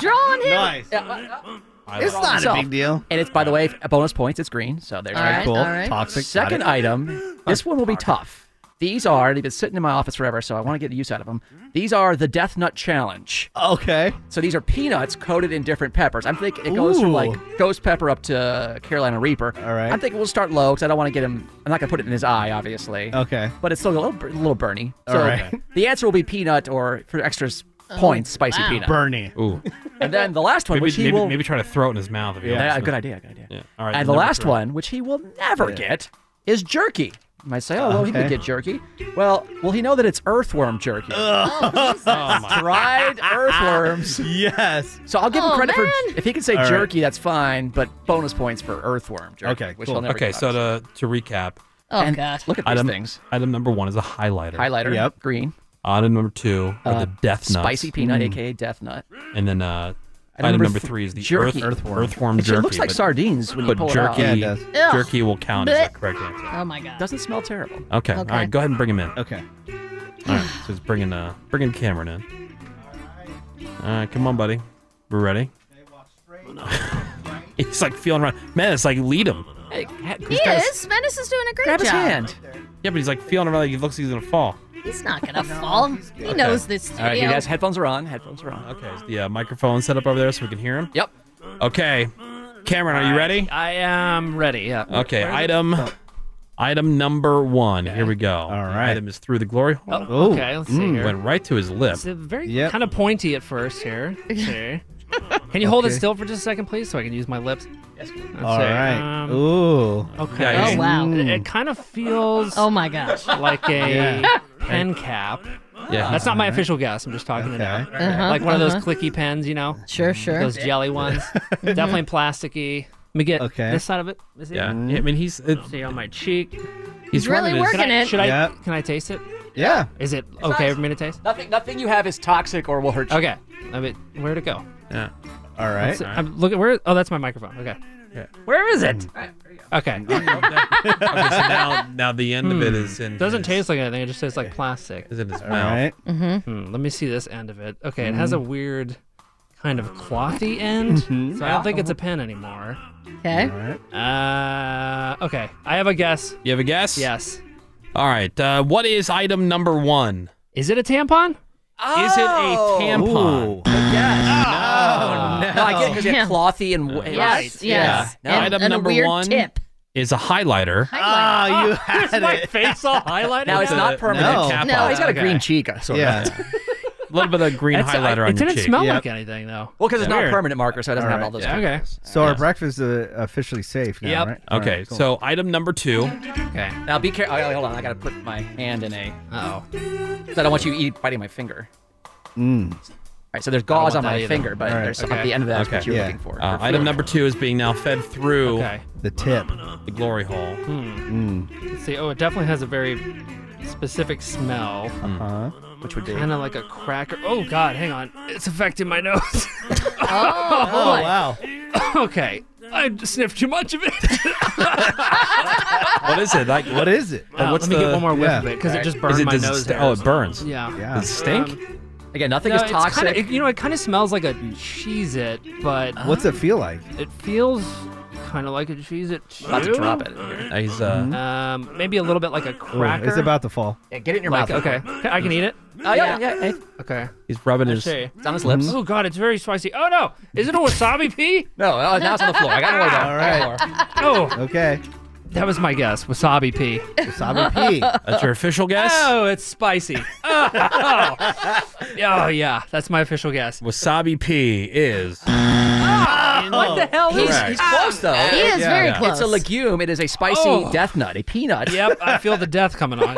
S3: drawing him.
S4: Nice. uh, It's not a big deal.
S8: And it's, by the way, f- bonus points. It's green, so there's
S4: All
S8: that.
S4: right, Cool. all right. Toxic, got
S8: Second
S4: it.
S8: item. This one will be tough. These are. They've been sitting in my office forever, so I want to get the use out of them. These are the Death Nut Challenge.
S4: Okay.
S8: So these are peanuts coated in different peppers. I'm thinking it goes from
S4: Ooh.
S8: like ghost pepper up to Carolina Reaper. All right. I'm thinking we'll start low because I don't want to get him. I'm not gonna put it in his eye, obviously.
S4: Okay.
S8: But it's still a little, bur- little Bernie.
S4: All
S8: So
S4: right.
S8: the answer will be peanut or for extra s- points, spicy
S4: Oh, wow.
S8: peanut.
S4: Bernie.
S2: Ooh.
S8: And then the last one,
S2: Maybe
S8: which he
S2: maybe,
S8: will.
S2: maybe try to throw it in his mouth. If he
S8: Yeah,
S2: opens it.
S8: good idea, good idea.
S2: Yeah. All right.
S8: and the
S2: number
S8: last
S2: three.
S8: one, which he will never
S2: Yeah.
S8: get, is jerky. You might say, oh, well, he could
S2: Okay.
S8: get jerky. Well, will he know that it's earthworm jerky?
S2: Oh
S8: Dried earthworms.
S4: Yes.
S8: So I'll give him
S3: Oh,
S8: credit
S3: man.
S8: for if he can say
S2: All right.
S8: jerky, that's fine, but bonus points for earthworm jerky. which he'll never
S2: okay,
S8: get.
S2: so to to recap.
S3: Oh,
S8: And
S3: God.
S8: Look at these
S2: item,
S8: things.
S2: Item number one is a highlighter.
S8: Highlighter, Yep. green.
S2: Item number two are
S8: Uh,
S2: the death nuts. Mm.
S8: Spicy peanut,
S2: Hmm.
S8: aka death nut.
S2: And then uh,
S8: Item
S2: item,
S8: number
S2: number
S8: th-
S2: three is the
S8: jerky.
S2: earth,
S8: Earthworm.
S2: earthworm.
S8: It
S2: jerky.
S8: sure looks like sardines when you
S2: but
S8: pull it out.
S2: jerky,
S8: Yeah, it does. Ugh.
S2: Jerky will count as the correct answer.
S3: Oh my God.
S8: Doesn't smell terrible.
S2: Okay.
S3: Okay.
S2: All right. Go ahead and bring him in.
S4: Okay.
S2: All right. So it's bringing uh bringing Cameron in. All right. Come on, buddy. We're ready. He's like feeling around. Man, it's like lead him.
S8: Hey, ha-
S3: He
S8: grab his-
S3: is. Menace is doing a great
S8: Grab
S3: job.
S8: his hand.
S2: Yeah, but he's like feeling around. Like he looks like he's gonna fall.
S3: He's not gonna fall. He
S8: Okay.
S3: knows this
S8: All right, you
S3: studio.
S8: guys, headphones are on. Headphones are on.
S2: Okay. The uh, microphone set up over there so we can hear him.
S8: Yep.
S2: Okay. Cameron, are you ready?
S7: I am ready. Yeah.
S2: Okay.
S7: Where is Oh,
S2: Item. Item number one. Here we go. All right. Item is through the glory hole.
S7: Oh, okay, let's see
S2: Mm,
S7: here.
S2: Went right to his lip.
S7: It's a very kind of pointy at first here. Okay. Can you hold it
S2: Okay.
S7: still for just a second, please, so I can use my lips? Yes.
S4: All right. Ooh.
S7: Okay.
S4: Yeah, you- Oh, wow.
S7: It, it kind of feels.
S3: Oh my gosh.
S7: Like a
S3: Yeah.
S7: pen cap.
S2: Yeah.
S7: That's not my
S2: Alright.
S7: official guess. I'm just talking to now.
S2: Okay. Uh-huh,
S7: like one of those
S2: uh-huh.
S7: clicky pens, you know?
S3: Sure, sure.
S7: Those jelly ones. Definitely plasticky. Let me get
S2: Okay. Mm.
S7: this side of it. Is it?
S2: Yeah. I mean, he's. It's,
S7: See on my cheek.
S2: He's really running his-
S7: Can I-
S2: working it.
S7: Should I?
S2: Yeah.
S7: Can I taste it?
S4: Yeah.
S7: Is it okay for me to taste?
S8: Nothing, nothing you have is toxic or will hurt you.
S7: Okay. I mean, where'd it go?
S2: Yeah.
S4: All right.
S7: Let's see. I'm looking. Where? Oh, that's my microphone. Okay. Where is it? Okay.
S2: okay, so now, now the end of it
S7: Hmm.
S2: is in.
S7: Doesn't taste like anything. It just tastes like plastic.
S2: Is in his mouth. right. Mm-hmm.
S7: Hmm, let me see this end of it. Okay, it has a weird kind of clothy end,
S8: Mhm.
S7: so I don't think it's a pen anymore.
S2: Eh?
S3: Okay.
S7: Uh, okay. I have a guess.
S2: You have a guess?
S7: Yes.
S2: All right. Uh, what is item number one?
S7: Is it a tampon?
S2: Is it a
S3: Oh.
S2: tampon?
S8: No, I
S3: Oh.
S8: get it because it's clothy and w-
S7: Yes, yes.
S8: Yeah. No.
S2: Item number one is a highlighter.
S7: Oh, you had is my face all highlighted.
S8: Now it's
S7: now?
S8: not permanent.
S2: Uh, No.
S8: Cap
S2: No.
S8: on. He's got a
S2: Okay.
S8: green cheek. Sort
S2: Yeah.
S8: Of.
S2: A little bit of green
S7: That's-
S2: highlighter on
S7: it
S2: your
S7: didn't
S2: cheek.
S7: smell like anything though.
S8: Well, because it's not a
S7: Weird.
S8: permanent marker, so it doesn't
S4: All
S8: have all
S4: right.
S8: those.
S7: Yeah.
S8: chemicals.
S7: Okay.
S4: So our breakfast is uh, officially safe now, right? All
S2: Okay,
S4: right, cool.
S2: so item number two.
S7: Okay.
S8: Now be careful. Oh, hold on, I gotta put my hand in a.
S7: Oh.
S8: Because I don't want you eat biting my finger.
S4: Mm.
S8: All right, so there's gauze
S7: want
S8: on
S7: that
S8: my
S7: either.
S8: finger, but
S7: All right,
S8: there's something
S7: okay.
S8: at the end of that is
S2: Okay.
S8: what you're looking for.
S2: Uh,
S8: for
S2: item
S8: food.
S2: number two is being now fed through
S7: Okay.
S4: the tip,
S2: the glory hole.
S7: Hmm. See, oh, it definitely has a very specific smell.
S4: Uh-huh.
S8: Which would be
S7: kind of like a cracker. Oh God, hang on, it's affecting my nose. oh,
S4: Oh, wow.
S7: okay, I sniffed too much of it.
S2: What is it? Like
S4: What is it?
S7: Uh,
S2: what's
S7: let me get
S2: the-
S7: one more whiff
S2: Yeah.
S7: of it because
S2: Right.
S7: it just
S2: Is
S7: burned
S2: it-
S7: my
S2: does it
S7: nose.
S2: st-
S7: hairs.
S2: oh, it burns.
S7: Yeah. Um,
S2: Yeah. Does it stink?
S8: Again, nothing
S7: no,
S8: is
S7: it's
S8: toxic.
S7: Kinda, it- you know, it kind of smells like a cheese it, but
S4: What's it feel like?
S7: It feels kind of like a cheese it. Too.
S4: About to drop it.
S2: Uh, He's uh,
S7: Um, maybe a little bit like a cracker.
S4: it's about to fall.
S8: Yeah, get it in your
S7: Like,
S8: mouth.
S7: okay, Okay, I can eat it.
S8: Oh yeah, yeah. yeah.
S7: Okay.
S2: he's rubbing
S7: I
S2: his.
S7: see.
S8: It's on his lips.
S7: Oh god, it's very spicy. Oh no, is it a wasabi pea?
S8: No, oh, now it's on the floor. I gotta lay down.
S4: All
S8: right.
S7: Oh,
S4: Okay.
S7: that was my guess. Wasabi pea.
S4: Wasabi pea.
S2: That's your official guess.
S7: Oh, it's spicy. Oh, oh yeah, that's my official guess. Ah!
S2: Wasabi P is.
S8: What the hell? He's,
S2: Correct.
S8: he's close though.
S3: He is
S2: Yeah. very
S8: It's
S3: close.
S8: a legume. It is a spicy
S7: Oh.
S8: death nut, a peanut.
S7: Yep, I feel the death coming on.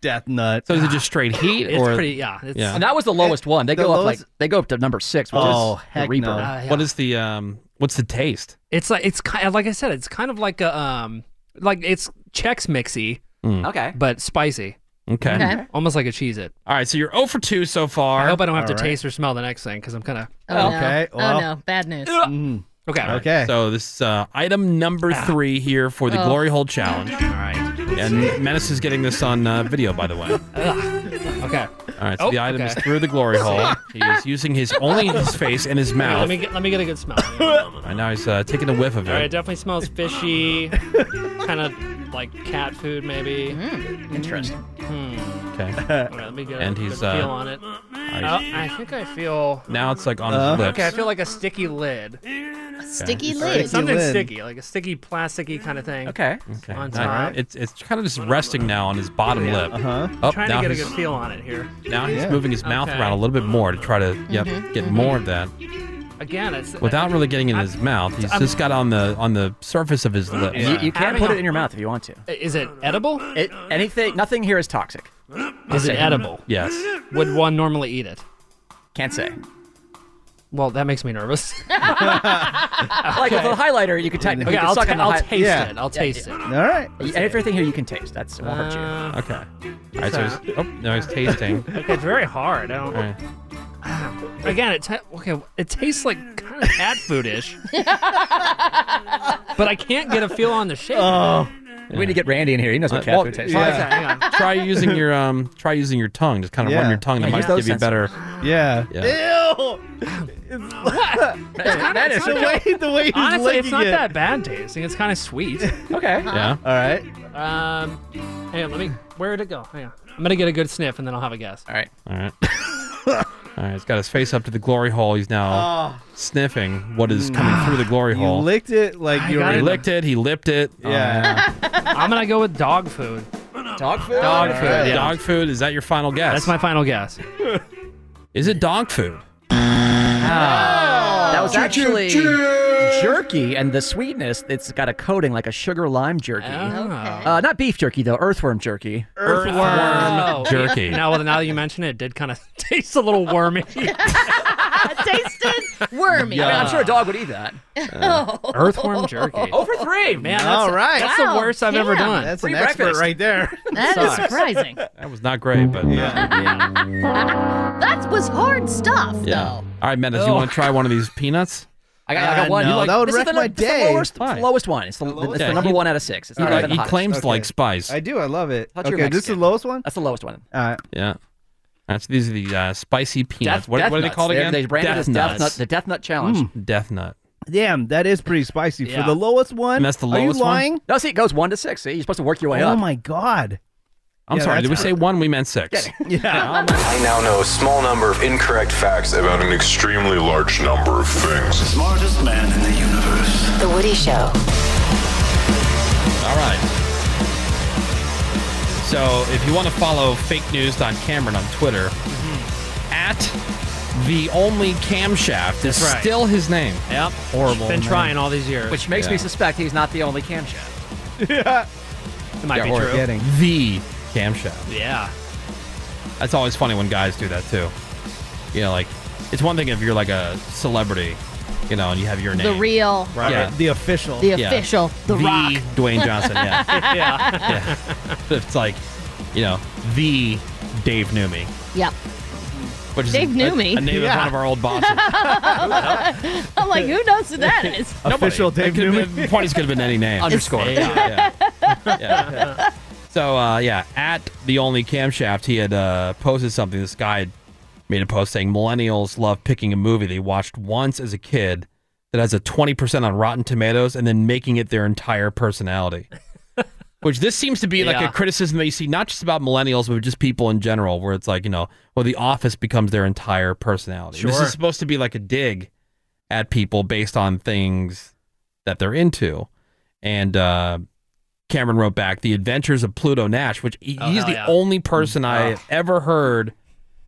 S4: Death nut.
S2: So is it just straight heat
S7: It's
S2: or?
S7: pretty. Yeah. It's,
S2: Yeah.
S8: And that was the lowest one. They
S4: The
S8: go
S4: lowest-
S8: up like they go up to number six, which
S4: Oh,
S8: is
S4: heck
S8: the Reaper.
S4: no.
S7: Uh, yeah.
S2: What is the um? What's the taste?
S7: It's like it's kind like I said. It's kind of like a um, like it's Chex mixy,
S2: Hmm.
S8: Okay.
S7: Mm. but spicy. Mm-hmm.
S2: Okay.
S7: Almost like a cheese it.
S2: All right. So you're 0 for 2 so far.
S7: I hope I don't have to
S4: All right.
S7: taste or smell the next thing because I'm kind of
S3: Oh,
S4: Okay,
S3: No.
S4: well.
S3: Oh no. Bad news.
S8: Mm.
S7: okay.
S4: Okay.
S2: So this is uh, item number
S7: Ah.
S2: three here for the
S3: Oh.
S2: glory hole challenge,
S7: All right.
S2: and Menace is getting this on uh, video, by the way. All
S7: Okay.
S2: right. So
S7: Oh,
S2: the item
S7: okay.
S2: is through the glory hole. He is using his only his face and his
S7: Let
S2: mouth.
S7: me get let me get a good smell. All
S2: All right, now he's uh, taking a whiff of
S7: right. It
S2: it.
S7: definitely smells fishy. kind of like cat food maybe.
S8: Interesting.
S2: Okay.
S7: All right, let me get
S2: And
S7: a
S2: he's,
S7: good
S2: uh,
S7: feel on it. Oh,
S2: right.
S7: I think I feel.
S2: Now it's like on
S4: Uh,
S2: his lips.
S7: Okay, I feel like a sticky lid.
S3: Sticky
S4: It's
S3: lid.
S7: Something
S4: lid.
S7: sticky, like a sticky, plasticky kind of thing.
S8: Okay.
S2: Okay.
S7: On
S2: Now,
S7: top.
S2: It's it's kind of just resting now on his bottom lip.
S4: Uh-huh.
S2: Oh,
S7: Trying
S2: now
S7: to get a
S2: he's,
S7: good feel on it here.
S2: now he's
S4: Yeah.
S2: moving his mouth
S7: Okay.
S2: around a little bit more to try to yep
S8: Mm-hmm.
S2: get more of that
S7: Again, it's
S2: without really getting it in his mouth. He's
S7: Mm-hmm. I'm-
S2: just got on the on the surface of his lips.
S8: You, you can
S7: Having
S8: put
S7: a-
S8: it in your mouth if you want to.
S7: Is it edible?
S8: It, anything, nothing here is toxic.
S7: Is it
S8: say.
S7: edible?
S2: Yes.
S7: Would one normally eat it?
S8: Can't say.
S7: Well, that makes me nervous.
S8: Like with a highlighter, you could technically you
S7: okay,
S8: could
S7: I'll,
S8: suck
S7: ta-
S8: on the
S7: I'll
S8: hi-
S7: taste
S4: Yeah.
S7: it. I'll
S8: Yeah, Ah.
S7: taste
S4: All right.
S8: And Everything here you can taste. That's it won't
S7: it.
S8: hurt
S7: Uh,
S2: Okay. All right. So he's, oh, now he's tasting.
S7: okay, it's very hard. I don't.
S2: All right.
S7: Ah, Again, it ta- okay. It tastes like kind of cat foodish, but I can't get a feel on the shape.
S4: Oh.
S8: you. We need to get Randy in here. He knows what cat
S2: well,
S8: food tastes
S7: Why
S8: like.
S7: is that? Hang on.
S2: Try using your um. Try using your tongue. Just kind of
S4: Yeah.
S2: run your tongue. That
S8: Yeah, use
S2: might give
S8: those
S2: you better.
S4: Yeah.
S2: Yeah.
S4: Ew.
S8: that is
S4: The way the way he's
S7: Honestly, it's
S4: licking
S7: not
S4: it.
S7: that bad tasting. It's kind of sweet.
S8: okay.
S2: Yeah.
S4: All right.
S7: Um, hang on, let me Where'd it go? Hang on. I'm gonna get a good sniff and then I'll have a guess.
S8: All right.
S2: All right. All right, he's got his face up to the glory hole. He's now sniffing what is coming through the glory
S4: Oh. Mm. You
S2: hole.
S4: licked it like you were.
S2: he licked it. He lipped it. Oh,
S4: Yeah.
S7: Oh, I'm gonna go with dog food.
S8: Dog food.
S2: Dog
S7: All
S2: food.
S7: right.
S2: Dog food. Is that your final guess? That's
S7: my final guess.
S2: Is it dog food?
S8: Ah. That was
S2: Choo-choo,
S8: actually
S2: choo.
S8: jerky, and the sweetness, it's got a coating like a sugar lime jerky. Uh, not beef jerky, though, earthworm jerky.
S7: Ah. Earthworm Oh,
S8: Earthworm jerky.
S7: Now, well, now that you mention it, it did kind of taste a little wormy.
S3: Tasted wormy.
S7: Yeah. I mean, I'm sure a dog
S8: would eat that. Uh,
S7: Earthworm jerky.
S2: Oh,
S8: Over three,
S7: Man, that's- All right. that's the Wow, worst I've ever damn. done.
S4: That's
S7: Free
S4: an expert
S7: breakfast.
S4: right there.
S3: That is
S2: Sucks.
S3: surprising.
S2: That was not great, but
S3: that was hard stuff,
S2: yeah. All right, Menace, you
S8: Ugh.
S2: want to try one of these peanuts?
S8: I
S4: Uh,
S8: got, I got one. You like- this is the, this is the lowest, it's the
S2: Why?
S8: lowest one. It's the, it's the
S2: Yeah,
S8: number
S2: he-
S8: one out of six. It's
S2: he
S8: not
S2: like-
S8: even the
S2: he
S8: hottest.
S2: claims to like spice.
S4: I do. I love it.
S8: Thought you were
S4: okay, this is the
S8: Mexican.
S4: lowest one.
S8: That's the lowest one.
S4: All right.
S2: Yeah. That's these are the uh, spicy peanuts.
S8: Death-
S2: what,
S8: death
S2: what are they
S8: nuts.
S2: called
S8: They're-
S2: again?
S8: they branded as death nut- the death nut challenge.
S2: Mm. Death nut.
S4: Damn, that is pretty spicy
S8: Yeah.
S4: for the lowest one.
S2: And that's the
S4: Are you
S2: lowest one?
S4: lying?
S8: No, see, it goes one to six. See, you're supposed to work your way
S4: Oh
S8: up.
S4: my god.
S2: I'm
S4: Yeah,
S2: sorry.
S4: that's
S2: Did we say one? We meant six. Oh
S4: Yeah.
S1: I now know a small number of incorrect facts about an extremely large number of things. Smartest man in the universe.
S14: The Woody Show.
S2: All right. So if you want to follow fake news on Cameron on Twitter, at the only camshaft is
S7: That's right.
S2: still his name.
S7: Yep.
S2: Horrible.
S7: Been
S2: name.
S7: trying all these years.
S8: Which makes me
S2: Yeah.
S8: suspect he's not the only camshaft.
S7: yeah. It might
S2: Yeah,
S7: be
S2: or
S7: true.
S2: getting the camshaft.
S7: Yeah.
S2: That's always funny when guys do that too. You know, like it's one thing if you're like a celebrity, you know, and you have your name.
S3: The real,
S2: Right. Yeah.
S4: The official.
S3: the official, the, rock.
S2: Dwayne Johnson. Yeah.
S3: yeah.
S2: yeah. But it's like, you know, the Dave Newmy,
S3: Yep.
S2: which is
S3: Dave
S2: a,
S3: Newmy.
S2: a, a name of one of our old bosses.
S3: I'm like, who knows who that is?
S2: Official Dave Newman. Parties could have been any name.
S8: Underscore.
S2: Yeah, yeah. Yeah. So uh, yeah, at the only camshaft, he had uh, posted something. This guy had made a post saying millennials love picking a movie they watched once as a kid that has a twenty percent on Rotten Tomatoes and then making it their entire personality. Which this seems to be like
S7: Yeah.
S2: a criticism that you see not just about millennials, but just people in general, where it's like you know, well, the office becomes their entire personality. This
S7: Sure.
S2: is supposed to be like a dig at people based on things that they're into. And uh, Cameron wrote back, "The Adventures of Pluto Nash," which he,
S7: Oh,
S2: he's
S7: hell
S2: the
S7: yeah. Oh.
S2: only person I
S7: Ugh.
S2: ever heard.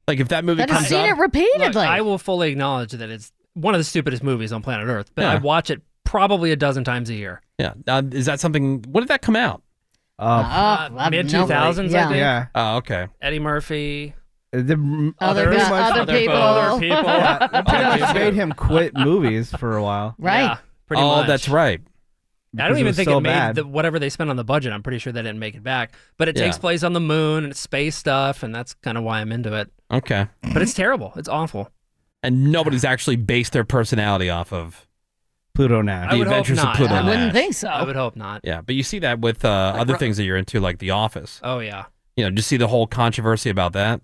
S2: Like if that movie
S3: That has
S2: comes
S3: seen
S2: up,
S3: it repeatedly.
S7: Look, I will fully acknowledge that it's one of the stupidest movies on planet Earth, but I
S2: Yeah.
S7: watch it probably a dozen times a year.
S2: yeah, uh, is that something? When did that come out?
S7: Uh, Uh, I've mid- no 2000s, I idea. think.
S4: Yeah.
S2: Oh, okay.
S7: Eddie Murphy.
S4: The,
S7: Other Other guy- guys- other other people. people. Other people.
S4: Yeah, they pretty
S7: Other
S4: much made
S7: people.
S4: him quit movies for a while.
S7: Right. Yeah, pretty
S2: oh,
S7: much.
S2: that's right.
S7: I
S4: Because
S7: don't
S4: it
S7: even
S4: was
S7: think
S4: so
S7: it made
S4: bad.
S7: the, whatever they spent on the budget. I'm pretty sure they didn't make it back. But it
S2: Yeah.
S7: takes place on the moon and it's space stuff, and that's kind of why I'm into it.
S2: Okay,
S7: But it's terrible. It's awful.
S2: and nobody's actually based their personality off of
S4: Pluto Nash.
S2: The Adventures of Pluto Nash.
S7: so. I would hope not.
S2: Yeah, but you see that with uh, other things that you're into, like The Office.
S7: Oh yeah.
S2: You know, just see the whole controversy about that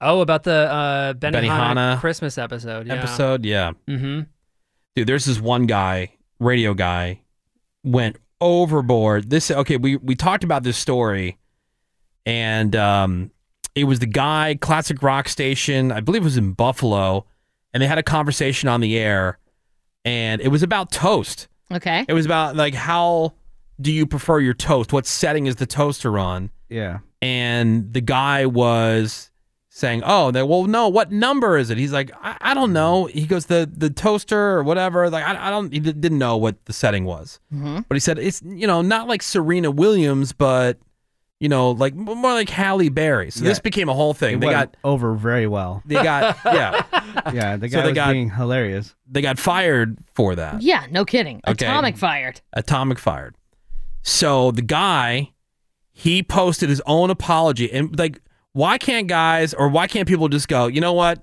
S7: Oh, about the uh, Benny,
S2: Benny Hanna
S7: Christmas episode. Yeah.
S2: episode. Yeah.
S7: Mm-hmm.
S2: dude there's this one guy radio guy went overboard this okay we we talked about this story and um it was the guy classic rock station i believe it was in buffalo and they had a conversation on the air and it was about toast
S3: okay.
S2: it was about like how do you prefer your toast what setting is the toaster on
S4: Yeah.
S2: and the guy was saying, "Oh, they, well, no, what number is it?" He's like, "I, I don't know." He goes, "the the toaster or whatever." Like, I, I don't. He di- didn't know what the setting was,
S4: Mm-hmm.
S2: but he said it's you know not like Serena Williams, but you know like m- more like Halle Berry. So
S4: Yeah.
S2: this became a whole thing.
S4: It
S2: They
S4: went
S2: got
S4: over very well.
S2: they got yeah
S4: yeah, the
S2: So
S4: guy
S2: they
S4: was
S2: got-
S4: being hilarious.
S2: they got fired for that.
S3: Yeah, no kidding.
S2: Okay.
S3: Atomic fired.
S2: Atomic fired. So the guy, he posted his own apology. And like, why can't guys or why can't people just go, you know what?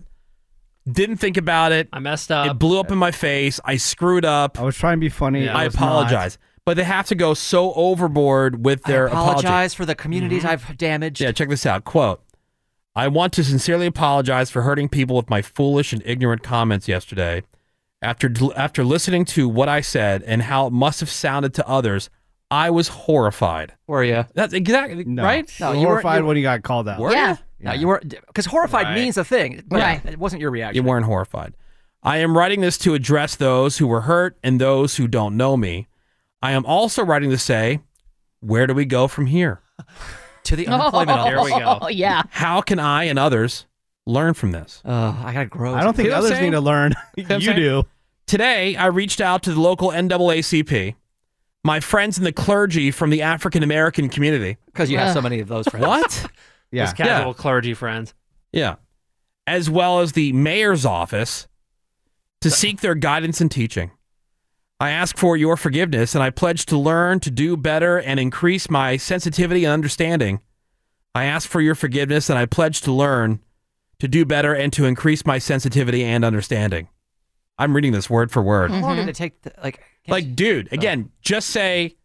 S2: Didn't think about it. I
S7: messed up.
S2: It blew up in my face. I screwed up. I
S4: was trying to be funny.
S2: I
S4: It was not.
S2: apologize. But they have to go so overboard with their
S8: Apologize
S2: apology. Mm-hmm.
S8: for the communities I've damaged.
S2: Yeah, check this out. Quote I want to sincerely apologize for hurting people with my foolish and ignorant comments yesterday. After after listening to what I said and how it must have sounded to others, I was horrified.
S24: Were you?
S2: That's exactly right.
S24: No, you weren't- you-
S2: you got called out.
S24: Yeah. No, you were because horrified
S2: Right.
S24: means a thing, but
S2: Right.
S24: it wasn't your reaction.
S2: You weren't horrified. I am writing this to address those who were hurt and those who don't know me. I am also writing to say, where do we go from here?
S24: to the unemployment
S3: Oh,
S24: office.
S3: yeah.
S2: How can I and others learn from this?
S24: I gotta grow.
S4: I don't think others need to learn. You do.
S2: Today, I reached out to the local NAACP, my friends and the clergy from the African American community.
S24: Because you have so many of those friends.
S2: What?
S7: Yeah. Just casual clergy friends.
S2: Yeah. As well as the mayor's office to seek their guidance and teaching. I ask for your forgiveness and I pledge to learn, to do better, and increase my sensitivity and understanding. I ask for your forgiveness and I pledge to learn, to do better, and to increase my sensitivity and understanding. I'm reading this word for word.
S24: How long
S8: Mm-hmm.
S24: did it take? To, like, Oh.
S2: Like, dude, again, just say,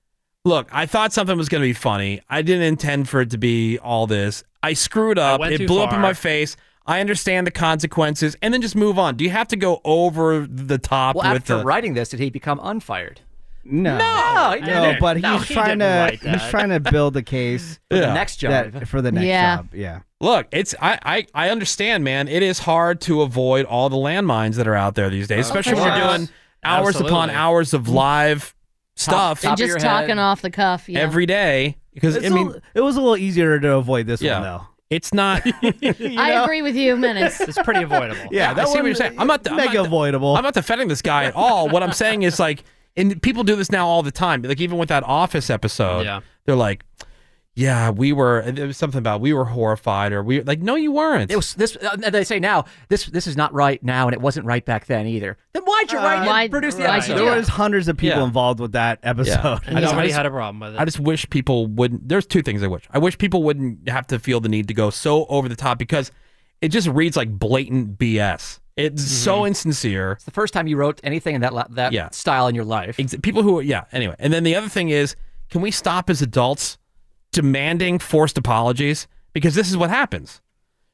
S2: look, I thought something was going to be funny. I didn't intend for it to be all this. I screwed up.
S7: went
S2: It
S7: too
S2: blew up in
S7: far."
S2: my face. I understand the consequences, and then just move on. Do you have to go over the top
S24: well,
S2: with
S24: after
S2: the?
S24: writing this, did he become unfired?
S4: No,
S24: No, he
S4: no,
S24: didn't.
S4: but he's
S24: No, he didn't
S4: trying to
S24: write that.
S4: he's trying to build a case
S2: For the next job.
S4: that- for the next
S2: Yeah.
S4: job. Yeah,
S2: Look, it's I, I I understand, man. It is hard to avoid all the landmines that are out there these days,
S7: Of
S2: especially when you're
S7: course.
S2: doing hours upon
S7: Absolutely.
S2: hours of live stuff
S3: and just talking off the cuff. Yeah.
S2: every day. Because
S4: It's
S2: I
S4: a-
S2: mean,
S4: it was a little easier to avoid this
S2: Yeah.
S4: one though.
S2: It's not.
S3: I agree with you, Menace.
S7: It's pretty avoidable.
S4: Yeah,
S2: I
S4: that
S2: see what
S4: one-
S2: you're saying. I'm not I'm
S4: mega
S2: not,
S4: avoidable.
S2: I'm not defending this guy at all. what I'm saying is like, and people do this now all the time. Like even with that Office episode,
S7: Yeah.
S2: they're like, yeah, we were. It was something about we were horrified or we like, no, you weren't.
S24: It was this. Uh, they say now this this is not right now, and it wasn't right back then either. Then why'd you
S3: Uh,
S24: write and produce the episode?
S4: There was hundreds of people
S2: Yeah.
S4: involved with that episode.
S2: I just- I just- I just wish people wouldn't. There's two things I wish. I wish people wouldn't have to feel the need to go so over the top because it just reads like blatant BS. It's so insincere. It's
S24: Mm-hmm. the first time you wrote anything in that la- that
S2: yeah.
S24: style in your life.
S2: people who, yeah. Anyway, and then the other thing is, can we stop as adults demanding forced apologies? Because this is what happens.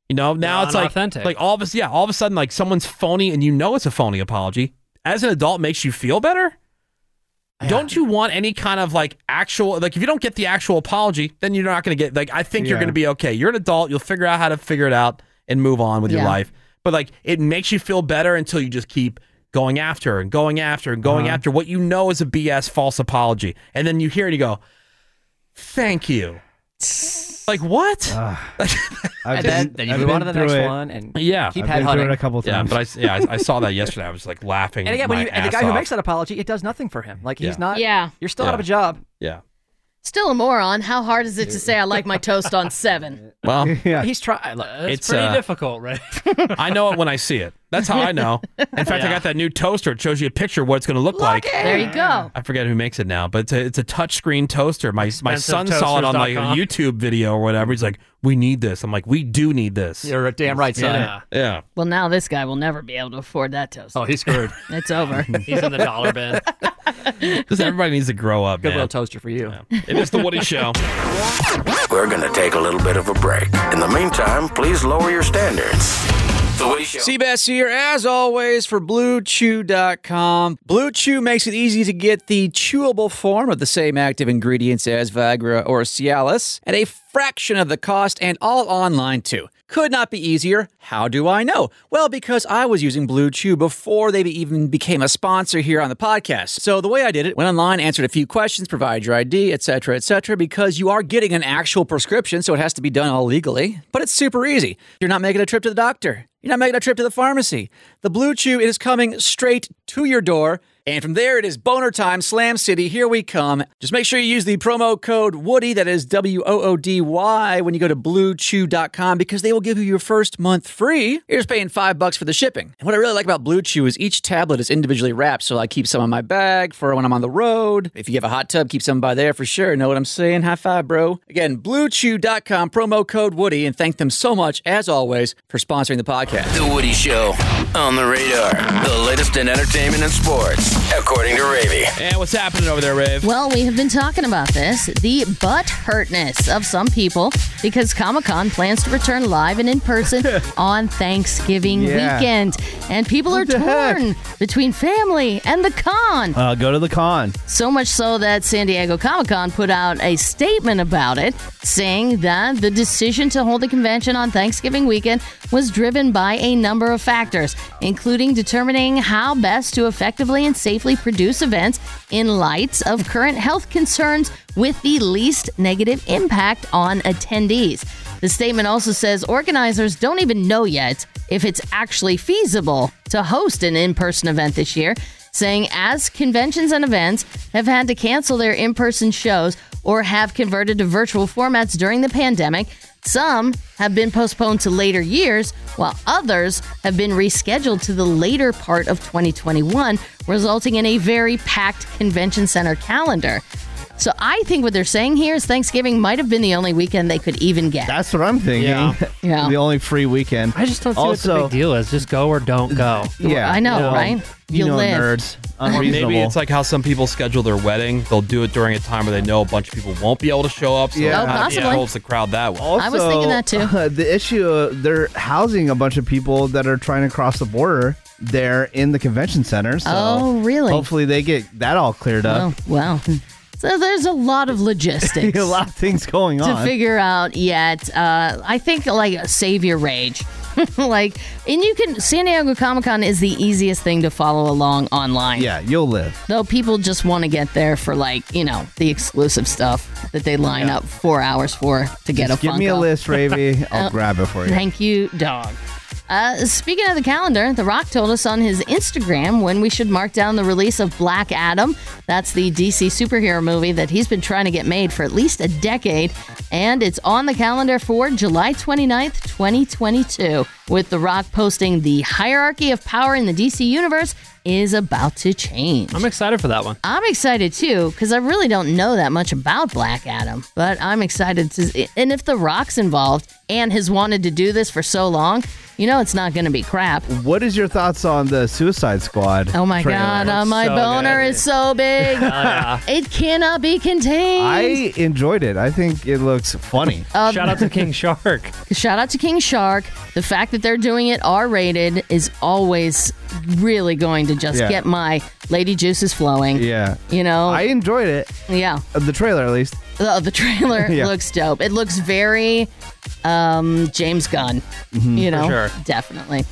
S2: You know, now
S7: Yeah,
S2: it's like
S7: unauthentic.
S2: like all of us, yeah, all of a sudden, like someone's phony, and you know it's a phony apology. As an adult, makes you feel better. Don't you want any kind of like actual like if you don't get the actual apology, then you're not going to get like I think you're
S7: Yeah.
S2: going to be okay. You're an adult, you'll figure out how to figure it out and move on with your
S7: Yeah.
S2: life. But like it makes you feel better until you just keep going after and going after and
S4: Uh-huh.
S2: going after what you know is a BS false apology. And then you hear it and you go, "Thank you." Like what?
S4: I've And then- been- then you I've move on been to the next through it. one and keep
S2: yeah,
S4: I've been head through hunting. it a couple
S2: Yeah,
S4: times.
S2: but I s- yeah, I, I saw that yesterday. I was like laughing.
S24: And again, when
S2: my
S24: you, and the
S2: ass
S24: guy who
S2: off.
S24: makes that apology, it does nothing for him. Like
S2: Yeah.
S24: he's not.
S3: Yeah.
S24: You're still out of a
S2: Yeah.
S24: job.
S2: yeah,
S3: Still a moron. How hard is it to say I like my toast on seven?
S2: well,
S24: He's trying.
S7: It's, pretty
S2: uh,
S7: difficult, right?
S2: I know it when I see it. That's how I know. In fact, I
S7: Yeah.
S2: got that new toaster. It shows you a picture of what it's going to look like.
S3: There you go.
S2: I forget who makes it now, but it's a, it's a touchscreen toaster. My my son saw it on like a
S7: ExpensiveToasters.com.
S2: YouTube video or whatever. He's like, "We need this." I'm like, "We do need this."
S24: You're damn right, son.
S2: Yeah. yeah.
S3: Well, now this guy will never be able to afford that toast.
S24: Oh, he's screwed.
S3: It's over.
S7: He's in the dollar bin.
S2: Just everybody needs to grow up.
S24: Good
S2: man.
S24: little toaster for you.
S2: It is the Woody Show.
S18: We're going to take a little bit of a break. In the meantime, please lower your standards. The Woody Show.
S8: CBS here, as always, for BlueChew.com. Blue Chew makes it easy to get the chewable form of the same active ingredients as Viagra or Cialis at a fraction of the cost and all online too. Could not be easier. How do I know? Well, because I was using Blue Chew before they even became a sponsor here on the podcast. So the way I did it, went online, answered a few questions, provided your ID, etc., etc., because you are getting an actual prescription, so it has to be done all legally. But it's super easy. You're not making a trip to the doctor. You're not making a trip to the pharmacy. The Blue Chew is coming straight to your door. And from there, it is boner time, Slam City. Here we come. Just make sure you use the promo code Woody, that is W O O D Y, when you go to bluechew.com because they will give you your first month free. You're just paying five bucks for the shipping. And what I really like about Blue Chew is each tablet is individually wrapped. So I keep some in my bag for when I'm on the road. If you have a hot tub, keep some by there for sure. Know what I'm saying? High five, bro. Again, bluechew.com, promo code Woody, and thank them so much, as always, for sponsoring the podcast.
S18: The Woody Show on the radar. The
S10: latest in entertainment and sports, according to Ravy.
S2: And what's happening over there, Rave?
S3: Well, we have been talking about this the butt hurtness of some people because Comic Con plans to return live and in person on Thanksgiving
S4: Yeah.
S3: weekend. And people are
S4: the heck?
S3: torn between family and the con.
S4: Uh, go to the con.
S3: So much so that San Diego Comic Con put out a statement about it, saying that the decision to hold the convention on Thanksgiving weekend was driven by a number of factors, including determining how best to effectively and safely produce events in light of current health concerns with the least negative impact on attendees. The statement also says organizers don't even know yet if it's actually feasible to host an in person event this year saying as conventions and events have had to cancel their in person shows or have converted to virtual formats during the pandemic, some have been postponed to later years, while others have been rescheduled to the later part of 2021, resulting in a very packed convention center calendar. So I think what they're saying here is Thanksgiving might have been the only weekend they could even get.
S4: That's what I'm thinking. Yeah.
S3: Yeah.
S4: the only free weekend.
S7: I just don't see what the big deal is. Just go or don't go.
S4: Yeah.
S3: I know,
S4: Well,
S3: right?
S4: You,
S3: You
S4: know,
S3: live.
S4: nerds.
S2: Or maybe
S4: Unreasonable.
S2: it's like how some people schedule their wedding. They'll do it during a time where they know a bunch of people won't be able to show up. So
S4: Yeah.
S2: yeah.
S4: Oh, possibly.
S2: controls the crowd that way.
S4: Also, uh, the issue of they're housing a bunch of people that are trying to cross the border there in the convention center. So
S3: Oh, really?
S4: Hopefully, they get that all cleared up.
S3: Wow. So there's a lot of logistics.
S4: a lot of things going
S3: to
S4: on.
S3: figure out yet. Uh, I think like save your rage. like, and you can San Diego Comic Con is the easiest thing to follow along online.
S4: yeah, you'll live.
S3: Though people just want to get there for like you know the exclusive stuff that they line
S4: Yeah.
S3: up four hours for to get
S4: Just
S3: a
S4: give me a
S3: Funko.
S4: list, Ravy. I'll
S3: Uh,
S4: grab it for you.
S3: Thank you, dog. Uh, speaking of the calendar, The Rock told us on his Instagram when we should mark down the release of Black Adam. That's the DC superhero movie that he's been trying to get made for at least a decade, and it's on the calendar for July 29th, 2022, with The Rock posting the hierarchy of power in the DC universe is about to change.
S7: I'm excited for that one.
S3: I'm excited too because I really don't know that much about Black Adam, but I'm excited to. And if The Rock's involved and has wanted to do this for so long, you know it's not going to be crap.
S4: What is your thoughts on the Suicide Squad?
S3: Oh my god, uh, my boner is so big,
S4: yeah.
S3: it cannot be contained.
S4: I enjoyed it. I think it looks funny.
S3: Um, Shout out to King
S7: Shark.
S3: Shout out to King Shark. The fact that they're doing it R rated is always really going to just
S4: Yeah.
S3: get my lady juices flowing.
S4: Yeah.
S3: You know,
S4: I enjoyed it.
S3: Yeah.
S4: Uh, The trailer, at least.
S3: The, the trailer
S4: Yeah.
S3: looks dope. It looks very um, James Gunn.
S4: Mhm.
S3: you
S4: For
S3: know,
S4: sure.
S3: definitely.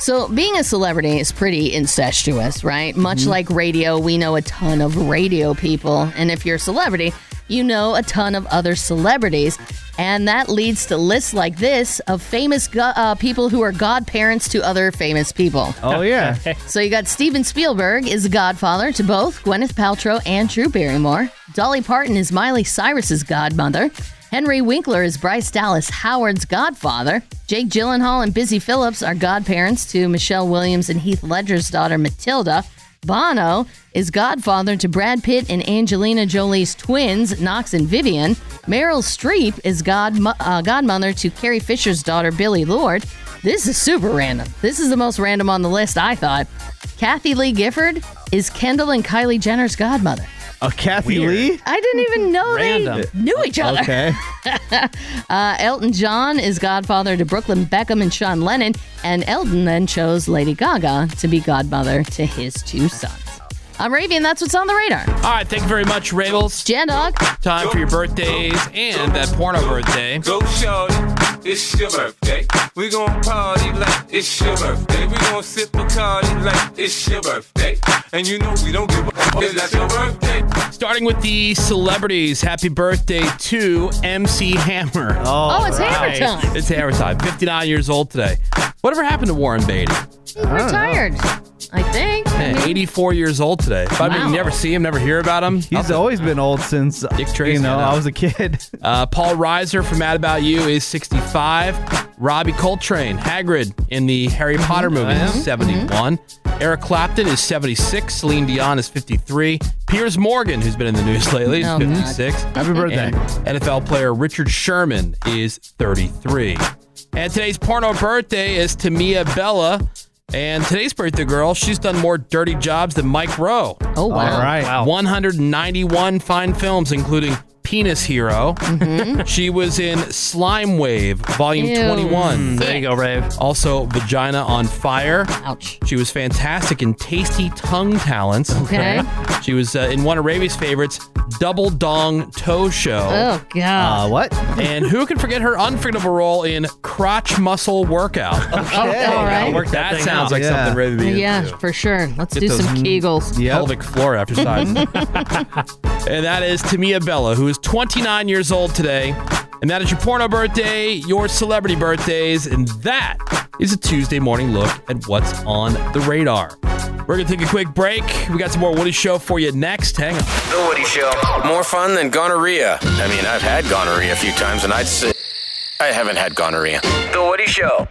S3: So being a celebrity is pretty incestuous, right? Much
S13: Mhm.
S3: like radio, we know a ton of radio people, and if you're a celebrity, you know a ton of other celebrities, and that leads to lists like this of famous go- uh, people who are godparents to other famous people.
S4: Oh, yeah.
S3: So you got Steven Spielberg is the godfather to both Gwyneth Paltrow and Drew Barrymore. Dolly Parton is Miley Cyrus's godmother. Henry Winkler is Bryce Dallas Howard's godfather. Jake Gyllenhaal and Busy Phillips are godparents to Michelle Williams and Heath Ledger's daughter Matilda. Bono is godfather to Brad Pitt and Angelina Jolie's twins, Knox and Vivian. Meryl Streep is god, uh, godmother to Carrie Fisher's daughter, Billy Lord. This is super random. This is the most random on the list, I thought. Kathy Lee Gifford is Kendall and Kylie Jenner's godmother.
S4: Uh, Kathy Lee?
S3: I didn't even know
S4: Random.
S3: they knew each other.
S4: Okay.
S3: uh, Elton John is godfather to Brooklyn Beckham and Sean Lennon, and Elton then chose Lady Gaga to be godmother to his two sons. I'm Ravi, and that's what's on the radar.
S2: All right, thank you very much, Ravels.
S3: Jan Dog.
S2: Time for your birthdays and that porno birthday.
S15: Go shawty, it's your birthday. We gon' party like it's your birthday. We gon' sip a like it's your birthday. And you know we don't give a fuck. It's not your birthday.
S2: Starting with the celebrities, happy birthday to MC Hammer.
S3: Oh, it's Hammer time.
S2: It's Hammer time. 59 years old today. Whatever happened to Warren Beatty?
S3: He's
S2: Ah.
S3: retired, I think. I
S2: Man,
S3: mean,
S2: 84 years old today. But I mean,
S3: Wow.
S2: you never see him, never hear about him.
S4: He's always been old since,
S2: Dick Tracy,
S4: you know,
S2: I know.
S4: I was a kid.
S2: Uh, Paul Reiser from Mad About You is 65. Robbie Coltrane, Hagrid in the Harry Potter movie,
S4: Mhm.
S2: is 71. Eric Clapton is 76. Celine Dion is 53. Piers Morgan, who's been in the news lately, is
S4: Oh, God.
S2: 56.
S4: Happy birthday.
S2: And NFL player Richard Sherman is 33. And today's porno birthday is Tamia Bella. And today's birthday girl, she's done more dirty jobs than Mike Rowe.
S3: Oh, wow. All right. Wow.
S2: 191 fine films, including Penis Hero.
S3: Mm-hmm.
S2: she was in Slime Wave, Volume
S7: Ew.
S2: 21.
S7: Mm, there you
S2: go, Rave. Also, Vagina on Fire.
S3: Ouch.
S2: She was fantastic in Tasty Tongue Talents.
S3: Okay.
S2: She was uh, in one of Ravi's favorites, Double Dong Toe Show.
S3: Oh, God.
S2: Uh, what? and who can forget her unforgettable role in Crotch Muscle Workout? Okay.
S3: Oh, all right.
S2: That,
S3: Work
S7: that thing
S2: sounds
S7: out.
S2: like
S7: Yeah.
S2: something Ravi would
S3: yeah,
S2: do.
S3: for sure. Let's
S2: Get
S3: do
S2: those
S3: some Kegels.
S2: Pelvic floor exercise. and that is Tamia Bella, who is 29 years old today. And that is your porno birthday, your celebrity birthdays, and that is a Tuesday morning look at what's on the radar. We're gonna take a quick break. We got some more Woody Show for you next. Hang on.
S10: The Woody Show. More fun than gonorrhea. I mean, I've had gonorrhea a few times, and I'd say I haven't had gonorrhea. The Woody Show.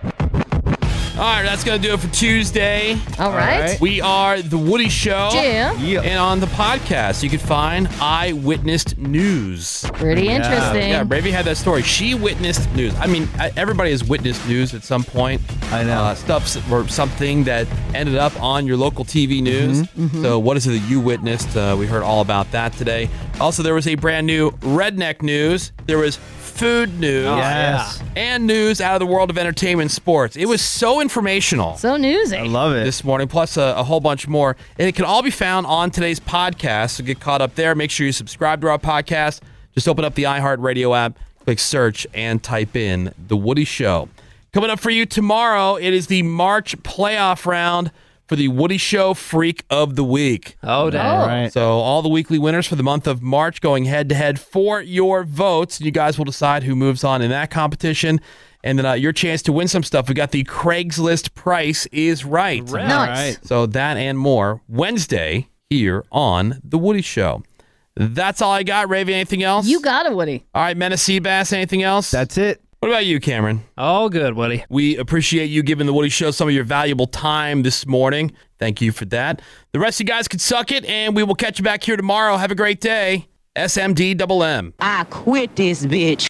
S2: All right, that's going to do it for Tuesday.
S3: All right. right.
S2: We are The Woody Show.
S3: Yeah.
S2: And on the podcast, you can find Eyewitnessed News.
S3: Pretty interesting.
S2: Yeah, Ravi had that story. She witnessed news. I mean, I- everybody has witnessed news at some point. I know. Uh, stuff s- or something that ended up on your local TV news.
S3: Mm-hmm.
S2: So, what is it that you witnessed? Uh, we heard all about that today. Also, there was a brand new redneck news. There was food news.
S4: Oh, Yes.
S2: And news out of the world of entertainment and sports. It was so informational.
S3: So newsy.
S2: I love it. This morning, plus a, a whole bunch more. And it can all be found on today's podcast. So get caught up there. Make sure you subscribe to our podcast. Just open up the iHeartRadio app, click search, and type in The Woody Show. Coming up for you tomorrow, it is the March playoff round for the Woody Show Freak of the Week.
S7: Oh, damn. Oh. Right.
S2: So, all the weekly winners for the month of March going head to head for your votes. You guys will decide who moves on in that competition. And then uh, your chance to win some stuff. We got the Craigslist price is right.
S7: Right. Nice. All right.
S2: So, that and more Wednesday here on The Woody Show. That's all I got. Raven, anything else? You
S3: got it, Woody.
S2: All right, Menace Bass, anything else? That's it. What about you, Cameron?
S7: All good, Woody.
S2: We appreciate you giving the Woody Show some of your valuable time this morning. Thank you for that. The rest of you guys can suck it, and we will catch you back here tomorrow. Have a great day. SMD double M.
S13: I quit this bitch.